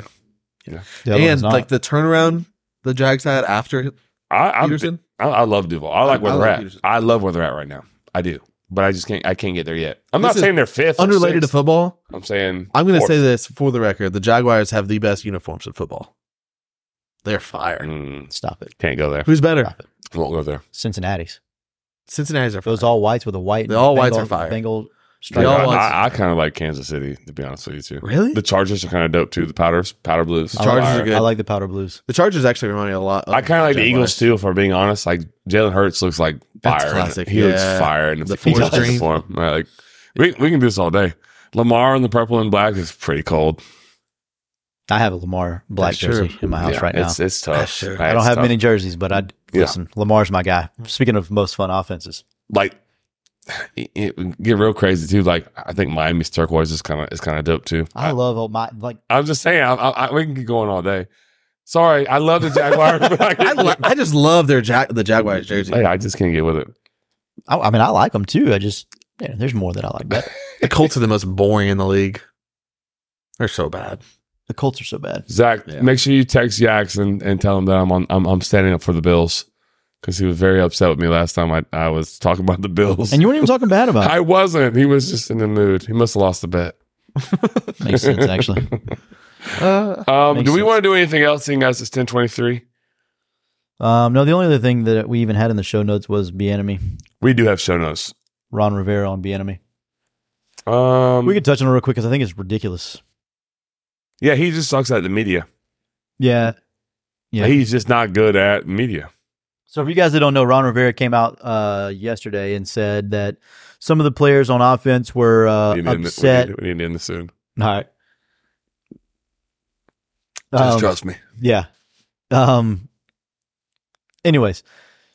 S2: The other
S1: and
S2: one's not.
S1: like the turnaround the Jags had after
S3: I, I'm,
S1: Peterson.
S3: I, I love Duval. I like
S1: I- I
S3: where they're
S1: like
S3: at.
S1: Peterson.
S3: I love where they're at right now. I do, but I just can't. I can't get there yet. I'm
S1: This
S3: not
S1: is
S3: saying they're fifth. or
S1: Unrelated to
S3: sixth.
S1: football,
S3: I'm saying
S1: I'm going to
S3: fourth.
S1: say this for the record: the Jaguars have the best uniforms in football. They're fire.
S3: Mm,
S2: Stop it.
S3: can't go there.
S1: Who's better?
S2: Stop it.
S3: Won't go there.
S2: Cincinnati's.
S1: Cincinnati's are fire.
S2: Those all whites with a white.
S1: The all whites are
S2: Bengal-
S1: fire.
S2: Bengal
S1: They
S3: Like,
S2: stripe.
S1: all
S3: I,
S1: want-
S3: I, kind of like Kansas City to be honest with you too.
S1: really? The,
S3: The Chargers are kind of dope too. The Powders, Powder Blues.
S1: The Chargers
S2: I like,
S1: are good.
S2: I like the powder blues.
S1: Chargers actually remind me a lot.
S3: I kind of like the
S1: Jaguars.
S3: Eagles too. If we're being honest, like Jalen Hurts looks like
S1: That's
S3: fire.
S1: classic,
S3: He looks
S1: yeah.
S3: fire in the
S1: The
S3: forest
S1: forest green.
S3: uniform. Right, Like we we can do this all day. Lamar in the purple and black is pretty cold.
S2: I have a Lamar black
S1: That's true.
S2: jersey in my house
S3: Yeah,
S2: right now.
S3: It's it's tough.
S1: That's true.
S3: Right,
S2: I don't
S3: it's
S2: have
S3: tough.
S2: many jerseys, but I
S3: Yeah.
S2: listen. Lamar's my guy. Speaking of most fun offenses,
S3: Like it, it get real crazy too. Like I think Miami's turquoise is kind of is kind of dope too.
S2: I
S3: I,
S2: love all my like.
S3: I'm just saying. I, I, I- we can keep going all day. Sorry, I love the Jaguars. but I,
S1: I,
S3: can't-
S1: li- I just love their ja- the Jaguars jersey.
S3: Hey, I just can't get with it.
S2: I, I mean, I like them too. I just yeah, there's more that I like. But
S1: The Colts are the most boring in the league. They're so bad.
S2: the Colts are so bad.
S3: Zach,
S1: Yeah.
S3: make sure you text Yaks and, and tell him that I'm on I'm, I'm standing up for the Bills because he was very upset with me last time I, I was talking about the Bills.
S2: And you weren't even talking bad about.
S3: I wasn't. He was just in the mood. He must have lost the bet.
S2: it. Makes sense actually.
S1: Uh,
S3: Um,
S2: Makes
S3: do we
S2: sense.
S3: want to do anything else? Seeing as it's ten twenty three,
S2: Um, no, the only other thing that we even had in the show notes was Bienemy,
S3: we do have show notes.
S2: Ron Rivera on Bienemy.
S3: Um,
S2: We could touch on it real quick because I think it's ridiculous.
S3: yeah, he just sucks at the media.
S2: Yeah. Yeah.
S3: He's just not good at media.
S2: So, for you guys that don't know, Ron Rivera came out uh, yesterday and said that some of the players on offense were uh,
S3: we, need to end it- we
S2: upset.
S3: need to- we need to end this soon.
S2: All right. Um,
S3: me.
S2: Yeah. Um. Anyways,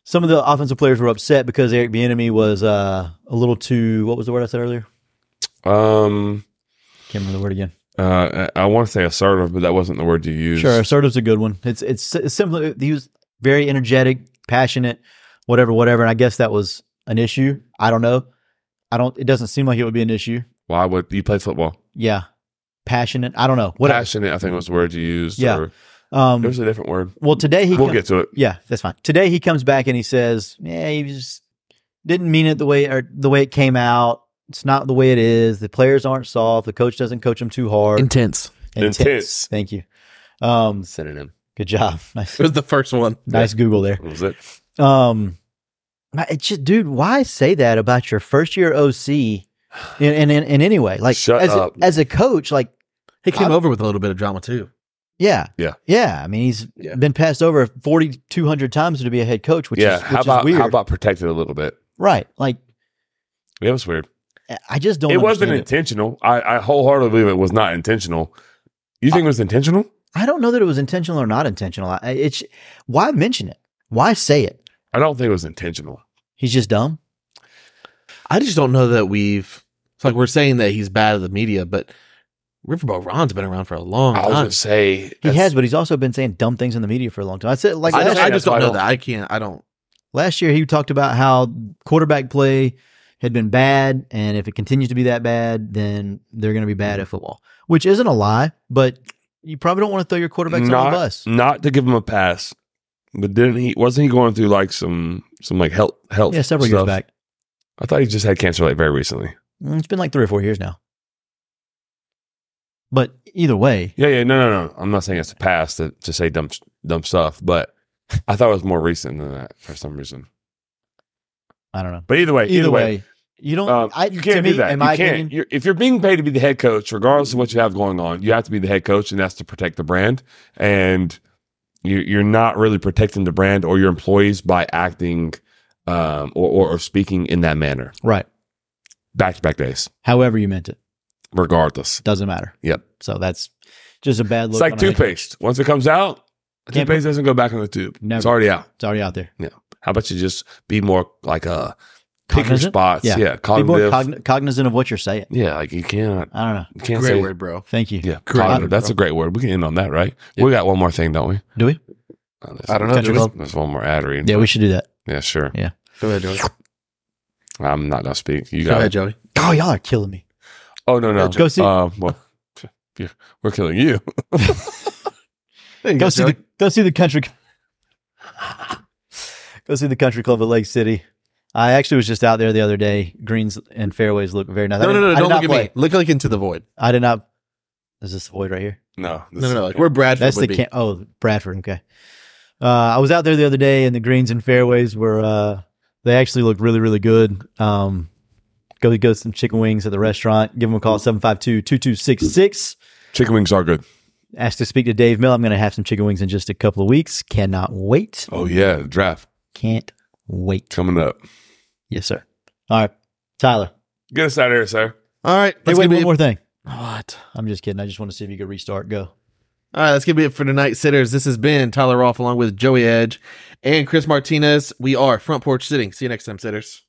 S2: some of the offensive players were upset because Eric Bieniemy was uh, a little too. What was the word I said earlier?
S3: Um,
S2: Can't remember the word again.
S3: uh, I, I want to say assertive, but that wasn't the word you used.
S2: Sure, assertive's a good one. It's it's, it's simply he was very energetic, passionate, whatever, whatever. And I guess that was an issue. I don't know. I don't. It doesn't seem like it would be an issue.
S3: Why would you play football?
S2: Yeah, passionate. I don't know. Whatever.
S3: Passionate, I think was the word you used.
S2: Yeah.
S3: or-
S2: Um.
S3: there's a different word.
S2: Well, today he
S3: We'll
S2: come-
S3: get to it.
S2: Yeah, that's fine. Today he comes back and he says, "Yeah, he just didn't mean it the way or the way it came out. It's not the way it is. The players aren't soft. The coach doesn't coach them too hard.
S1: intense.
S3: Intense.
S2: Thank you. Um,
S3: Synonym.
S2: good job. Nice,
S1: It was the first one.
S2: nice Google there.
S3: What was it?
S2: Um, my- it's just, dude, why say that about your first year OC? In in in, in any way, like
S3: Shut
S2: as a,
S3: up.
S2: as a coach, like
S1: He came
S2: I-
S1: over with a little bit of drama too.
S2: yeah,
S3: Yeah.
S2: yeah. I mean, he's
S3: Yeah.
S2: been passed over forty two hundred times to be a head coach, which
S3: yeah.
S2: is which
S3: how about
S2: is weird,
S3: how about protect it a little bit?
S2: right? Like.
S3: Yeah, it was weird.
S2: I just don't.
S3: it wasn't
S2: understand
S3: intentional. I, I wholeheartedly believe it was not intentional. You think it was intentional?
S2: I don't know that it was intentional or not intentional. I, it's why mention it? Why say it?
S3: I don't think it was intentional.
S2: He's just dumb.
S1: I just don't know that we've. It's like we're saying that he's bad at the media, but Riverboat Ron's been around for a long
S3: I was
S1: time.
S3: gonna say
S2: Oh, He
S3: that's-
S2: has, but he's also been saying dumb things in the media for a long time. I said like
S1: I,
S2: last,
S1: don't, I
S3: that's
S1: just
S3: why
S1: don't
S3: I
S1: know
S3: don't-
S1: that. I can't. I don't.
S2: last year, he talked about how quarterback play had been bad, and if it continues to be that bad, then they're going to be bad at football, which isn't a lie. But you probably don't want to throw your quarterbacks on the
S3: Not-
S2: bus.
S3: not to give him a pass, but didn't he? Wasn't he going through like some some like health health?
S2: Yeah, several years
S3: stuff?
S2: back.
S3: I thought he just had cancer like very recently.
S2: Mm, It's been like three or four years now. But either way,
S3: Yeah, yeah, no, no, no. I'm not saying it's a pass to, to say dumb dumb stuff, but I thought it was more recent than that for some reason.
S2: I don't know.
S3: But either way, either,
S2: Either
S3: way,
S2: way, you don't.
S3: um,
S2: I,
S3: you can't
S2: to me,
S3: do that.
S2: In
S3: You
S2: my
S3: can't.
S2: opinion,
S3: You're, if you're being paid to be the head coach, regardless of what you have going on, you have to be the head coach, and that's to protect the brand. And you, you're not really protecting the brand or your employees by acting um, or, or, or speaking in that manner.
S2: right?
S3: Back to back days,
S2: However you meant it
S3: regardless.
S2: doesn't matter.
S3: Yep.
S2: So that's just a bad look.
S3: it's like
S2: on a head
S3: toothpaste. Once it comes out, the
S2: Can't
S3: toothpaste doesn't go back in the tube.
S2: Never.
S3: It's already out.
S2: It's already out there.
S3: How about you just be more like a pick your
S2: Cognizant?
S3: spots?
S2: Yeah.
S3: Yeah,
S2: Be more
S3: cognitive.
S2: cogn- cognizant of what you're saying.
S3: yeah, like you can't
S2: I don't know.
S3: you can't
S1: Great
S3: say
S1: word, bro.
S2: Thank you.
S3: yeah.
S1: Great
S3: cognitive.
S1: word,
S3: That's
S1: bro.
S3: a great word. We can end on that, right? We got one more thing, don't we?
S2: Do we?
S3: Uh, there's-
S1: I don't know.
S2: Country
S1: dude.
S2: club.
S3: There's one more ad reading.
S2: Yeah, we should do that.
S3: Yeah, sure.
S1: Go ahead, Joey.
S3: I'm not gonna speak. You
S1: Go
S3: got
S1: ahead,
S3: it.
S1: Joey.
S2: Oh, y'all are killing me.
S3: Oh no, no.
S2: Go see-
S3: Uh, well, yeah, we're killing you.
S1: There you
S2: Go
S1: go,
S2: see
S1: Joey.
S2: the go see the country. go see the country club at Lake City. I actually was just out there the other day. Greens and fairways look very nice. I
S1: no, no,
S2: didn't-
S1: no,
S2: I did
S1: Don't
S2: not
S1: look at
S2: play.
S1: me. Look like into the void.
S2: I did not. Is this the void right here?
S3: No, this
S1: No, no,
S3: is-
S1: no. Like we're Bradford.
S2: That's the
S1: would be.
S2: camp. Oh, Bradford. Okay. Uh, I was out there the other day, and the greens and fairways were. Uh, they actually looked really, really good. Um, go go some chicken wings at the restaurant. Give them a call 752-2266.
S3: chicken wings are good.
S2: Ask to speak to Dave Mill. I'm going to have some chicken wings in just a couple of weeks. Cannot wait.
S3: Oh yeah, the draft
S2: Can't wait.
S3: coming up.
S2: Yes, sir. All right, Tyler.
S3: Get us out of here, sir.
S1: All right.
S2: Hey,
S1: that's
S2: wait,
S1: gonna
S2: one
S1: be-
S2: more thing.
S1: What?
S2: I'm just kidding. I just want to see if you could restart. Go.
S1: All right, that's gonna be it for tonight, sitters. This has been Tyler Roth along with Joey Edge and Chris Martinez. We are Front Porch Sitting. See you next time, sitters.